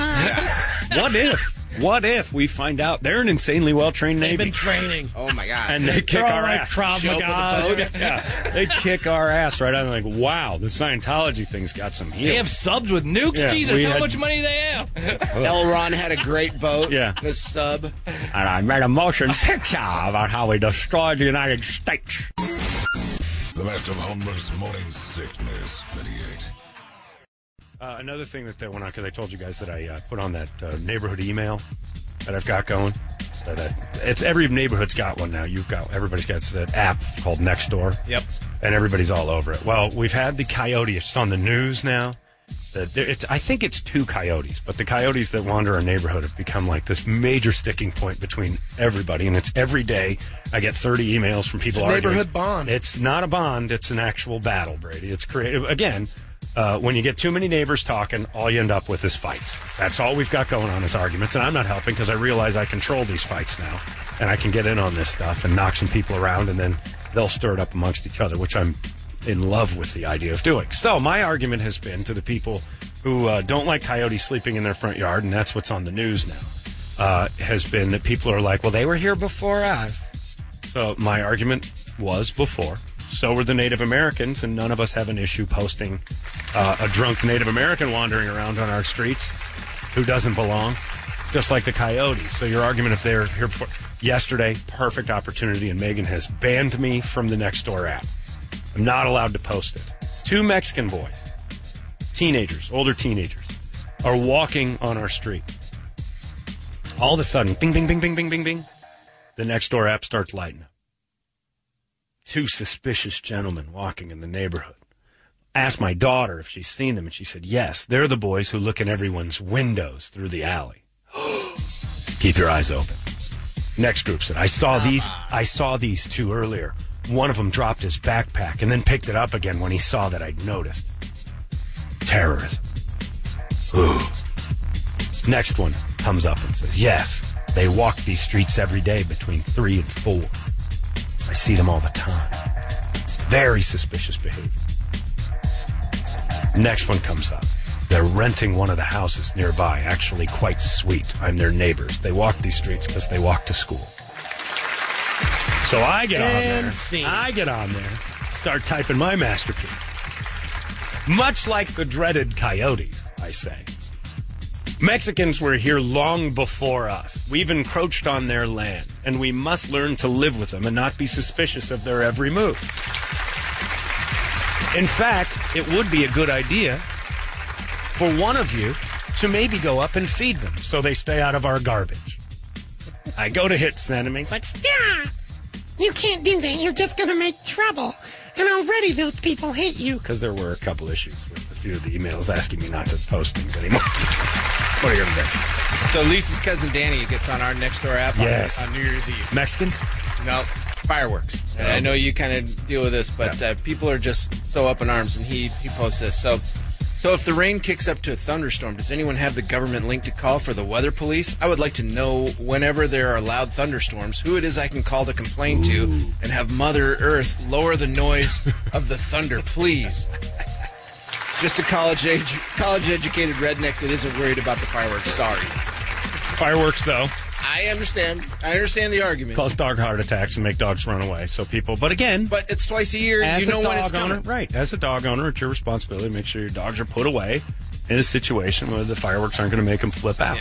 S4: what if? What if we find out they're an insanely well trained Navy?
S5: training.
S9: Oh my god!
S4: and they kick
S7: They're all
S4: our
S7: like
S4: ass.
S7: Krav
S4: Show up
S7: Maga.
S4: with a boat. yeah, they kick our ass right out. I'm like, wow, the Scientology thing's got some heat.
S7: They have subs with nukes.
S4: Yeah,
S7: Jesus,
S4: we
S7: how
S4: had-
S7: much money they have?
S9: L. Ron had a great boat.
S4: Yeah.
S9: The sub.
S4: and I made a motion picture about how we destroyed the United States.
S1: The best of Holmberg's morning sickness. 88.
S4: Uh, another thing that they went on because I told you guys that I uh, put on that uh, neighborhood email that I've got going. Uh, that it's every neighborhood's got one now. You've got everybody's got that app called Nextdoor.
S7: Yep.
S4: and everybody's all over it. Well, we've had the coyote. It's on the news now. The, there, it's, I think it's two coyotes, but the coyotes that wander our neighborhood have become like this major sticking point between everybody, and it's every day. I get thirty emails from people.
S5: It's a
S4: arguing.
S5: neighborhood bond.
S4: It's not a bond. It's an actual battle, Brady. It's creative. Again, uh, when you get too many neighbors talking, all you end up with is fights. That's all we've got going on is arguments, and I'm not helping because I realize I control these fights now, and I can get in on this stuff and knock some people around, and then they'll stir it up amongst each other, which I'm in love with the idea of doing. So my argument has been to the people who uh, don't like coyotes sleeping in their front yard, and that's what's on the news now, uh, has been that people are like, well, they were here before us. So my argument was before. So were the Native Americans, and none of us have an issue posting uh, a drunk Native American wandering around on our streets who doesn't belong, just like the coyotes. So your argument, if they're here before yesterday, perfect opportunity, and Megan has banned me from the next door app. I'm not allowed to post it. Two Mexican boys, teenagers, older teenagers, are walking on our street. All of a sudden, bing, bing, bing, bing, bing, bing, bing the next door app starts lighting up. Two suspicious gentlemen walking in the neighborhood. Asked my daughter if she's seen them, and she said, Yes, they're the boys who look in everyone's windows through the alley. Keep your eyes open. Next group said, I saw these I saw these two earlier. One of them dropped his backpack and then picked it up again when he saw that I'd noticed. Terrorism. Ooh. Next one comes up and says, Yes, they walk these streets every day between three and four. I see them all the time. Very suspicious behavior. Next one comes up. They're renting one of the houses nearby, actually quite sweet. I'm their neighbors. They walk these streets because they walk to school. So I get on
S15: And
S4: there. I get on there, start typing my masterpiece. Much like the dreaded coyotes, I say. Mexicans were here long before us. We've encroached on their land, and we must learn to live with them and not be suspicious of their every move. In fact, it would be a good idea for one of you to maybe go up and feed them so they stay out of our garbage. I go to hit send him. and He's like,
S6: Stop! You can't do that. You're just going to make trouble. And already those people hate you.
S4: because there were a couple issues with a few of the emails asking me not to post things anymore. what are you going to do?
S9: So Lisa's cousin Danny gets on our next door app on-
S4: Yes.
S9: on, New Year's Eve.
S4: Mexicans?
S9: No, fireworks. And I know you kind of deal with this, but uh, people are just so up in arms. And he he posts this. So, so if the rain kicks up to a thunderstorm, does anyone have the government link to call for the weather police? I would like to know whenever there are loud thunderstorms, who it is I can call to complain to, and have Mother Earth lower the noise of the thunder, please. Just a college age, college educated redneck that isn't worried about the fireworks. Sorry.
S4: Fireworks, though.
S9: I understand. I understand the argument.
S4: Cause dog heart attacks and make dogs run away. So people, but again,
S9: But it's twice a year.
S4: As
S9: you know
S4: a
S9: when it's
S4: dog
S9: coming.
S4: Owner, right. As a dog owner, it's your responsibility to make sure your dogs are put away in a situation where the fireworks aren't going to make them flip out.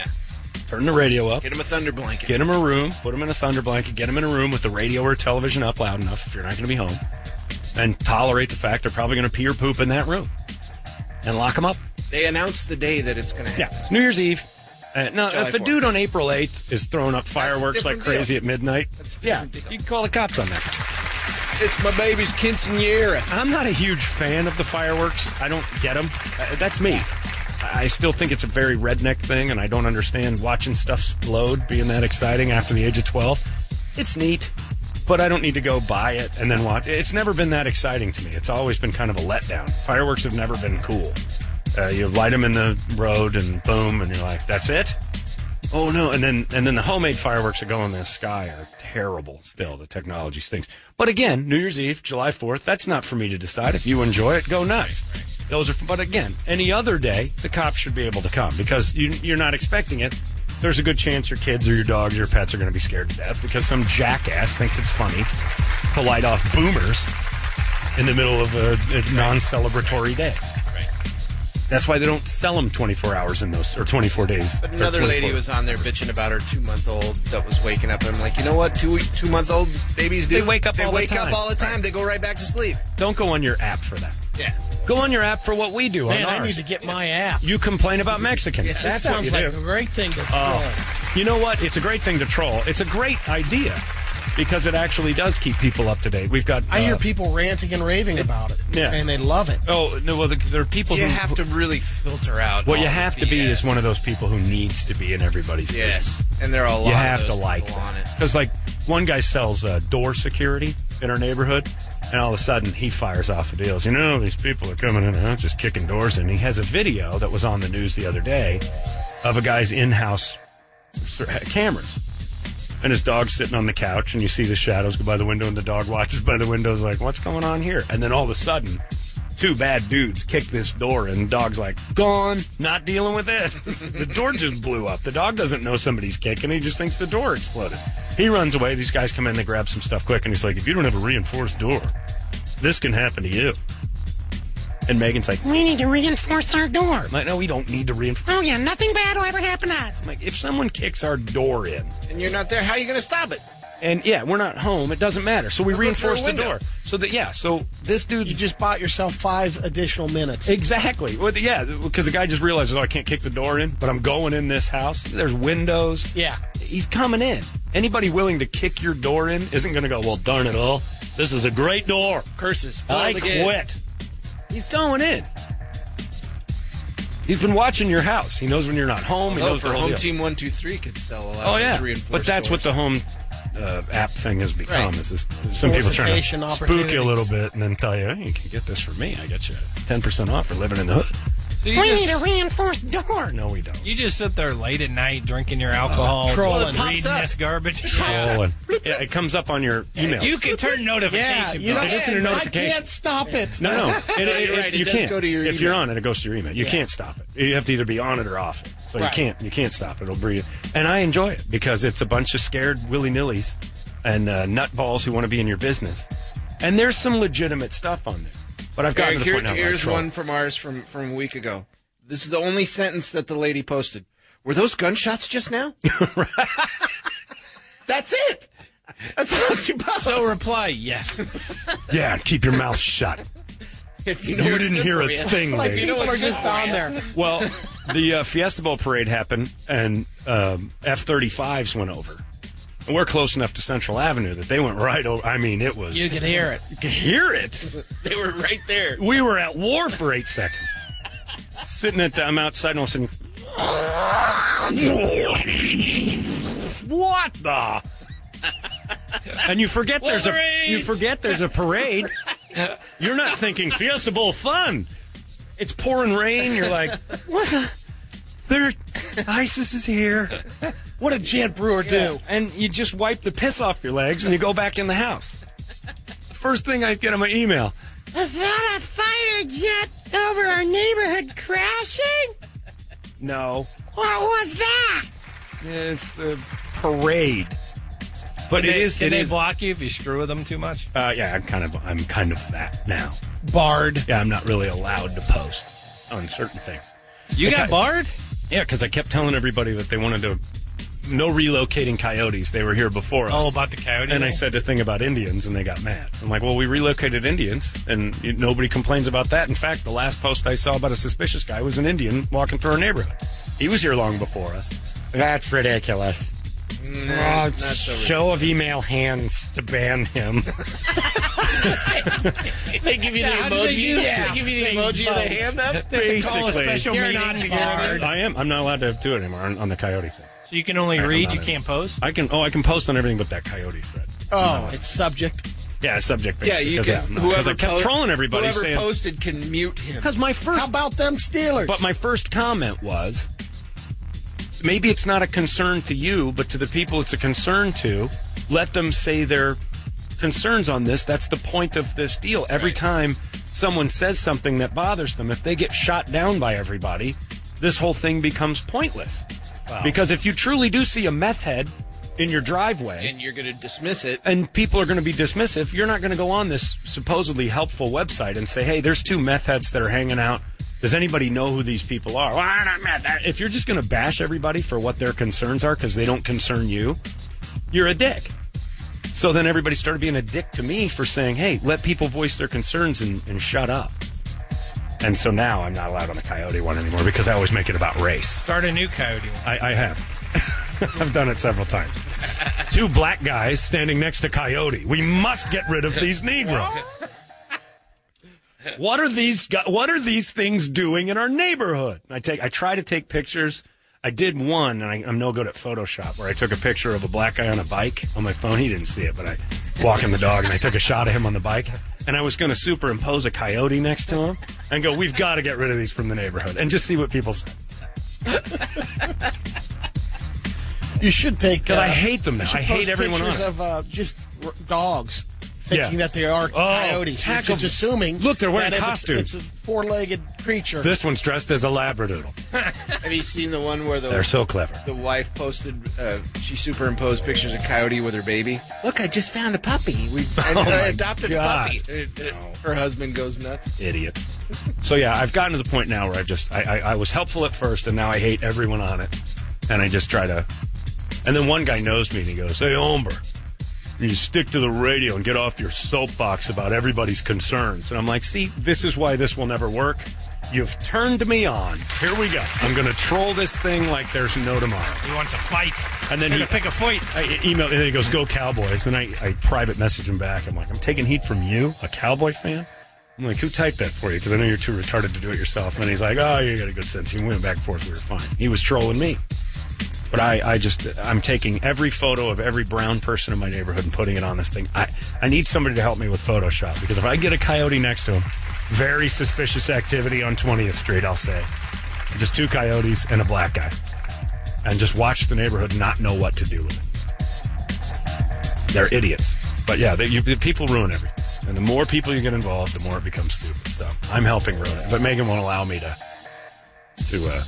S4: Turn the radio up.
S9: Get him a thunder blanket.
S4: Get them a room. Put them in a thunder blanket. Get them in a room with the radio or television up loud enough if you're not going to be home. And tolerate the fact they're probably going to pee or poop in that room. And lock them up.
S9: They announced the day that it's going to happen.
S4: Yeah. It's New Year's Eve. Uh, now,
S9: July
S4: if a
S9: 4th.
S4: dude on April 8th is throwing up fireworks like
S9: different deal.
S4: crazy at midnight, yeah, you can call the cops on that.
S9: It's my baby's quinceanera.
S4: I'm not a huge fan of the fireworks. I don't get them. Uh, that's me. I I still think it's a very redneck thing, and I don't understand watching stuff explode being that exciting after the age of 12. It's neat, but I don't need to go buy it and then watch. It's never been that exciting to me. It's always been kind of a letdown. Fireworks have never been cool. Uh, you light them in the road and boom, and you're like, that's it. Oh no! And then and then the homemade fireworks that go in the sky are terrible. Still, the technology stinks. But again, New Year's Eve, July Fourth. That's not for me to decide. If you enjoy it, go nuts. Those are. But again, any other day, the cops should be able to come because you, you're not expecting it. There's a good chance your kids or your dogs or your pets are going to be scared to death because some jackass thinks it's funny to light off boomers in the middle of a, a non-celebratory day. That's why they don't sell them 24 hours in those or 24 days.
S9: But
S4: or
S9: another lady
S4: 24
S9: was on there bitching about her two month old that was waking up. I'm like, you know what? Two two month old babies do.
S4: They wake up
S9: They
S4: all the
S9: wake
S4: time.
S9: up all the time. They go right back to sleep.
S4: Don't go on your app for that.
S9: Yeah.
S4: Go on your app for what we do.
S5: Man,
S4: on
S5: I
S4: ours.
S5: need to get my app.
S4: You complain about Mexicans.
S5: Yes,
S4: That's
S5: that sounds
S4: what you
S5: like
S4: do.
S5: a great thing to
S4: Oh, you know what? It's a great thing to troll. It's a great idea because it actually does keep people up to date. We've got.
S5: I hear
S4: uh,
S5: people ranting and raving about it,
S4: yeah.
S5: and they love it.
S4: Oh no! Well, the, there are people
S9: You
S4: who
S9: have to really filter out.
S4: What you
S9: all
S4: have
S9: the
S4: to be
S9: BS.
S4: is one of those people who needs to be in everybody's
S9: Yes.
S4: business.
S9: And there are a lot
S4: You
S9: of
S4: have
S9: those
S4: to like
S9: people on it.
S4: because like one guy sells uh, door security in our neighborhood, and all of a sudden he fires off the deals. You know these people are coming in and out just kicking doors, and he has a video that was on the news the other day of a guy's in-house cameras. And his dog's sitting on the couch, and you see the shadows go by the window, and the dog watches by the window, is like, What's going on here? And then all of a sudden, two bad dudes kick this door, and dog's like, Gone, not dealing with it. the door just blew up. The dog doesn't know somebody's kicking, he just thinks the door exploded. He runs away. These guys come in, they grab some stuff quick, and he's like, If you don't have a reinforced door, this can happen to you. And Megan's like,
S6: We need to reinforce our door.
S4: I'm like, No, we don't need to reinforce.
S6: Oh, yeah, nothing bad will ever happen to us.
S4: Like, if someone kicks our door in,
S9: And you're not there. How are you going to stop it?
S4: and yeah, we're not home. It doesn't matter. So we reinforce the door. So that yeah, so this dude
S5: You just bought yourself five additional minutes.
S4: Exactly. Well, yeah, because the guy just realizes, oh, I can't kick the door in, but I'm going in this house. There's windows.
S5: Yeah.
S4: He's coming in. Anybody willing to kick your door in isn't going to go, well, darn it all. This is a great door.
S9: Curses.
S4: I
S9: Failed again.
S4: quit. He's going in. He's been watching your house. He knows when you're not home. he
S9: Although
S4: knows
S9: Oh, for
S4: the whole
S9: home
S4: deal.
S9: team one two three could sell a lot.
S4: Oh
S9: of
S4: yeah,
S9: those reinforced
S4: but that's
S9: doors.
S4: what the home uh, app thing has become.
S9: Right.
S4: Is this some people trying
S9: Solicitation
S4: to spook you a little
S9: opportunities.
S4: bit and then tell you, hey, you can get this for me. I got you ten percent off for living in the hood.
S7: So
S6: We
S7: you
S6: need a
S7: just,
S6: reinforced door.
S4: No, we don't.
S7: you just sit there late at night drinking your alcohol,
S6: Trolling. Well, it pops
S7: reading
S6: up.
S7: this garbage.
S4: Trolling. Yeah, it comes up on your emails.
S7: You can turn notifications
S5: Yeah, Uh, you
S7: off.
S5: can.
S4: It's in your notification.
S5: I can't stop it.
S4: No, no. It, it- it- you can't. if you're on it, it goes to your email. You
S5: Yeah.
S4: can't stop it. You have to either be on it or off it. So you
S5: Right.
S4: can't. You can't stop it. It'll breathe. And I enjoy it because it's a bunch of scared willy nillys and uh, nutballs who want to be in your business. And there's some legitimate stuff on there. But I've gotten
S9: Eric,
S4: to the
S9: here-
S4: point now. where I
S9: Here's
S4: troll.
S9: one from ours from, from a week ago. This is the only sentence that the lady posted. Were those gunshots just now? That's it. That's all she posted.
S12: So reply yes.
S15: Yeah, keep your mouth shut.
S9: If
S15: you didn't hear a thing,
S9: Like,
S15: lady.
S9: you know what's just on there.
S4: Well, the uh, Fiesta Bowl parade happened, and um, F-35s went over. And we're close enough to Central Avenue that they went right over. I mean, it was...
S5: You could hear it.
S4: You could hear it.
S9: they were right there.
S4: We were at war for eight seconds. Sitting at the... I'm outside, and all of a sudden... What the... ah. And you forget there's a
S15: Wolverines!
S4: you forget there's a parade. You're not thinking Fiesta Bowl fun. It's pouring rain. You're like,
S15: What the? There, ISIS is here.
S4: What did Jan Brewer do? And you just wipe the piss off your legs and you go back in the house. First thing I get on my email.
S6: Was that a fire jet over our neighborhood crashing?
S4: No,
S6: What was that?
S4: it's the parade. But
S7: Can
S4: it
S7: they,
S4: is.
S7: Can
S4: it
S7: they
S4: is-
S7: block you if you screw with them too much?
S4: Uh, yeah, I'm kind of. I'm kind of that now. Barred. Yeah, I'm not really allowed to post on certain things.
S7: You got
S4: I-
S7: barred?
S4: Yeah, because I kept telling everybody that they wanted to. No relocating coyotes. They were here before us.
S7: Oh, about the coyote
S4: And I
S7: thing?
S4: said the thing about Indians, and they got mad. I'm like, well, we relocated Indians, and you- nobody complains about that. In fact, the last post I saw about a suspicious guy was an Indian walking through our neighborhood. He was here long before us. That's ridiculous. Oh,
S9: not so
S4: show of email hands to ban him.
S9: They give you the
S10: Yeah, how do they
S9: emoji.
S10: do
S9: They
S10: that?
S9: give you the emoji of the hand up.
S7: They have to call Oh, a special
S9: You're
S7: meeting
S9: not
S7: to get
S9: barred.
S7: rid of it.
S4: I am. I'm not allowed to do it anymore on, on the coyote thing.
S7: So you can only
S4: I'm
S7: read,
S4: not
S7: you
S4: in.
S7: can't post?
S4: I can. Oh, I can post on everything but that coyote thread.
S9: Oh, it's subject.
S4: Yeah, subject.
S9: Yeah, you
S4: because,
S9: can.
S4: uh, no, 'cause
S9: whoever
S4: I kept
S9: colour-
S4: trolling everybody
S9: Whoever
S4: saying.
S9: posted can mute him.
S4: Because my first. How
S5: about them Steelers?
S4: But my first comment was maybe it's not a concern to you, but to the people it's a concern to, let them say their concerns on this. That's the point of this deal. Every time someone says something that bothers them, if they get shot down by everybody, this whole thing becomes pointless. Because if you truly do see a meth head in your driveway,
S9: and you're going to dismiss it.
S4: and people are going to be dismissive. You're not going to go on this supposedly helpful website and say, "Hey, there's two meth heads that are hanging out. Does anybody know who these people are?" Well, I'm not meth head. If you're just going to bash everybody for what their concerns are because they don't concern you, you're a dick. So then everybody started being a dick to me for saying, "Hey, let people voice their concerns and, and shut up." And so now I'm not allowed on the coyote one anymore because I always make it about race.
S7: Start a new coyote one.
S4: I, I have. I've done it several times. Two black guys standing next to Coyote. We must get rid of these Negroes. What are these? gu- What are these things doing in our neighborhood? And I take. I try to take pictures. I did one, and I, I'm no good at Photoshop, where I took a picture of a black guy on a bike on my phone. He didn't see it, but I walking the dog, and I took a shot of him on the bike. And I was going to superimpose a coyote next to him and go, "We've got to get rid of these from the neighborhood," and just see what people say.
S5: You should take uh,
S4: 'Cause I hate them now.
S5: you should
S4: I hate
S5: post
S4: everyone on
S5: Pictures
S4: it.
S5: of uh, just r- dogs, thinking
S4: Yeah.
S5: that they are coyotes. You're
S4: heck
S5: just
S4: of-
S5: assuming.
S4: Look, they're wearing
S5: that if it's-
S4: costumes.
S5: It's, a four-legged creature.
S4: This one's dressed as a labradoodle.
S9: Have you seen the one where the
S4: They're so clever.
S9: The wife posted. Uh, she superimposed pictures of coyote with her baby. Look, I just found a puppy. We I,
S4: Oh
S9: I
S4: my
S9: adopted
S4: God.
S9: a puppy. Uh, uh, Her husband goes nuts.
S4: idiots. So yeah, I've gotten to the point now where I've just I, I, I was helpful at first, and now I hate everyone on it, and I just try to. And then one guy knows me, and he goes, "Hey, Omber, you stick to the radio and get off your soapbox about everybody's concerns." And I'm like, "See, this is why this will never work. You've turned me on. Here we go. I'm going to troll this thing like there's no tomorrow."
S7: He wants a fight.
S4: And then
S7: Gonna
S4: he-
S7: pick a fight.
S4: I e- email, and then he goes, "Go Cowboys!" And I, I private message him back. I'm like, "I'm taking heat from you, a Cowboy fan." I'm like, "Who typed that for you?" Because I know you're too retarded to do it yourself. And he's like, "Oh, you got a good sense." He went back and forth. We were fine. He was trolling me, but I, I just, I'm taking every photo of every brown person in my neighborhood and putting it on this thing. I, I need somebody to help me with Photoshop because if I get a coyote next to him, very suspicious activity on 20th Street, I'll say, just two coyotes and a black guy, and just watch the neighborhood not know what to do with it. They're idiots. But yeah, they, you, the people ruin everything. And the more people you get involved, the more it becomes stupid. So I'm helping ruin it. But Megan won't allow me to to uh,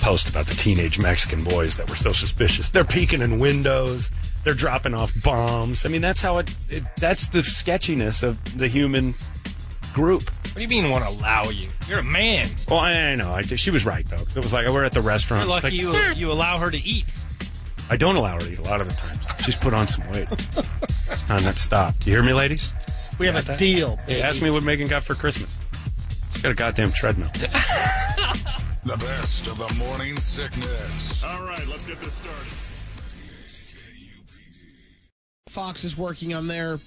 S22: post about the teenage Mexican boys that were so suspicious. They're peeking in windows. They're dropping off bombs. I mean, that's how it. it that's the sketchiness of the human group.
S23: What do you mean won't allow you? You're a man.
S22: Well, I, I know. I, she was right though. 'cause it was like we're at the
S23: You're
S22: restaurant. It's
S23: lucky
S22: like,
S23: you, you allow her to eat.
S22: I don't allow her to eat a lot of the time. She's put on some weight. It's time to stop. Do you hear me, ladies?
S5: We have a deal.
S22: Hey, ask me what Megan got for Christmas. She's got a goddamn treadmill.
S1: The best of the morning sickness. All right, let's get this started.
S5: Fox is working on their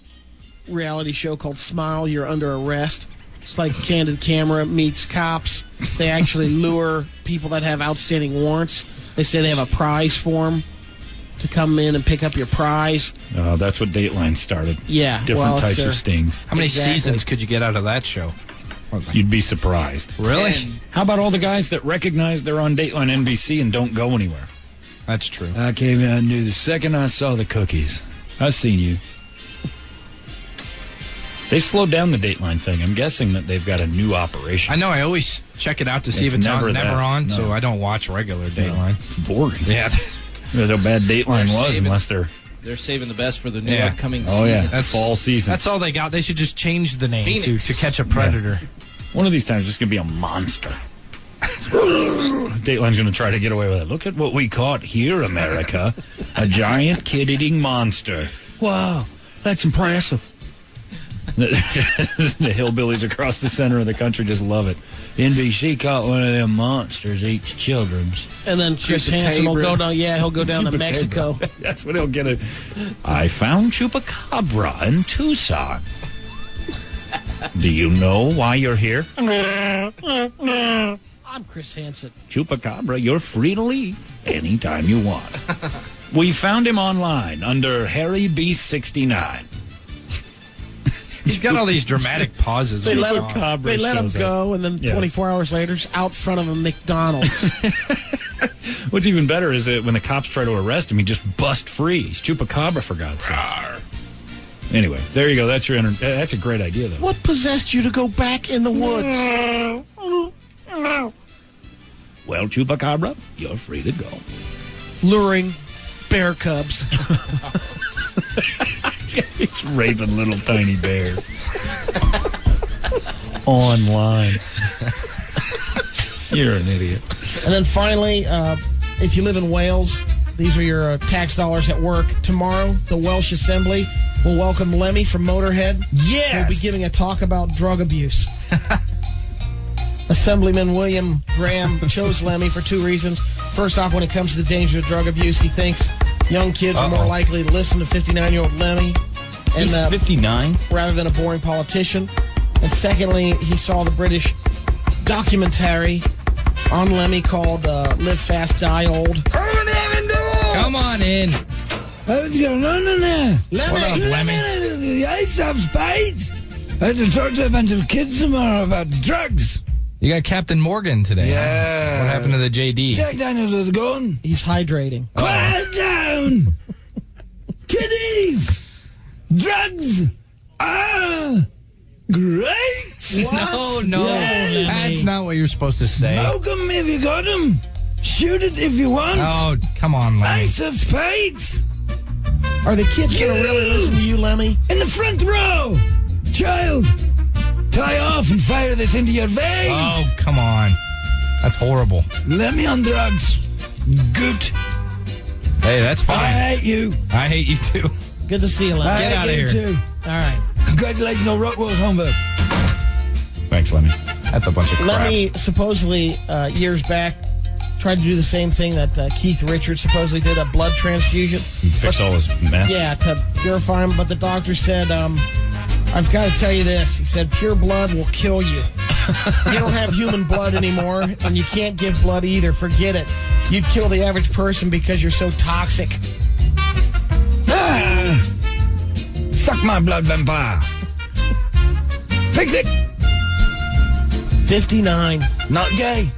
S5: reality show called Smile, You're Under Arrest. It's like Candid Camera meets cops. They actually lure people that have outstanding warrants. They say they have a prize form to come in and pick up your prize.
S4: Uh, that's what Dateline started.
S5: Yeah,
S4: Different
S5: well, it's
S4: types
S5: a-
S4: of stings.
S5: How many Exactly. seasons
S4: could you get out of that show? You'd be surprised.
S5: Really?
S4: How about all the guys that recognize they're on Dateline NBC and don't go anywhere? That's true. I came in, I knew the second I saw the cookies. I've seen you. They've slowed down the Dateline thing. I'm guessing that they've got a new operation.
S7: I know. I always check it out to see
S4: It's
S7: if it's
S4: never
S7: on, never
S4: that.
S7: on,
S4: No.
S7: so I don't watch regular Dateline.
S4: It's boring.
S7: Yeah.
S4: That's how bad Dateline
S7: They're
S4: was,
S7: saving-
S4: unless they're.
S7: They're saving the best for the
S4: new upcoming Oh, yeah. season. Fall season.
S7: That's all they got. They should just change the name to,
S4: Phoenix.
S7: to catch a predator.
S4: One of these times, it's going to be a monster. Dateline's going to try to get away with it. Look at what we caught here, America. a giant kid eating monster. Wow, that's impressive. the hillbillies across the center of the country just love it. NBC caught one of them monsters eats children's.
S5: And then Chris Hansen will go down. Yeah, he'll go down to
S4: Chupacabra.
S5: Mexico.
S4: That's what he'll get. A, I found chupacabra in Tucson. Do you know why you're here?
S5: I'm Chris Hansen.
S4: Chupacabra, you're free to leave anytime you want. we found him online under Harry B69.
S7: He's got all these dramatic pauses.
S5: They
S7: when
S5: let
S7: he's
S5: him,
S7: on.
S5: they let him go, and then
S4: Yeah.
S5: 24 hours later, it's out front of a McDonald's.
S4: What's even better is that when the cops try to arrest him, he just bust free. He's Chupacabra, for God's sake. Anyway, there you go. That's your inter- uh, That's a great idea, though.
S5: what possessed you to go back in the woods?
S4: Well, Chupacabra, you're free to go.
S5: Luring bear cubs.
S4: it's raping little tiny bears online. you're an idiot.
S5: And then finally, uh, if you live in Wales, these are your uh, tax dollars at work. Tomorrow, the Welsh Assembly will welcome Lemmy from Motorhead.
S4: Yes!
S5: He'll be giving a talk about drug abuse. Assemblyman William Graham chose Lemmy for two reasons. First off, when it comes to the danger of drug abuse, he thinks young kids are more
S4: Uh-oh.
S5: likely to listen to 59 year old Lemmy.
S4: He's 59?
S5: uh, rather than a boring politician. And secondly, he saw the British documentary on Lemmy called uh, Live Fast, Die Old.
S7: Come on in.
S6: What's going on in there?
S5: Lemmy. What up,
S6: Lemmy? The Ace of Spades. I had to talk to a bunch of kids tomorrow about drugs.
S7: You got Captain Morgan today. huh?
S6: Yeah.
S7: What happened to the JD?
S6: Jack Daniels was gone.
S5: He's hydrating.
S6: Quiet down! Kiddies! Drugs are great!
S7: No, no,
S6: Yes.
S7: that's not what you're supposed to say.
S6: Smoke 'em if you got 'em. Shoot it if you want.
S7: Oh, come on, Lenny.
S6: Ace of Spades!
S5: Are the kids going to really listen to you, Lemmy?
S6: In the front row! Child, tie off and fire this into your veins!
S7: Oh, come on. That's horrible.
S6: Let me on drugs. Good.
S7: Hey, that's fine.
S6: I hate you.
S7: I hate you too.
S5: Good to see you,
S6: I
S5: Lemmy.
S7: Get
S6: hate
S7: out of
S6: you
S7: here.
S6: Too.
S5: All right.
S6: Congratulations on Rockwell's homework.
S7: Thanks, Lemmy. That's a bunch of crap.
S5: Lemmy supposedly uh, years back tried to do the same thing that uh, Keith Richards supposedly did a blood transfusion.
S4: Fix all his mess.
S5: Yeah, to purify him. But the doctor said, um, I've got to tell you this. He said, pure blood will kill you. you don't have human blood anymore, and you can't give blood either. Forget it. You'd kill the average person because you're so toxic.
S6: Ah, suck my blood, vampire. Fix it.
S5: 59.
S6: Not gay.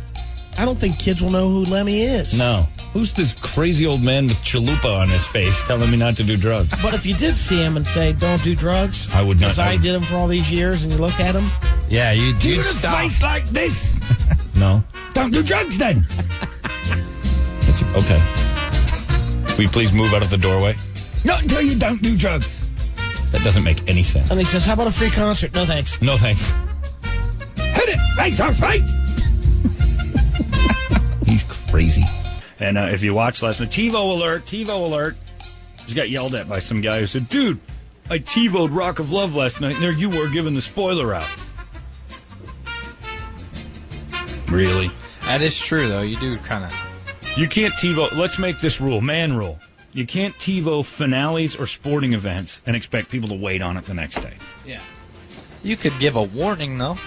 S5: I don't think kids will know who Lemmy is.
S4: No. Who's this crazy old man with chalupa on his face telling me not to do drugs?
S5: But if you did see him and say, don't do drugs,
S4: I would not-
S5: Because
S4: I
S5: I
S4: would-
S5: did him for all these years, and you look at him.
S7: Yeah, you
S6: Do you
S7: do
S6: have a
S7: stop.
S6: face like this?
S4: No.
S6: Don't do drugs then.
S24: It's okay. Will you please move out of the doorway?
S25: Not until you don't do drugs.
S24: That doesn't make any sense.
S5: And he says, "How about a free concert? No thanks."
S24: No thanks.
S25: Hit it! Right off, right!
S24: He's crazy.
S4: And uh, if you watch last night, TiVo alert, TiVo alert. Just got yelled at by some guy who said, "Dude, I TiVo'd Rock of Love last night, and there you were giving the spoiler out." Really?
S7: That is true, though. You do kind of.
S4: You can't TiVo. Let's make this rule, man rule. You can't TiVo finales or sporting events and expect people to wait on it the next day.
S7: Yeah. You could give a warning, though.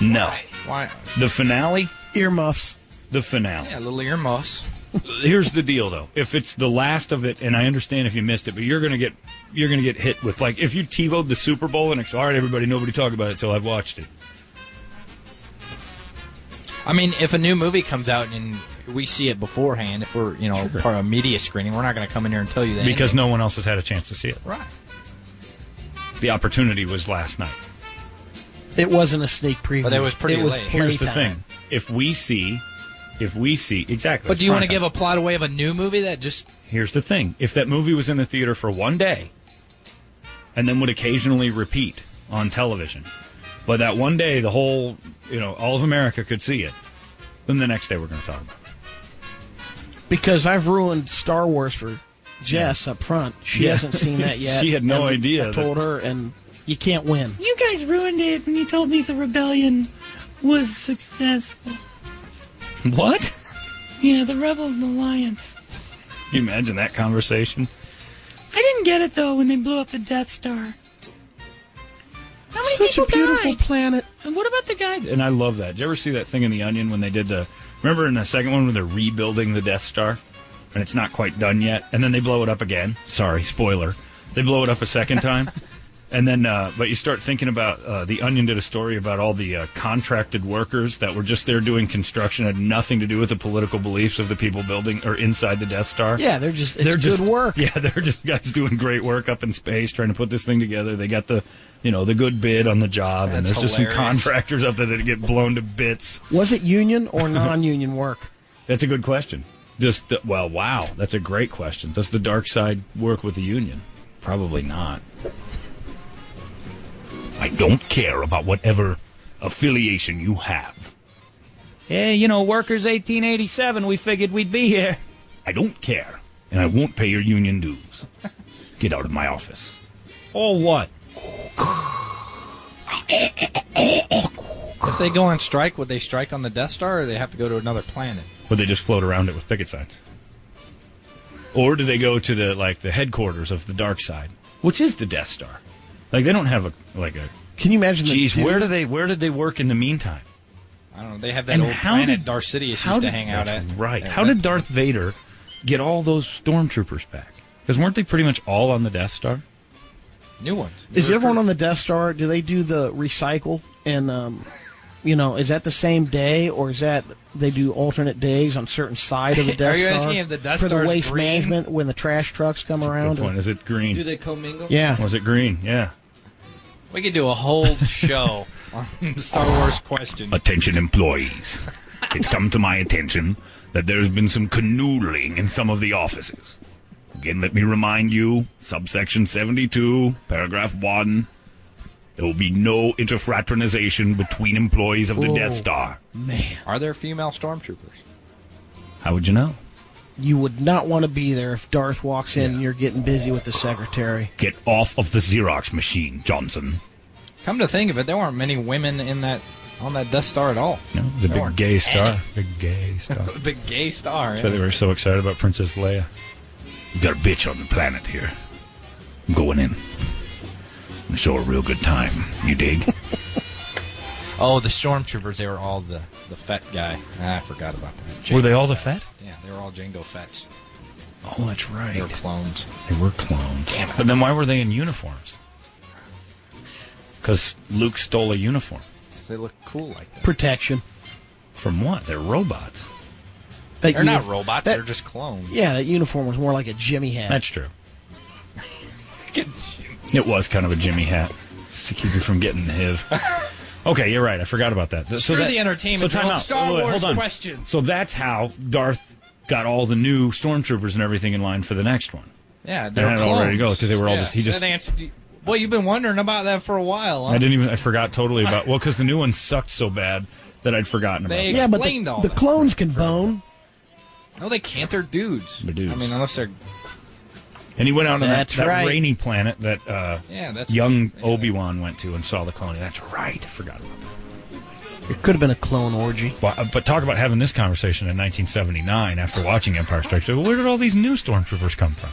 S4: No.
S7: Why?
S4: The finale?
S5: Earmuffs.
S4: The finale.
S7: Yeah, little earmuffs.
S4: Here's the deal though. If it's the last of it, and I understand if you missed it, but you're gonna get you're gonna get hit with like if you TiVo'd the Super Bowl and it's all right everybody, nobody talk about it till I've watched it.
S7: I mean, if a new movie comes out and we see it beforehand, if we're you know part of a media screening, we're not going to come in here and tell you that
S4: Because no one else has had a chance to see it.
S7: Right.
S4: The opportunity was last night.
S5: It wasn't a sneak preview,
S7: But it was pretty late.
S4: Here's the
S7: playtime.
S4: thing. If we see if we see exactly
S7: But do you want to
S4: Primetime.
S7: give a plot away of a new movie that just
S4: Here's the thing if that movie was in the theater for one day and then would occasionally repeat on television, but that one day the whole, you know, all of America could see it, then the next day we're going to talk about it.
S5: because I've ruined Star Wars for Jess up front. She
S4: Yeah.
S5: hasn't seen that yet.
S4: She had no
S5: and
S4: idea
S5: I
S4: that-
S5: told her, and you can't win.
S6: You guys ruined it when you told me the rebellion was successful.
S4: What?
S6: Yeah, the Rebel Alliance.
S4: you imagine that conversation?
S6: I didn't get it though when they blew up the Death Star. How many Such a beautiful
S5: planet.
S6: And what about the guys?
S4: And I love that. Did you ever see that thing in The Onion when they did the. Remember in the second one when they're rebuilding the Death Star and it's not quite done yet? And then they blow it up again. Sorry, spoiler. They blow it up a second time. and then, uh, but you start thinking about. Uh, the Onion did a story about all the uh, contracted workers that were just there doing construction, had nothing to do with the political beliefs of the people building or inside the Death Star.
S5: Yeah, they're just it's
S4: they're
S5: good
S4: just
S5: work.
S4: Yeah, they're just guys doing great work up in space, trying to put this thing together. They got the, you know, the good bid on the job, and
S5: That's
S4: there's just some
S5: hilarious.
S4: contractors up there that get blown to bits.
S5: Was it union or non-union work?
S4: That's a good question. Just the, well, wow, that's a great question. Does the dark side work with the union? Probably not. I don't care about whatever affiliation you have. Hey, you know, workers 1887, we figured we'd be here. I don't care, and I won't pay your union dues. Get out of my office. Or what?
S7: if they go on strike, would they strike on the Death Star, or they have to go to another planet?
S4: Or they just float around it with picket signs? Or do they go to the like the headquarters of the dark side, which is the Death Star? Like they don't have a like a.
S5: Can you imagine?
S7: the
S4: Geez,
S7: dude-
S4: where do they where did they work in the meantime?
S7: I don't know. They have that
S4: And
S7: old
S4: how
S7: planet
S4: did-
S7: Darcidius
S4: how
S7: used to
S4: did-
S7: hang out
S4: that's
S7: at.
S4: Right.
S7: Yeah,
S4: How
S7: that-
S4: did Darth Vader get all those stormtroopers back? Because weren't they pretty much all on the Death Star?
S7: new ones?
S5: Is everyone on the Death Star? Do they do the recycle and um, you know, is that the same day or is that they do alternate days on certain side of the
S7: Are
S5: Death
S7: you
S5: Star?
S7: asking if the Death
S5: for
S7: Star's
S5: the waste
S7: green?
S5: management when the trash trucks come around?
S4: Good point. Is it green?
S7: Do they commingle?
S5: Yeah.
S4: Was it green? Yeah.
S7: We could do a whole show on the Star Wars question.
S1: Attention, employees. it's come to my attention that there has been some canoodling in some of the offices. Again, let me remind you subsection 72, paragraph 1. There will be no interfraternization between employees of the
S7: Whoa.
S1: Death
S4: Ah,
S1: Star.
S5: Man,
S7: are there female stormtroopers?
S4: How would you know?
S5: You would not want to be there if Darth walks in and you're getting busy with the secretary.
S1: Get off of the Xerox machine, Johnson.
S7: Come to think of it, there weren't many women in that on that Death Star at all.
S4: No,
S7: There
S4: the big
S7: weren't
S4: gay
S7: any.
S4: star. Big gay star.
S7: The big gay star.
S4: So they
S7: yeah.
S4: were so excited about Princess Leia.
S1: We got a bitch on the planet here. I'm going in. I'm sure a real good time. You dig?
S7: Oh, the stormtroopers. They were all the the Fett guy. Ah, I forgot about that.
S4: Were they
S7: Jango
S4: all the
S7: Fett?
S4: Fett?
S7: Yeah, they were all Jango Fett.
S4: Oh, that's right.
S7: They were clones.
S4: They were clones. But then why were they in uniforms? Because Luke stole a uniform.
S7: So they look cool like that.
S5: Protection.
S4: From what? They're robots.
S5: That
S7: they're not
S5: unif-
S7: robots.
S5: that-
S7: they're just clones.
S5: Yeah, that uniform was more like a Jimmy hat.
S4: That's true. It was kind of a Jimmy hat just to keep you from getting the HIV. okay, you're right. I forgot about that. Th-
S7: Screw
S4: that-
S7: the entertainment,
S4: So time
S7: Joel.
S4: out.
S7: Star
S4: Wait, wait,
S7: Wars
S4: hold on.
S7: question.
S4: So that's how Darth got all the new stormtroopers and everything in line for the next one.
S7: Yeah,
S4: And
S7: they're
S4: had it all ready to go because they were all
S7: Yeah,
S4: just he
S7: so
S4: just
S7: that answered- well, you've been wondering about that for a while. Huh?
S4: I didn't even I forgot totally about well because the new one sucked so bad that I'd forgotten about.
S7: They
S4: it.
S5: yeah, but
S7: explained
S5: the,
S7: all
S5: the
S7: that.
S5: clones can bone.
S7: No, they can't. They're dudes.
S4: They're dudes.
S7: I mean, unless they're
S4: And he went out on that,
S7: That's
S4: that
S7: right.
S4: rainy planet that uh,
S7: Yeah, that's-
S4: young Obi Wan went to and saw the clone. That's right. I forgot about that.
S5: It could have been a clone orgy.
S4: But, uh, but talk about having this conversation in 1979 after watching Empire Strikes Back. Where did all these new stormtroopers come from?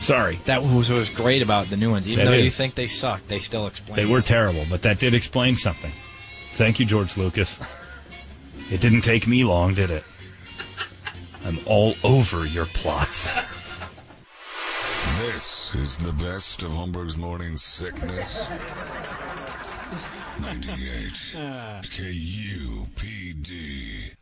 S4: Sorry.
S7: that was what was great about the new ones. Even
S4: That
S7: though you
S4: is.
S7: think they suck, they still explain.
S4: They
S7: it.
S4: were terrible, but that did explain something. Thank you, George Lucas. It didn't take me long, did it? I'm all over your plots.
S1: This is the best of Holmberg's morning sickness. 98 KUPD.